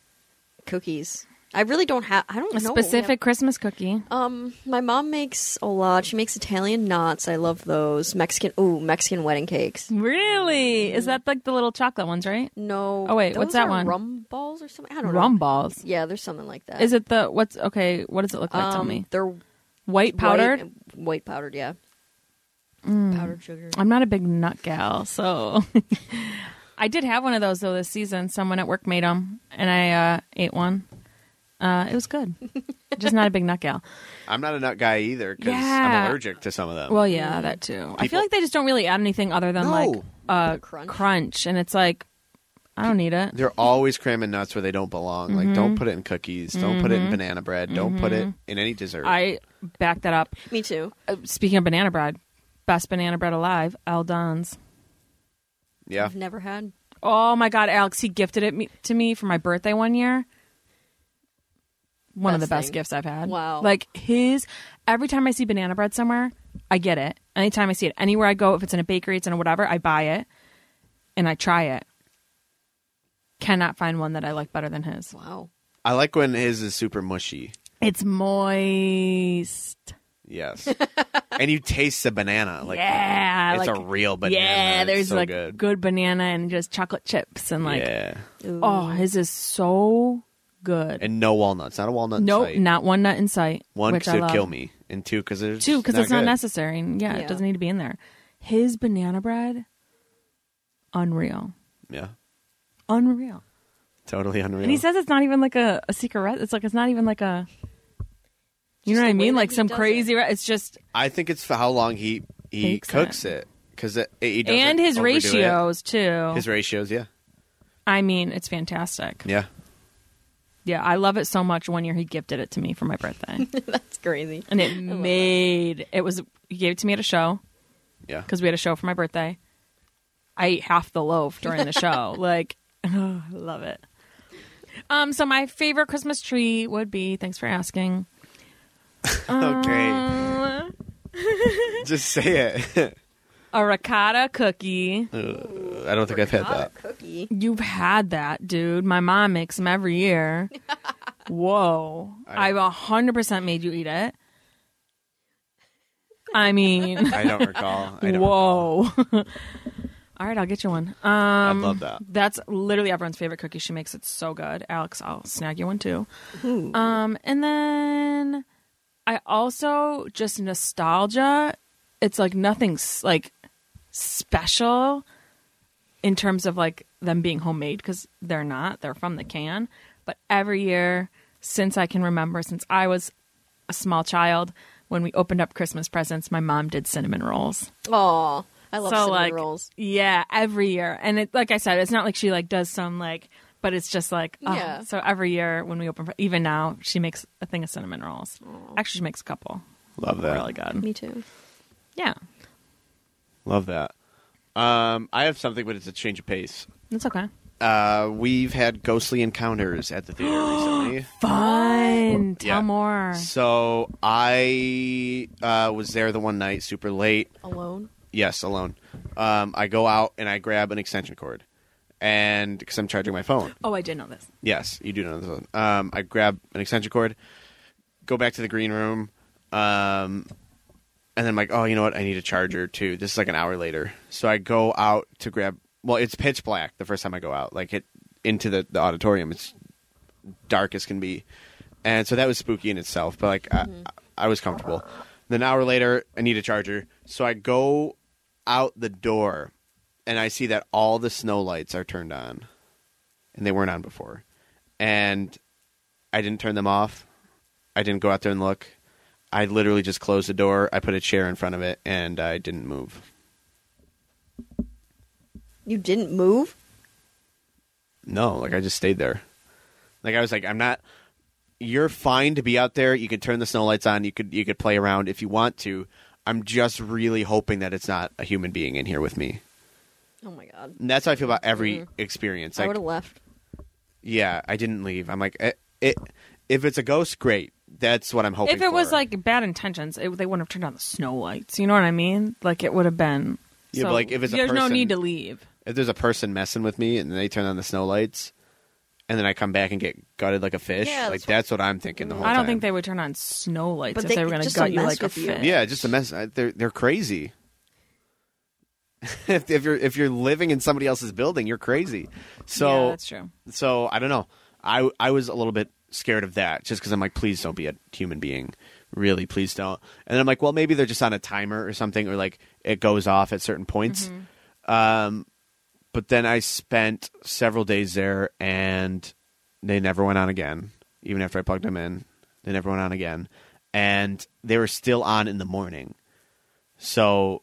cookies. I really don't have. I don't
A
know.
specific Christmas cookie.
Um, my mom makes a lot. She makes Italian knots. I love those. Mexican. Ooh, Mexican wedding cakes.
Really? Is that like the little chocolate ones, right?
No.
Oh, wait, what's
those
that
are
one?
Rum balls or something. I don't
Rum
know.
balls.
Yeah, there's something like that.
Is it the what's okay? What does it look like? Tell
Um,
me.
They're
White powdered. Mm.
white, white powdered. Yeah. Powdered sugar.
I'm not a big nut gal, so [laughs] I did have one of those though this season. Someone at work made them, and I uh, ate one. Uh, it
[laughs]
was good. Just not a big nut gal.
I'm not a nut guy either because
Yeah.
I'm allergic to some of them.
Well,
Mm-hmm.
yeah, that too. I
People-
feel like they just don't really add anything other than
No.
like uh,
Crunch.
crunch. and it's like I don't need it.
They're always cramming nuts where they don't belong.
Mm-hmm.
Like, don't put it in cookies. Don't put it in banana bread. Don't put it in any dessert.
I back that up.
Me too.
Uh, speaking of banana bread, best banana bread alive, Al Don's.
yeah,
I've never had.
Oh my God, Alex, he gifted it me, to me for my birthday one year. One of the
Best
best
thing.
gifts I've had.
Wow.
Like his, every time I see banana bread somewhere, I get it. Anytime I see it, anywhere I go, if it's in a bakery, it's in a whatever, I buy it and I try it. Cannot find one that I like better than his.
Wow. [laughs]
I like when his is super mushy.
It's moist. [laughs]
Yes, and you taste the banana. Like,
yeah.
it's
like,
a real banana.
Yeah,
It's
there's
so
like
good.
banana and just chocolate chips and like,
yeah,
Ooh.
oh, his is so good.
and no walnuts. Not a walnut. in
No,
sight.
not one nut in sight.
one
which
because
I
it'd
love.
kill me, and two because there's
Two because it's not
good.
necessary. And yeah,
Yeah.
it doesn't need to be in there. His banana bread, unreal,
Yeah,
unreal.
totally unreal.
And he says it's not even like a, a secret. re- It's like it's not even like a.
Just
You know what I
the way
mean?
that
Like
he
some
does
crazy. Re- it's just
I think it's for how long he he
Bakes
cooks it because it, he doesn't
and his
overdo it.
ratios too.
His ratios, yeah,
I mean, it's fantastic.
yeah.
Yeah, I love it so much. One year he gifted it to me for
[laughs]
my birthday,
That's crazy.
and it made it was he gave it to me at a show.
Yeah.
because we had a show for my birthday. I ate half the loaf during
[laughs]
the show. like, [laughs] oh, I love it. Um, so my favorite Christmas tree would be. Thanks for asking.
Okay.
uh,
Just say it. [laughs]
A ricotta cookie
I don't think I've had
Not
that.
a cookie.
You've had that, dude. My mom makes them
[laughs]
every year. Whoa. I've 100% made you eat it. I mean,
I don't recall. [laughs] I don't recall.
whoa. [laughs] All right, I'll get you one. Um,
I'd love that.
That's literally everyone's favorite cookie. She makes it so good. Alex, I'll snag you one too. Um, and then I also just nostalgia. It's like nothing's like special in terms of like them being homemade because they're not. They're from the can. But every year since I can remember, since I was a small child, when we opened up Christmas presents, my mom did cinnamon rolls
Oh, I love cinnamon
like,
rolls.
Yeah, every year. And it like I said, it's not like she like does some like but it's just like oh.
Yeah.
so every year when we open for, even now she makes a thing of cinnamon rolls. Actually she makes a couple.
Love that.
Really good.
Me too.
Yeah.
Love that. Um, I have something, but it's a change of pace.
That's okay.
Uh, we've had ghostly encounters at the theater recently.
Fun. Tell
Yeah.
more.
So I uh, was there the one night, super late.
Alone.
Yes, alone. Um, I go out and I grab an extension cord, and because I'm charging my phone.
Oh, I did know this.
Yes, you do know this one. Um, I grab an extension cord, go back to the green room, um, and then I'm like, oh, you know what? I need a charger too. This is like an hour later, so I go out to grab. Well, it's pitch black the first time I go out, like it into the, the auditorium. It's dark as can be, and so that was spooky in itself. But like, I, I was comfortable. Then an hour later, I need a charger, so I go out the door, and I see that all the snow lights are turned on and they weren't on before. And I didn't turn them off. I didn't go out there and look. I literally just closed the door. I put a chair in front of it, and I didn't move.
You didn't move?
No, like I just stayed there. Like I was like, I'm not. You're fine to be out there. You could turn the snow lights on. You could you could play around if you want to. I'm just really hoping that it's not a human being in here with me.
Oh my god.
And that's how I feel about every
Mm-hmm.
experience.
I
Like,
would have left.
yeah, I didn't leave. I'm like, it, it, if it's a ghost, great. That's what I'm hoping.
If it was
for.
like bad intentions, it, they wouldn't have turned on the snow lights. You know what I mean? Like it would have been.
Yeah, but,
so
like, if it's a
there's no
person-
need to leave.
if there's a person messing with me and they turn on the snow lights and then I come back and get gutted like a fish,
Yeah,
like
that's what- Mm.
that's what I'm thinking the whole
I don't
time.
think they would turn on snow lights
But
if
they-
they, were going to
just
gut
to
you
mess
like a
with you.
fish.
Yeah, just a mess. I- They're they're crazy. [laughs] if, if you're if you're living in somebody else's building, you're crazy. So
yeah, that's true.
so I don't know. I I was a little bit scared of that just because I'm like, please don't be a human being. Really, please don't. And then I'm like, well, maybe they're just on a timer or something, or like it goes off at certain points. Um, but then I spent several days there, and they never went on again. Even after I plugged them in, they never went on again, and they were still on in the morning. So,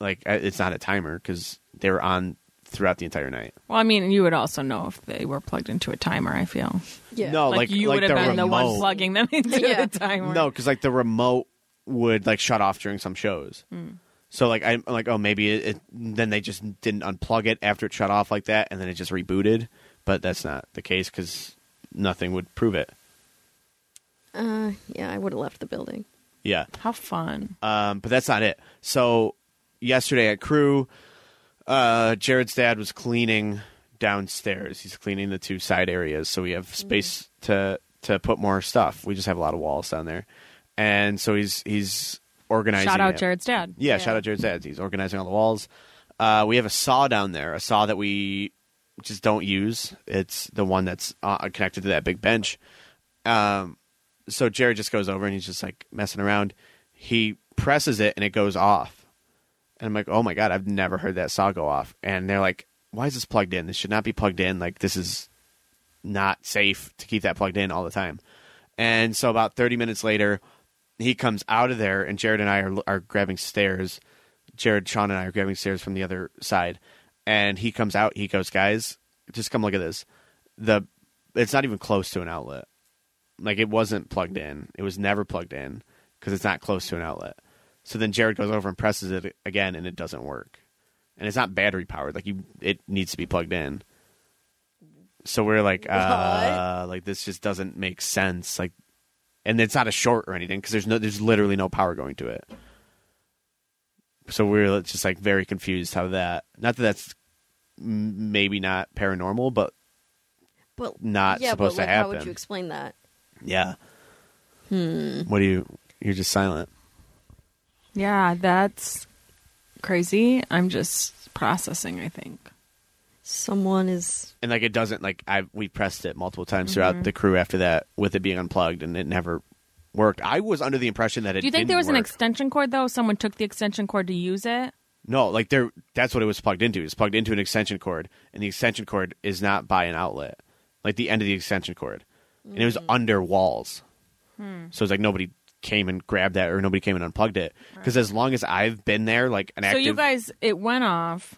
like, I- it's not a timer because they were on throughout the entire night.
Well, I mean, you would also know if they were plugged into a timer. I feel
Yeah.
No, Oh, like,
you
like
would have
the
been
remote.
the one plugging them [laughs] into
Yeah.
the timer.
No, because like the remote would like shut off during some shows.
Mm.
So like I'm like oh maybe it, it then they just didn't unplug it after it shut off like that and then it just rebooted, but that's not the case because nothing would prove it.
Uh, yeah, I would have left the building.
Yeah,
how fun!
um, but that's not it. So yesterday at crew, uh, Jared's dad was cleaning downstairs. He's cleaning the two side areas, so we
Mm.
have space to to put more stuff. We just have a lot of walls down there, and so he's he's organizing.
Shout out
it.
Jared's dad.
Yeah, shout out Jared's dad. He's organizing all the walls. Uh, we have a saw down there, a saw that we just don't use. It's the one that's uh, connected to that big bench. Um, so Jared just goes over and he's just like messing around. He presses it and it goes off. And I'm like, oh my god, I've never heard that saw go off. And they're like, why is this plugged in? This should not be plugged in. Like this is not safe to keep that plugged in all the time. And so about 30 minutes later, he comes out of there, and Jared and I are, are grabbing stairs. Jared, Sean, and I are grabbing stairs from the other side. And he comes out. He goes, guys, just come look at this. The it's not even close to an outlet. Like it wasn't plugged in. It was never plugged in because it's not close to an outlet. So then Jared goes over and presses it again, and it doesn't work. And it's not battery powered. Like you, it needs to be plugged in. So we're like, uh, like this just doesn't make sense. Like, and it's not a short or anything because there's no, there's literally no power going to it. So we were just like very confused how that. Not that that's m- maybe not paranormal, but
Well,
not
yeah,
supposed
but,
to
like,
happen.
How would you explain that?
yeah.
Hmm.
What do you? You're just silent.
Yeah, that's crazy. I'm just processing, I think.
Someone is
and like it doesn't like I we pressed it multiple times throughout
Mm-hmm.
the crew after that with it being unplugged and it never worked. I was under the impression that it.
Do you think
didn't
there was an
work.
extension cord though? Someone took the extension cord to use it?
No, like there. That's what it was plugged into. It's plugged into an extension cord, and the extension cord is not by an outlet, like the end of the extension cord, and it was
Mm.
under walls.
Hmm.
So it's like nobody came and grabbed that, or nobody came and unplugged it. Because as long as I've been there, like an active,
So you guys it went off.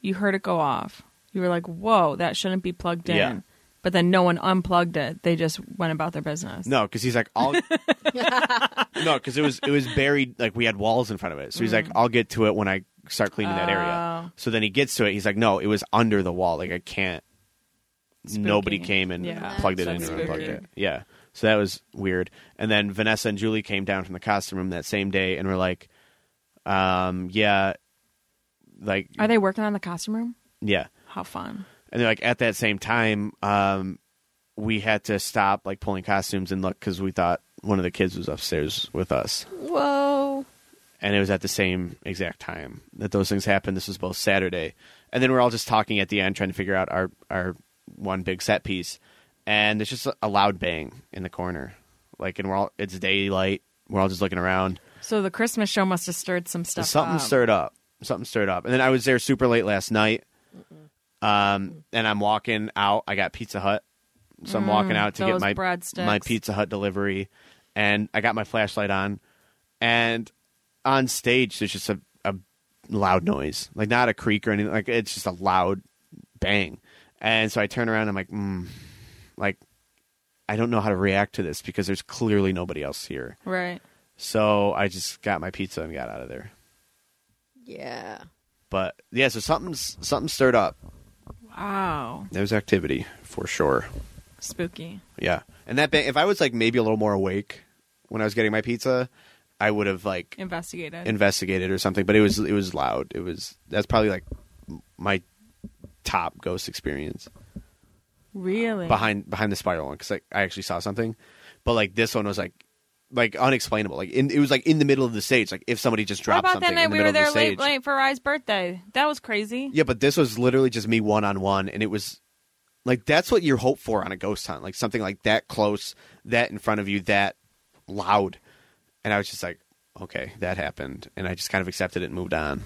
You heard it go off. You were like, "Whoa, that shouldn't be plugged in."
Yeah.
But then no one unplugged it. They just went about their business.
No, because he's like,
[laughs]
I'll. no, because it was it was buried. Like we had walls in front of it, so he's
Mm.
like, I'll get to it when I start cleaning that
Oh.
area. So then he gets to it. He's like, No, it was under the wall. Like I can't. Nobody
Spooky.
came and
Yeah.
plugged it in
That's
and unplugged
spooky.
it. Yeah, so that was weird. And then Vanessa and Julie came down from the costume room that same day and were like, um, Yeah, like
Are they working on the costume room?
yeah.
How fun.
And then, like at that same time, um, we had to stop like pulling costumes and look because we thought one of the kids was upstairs with us,
whoa.
and it was at the same exact time that those things happened. This was both Saturday, and then we're all just talking at the end, trying to figure out our our one big set piece, and it's just a loud bang in the corner, like, and we're all it's daylight. We're all just looking around.
So the Christmas show must have stirred some stuff.
Something
up.
stirred up. Something stirred up. And then I was there super late last night. Um, and I'm walking out. I got Pizza Hut, so I'm walking out to get
Mm, those
my
breadsticks.
my Pizza Hut delivery, and I got my flashlight on, and on stage there's just a, a loud noise, like not a creak or anything. Like it's just a loud bang, and so I turn around. I'm like, mm, like I don't know how to react to this because there's clearly nobody else here.
Right.
So I just got my pizza and got out of there.
Yeah.
But yeah, so something's something stirred up.
Wow.
There was activity for sure.
Spooky.
Yeah, and that bang, if I was like maybe a little more awake when I was getting my pizza, I would have like
Investigated.
investigated or something. But it was it was loud. It was that's probably like m- my top ghost experience
really?
behind behind the spiral one because like I actually saw something, but like this one was like like unexplainable. Like in, it was like in the middle of the stage. Like if somebody just
How
dropped
about
something
that
in
night
the
we
middle
were
of the
there
stage.
late, late for Rye's birthday? That was crazy.
Yeah, but this was literally just me one on one, and it was like that's what you're hoped for on a ghost hunt, like something like that close, that in front of you, that loud. And I was just like, okay, that happened, and I just kind of accepted it and moved on.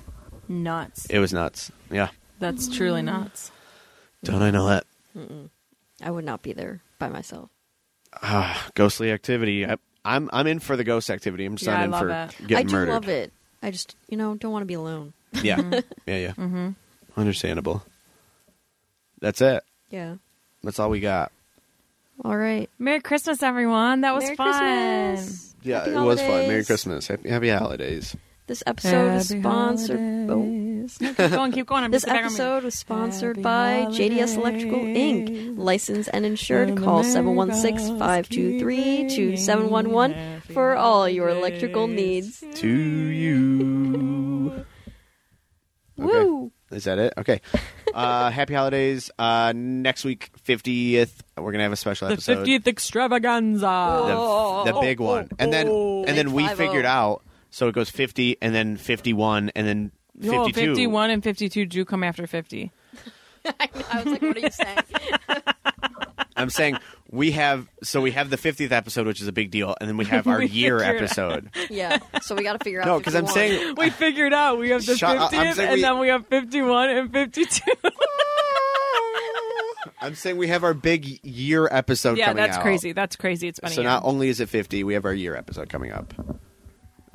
Nuts.
It was nuts. Yeah,
That's
Mm.
truly nuts.
don't I know that
I would not be there by myself.
ghostly activity? I, I'm I'm in for the ghost activity. I'm just
Yeah,
not
I
in
love
for
it.
getting
I do
murdered.
love it. I just, you know, don't want to be alone. [laughs]
Yeah, yeah, yeah. Mm-hmm. Understandable. That's it.
Yeah.
That's all we got.
All right.
Merry Christmas, everyone. That was
Merry
fun.
Christmas.
Yeah,
Happy
it was fun. Merry
holidays.
Christmas. Happy, happy holidays.
This episode is
Happy
sponsored. Oh.
holidays. No, keep going, keep going. I'm
This
just background music.
episode was sponsored
Happy
by JDS Electrical
holidays.
Inc. Licensed and insured.
And
Call
the
716-523-2711 for all your electrical needs.
To you.
Woo!
Is that it? Okay. Uh, [laughs] happy holidays. Uh, next week, 50th, we're going to have a special
The Oh.
episode. Oh.
50th extravaganza.
The, the big one. And then
Oh,
and then
Big
we
50.
figured out so it goes 50 and then 51 and then 52.
Yo, [laughs] 51 and 52 do come after 50.
I was like, what are you saying?
I'm saying we have so we have the 50th episode which is a big deal and then we
[laughs]
have our
We
year
figured out.
episode.
[laughs] yeah. So we got to figure out.
No, cuz I'm
51.
saying
We figured out we have the
Ah. Shut up.
50th
I'm saying
and
we-
then we have 51 and 52.
[laughs] I'm saying we have our big year episode
yeah,
coming
that's
out.
crazy. That's crazy. It's funny.
So not only is it 50, we have our year episode coming up.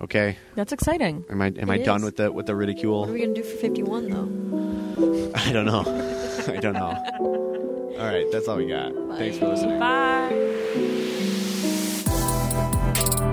Okay.
that's exciting.
Am I am I
It
done
is.
with the with the
What are
ridicule?
we going to do for 51, though?
[laughs] I don't know. [laughs] I don't know. All right, that's all we got. Thanks for listening.
Bye.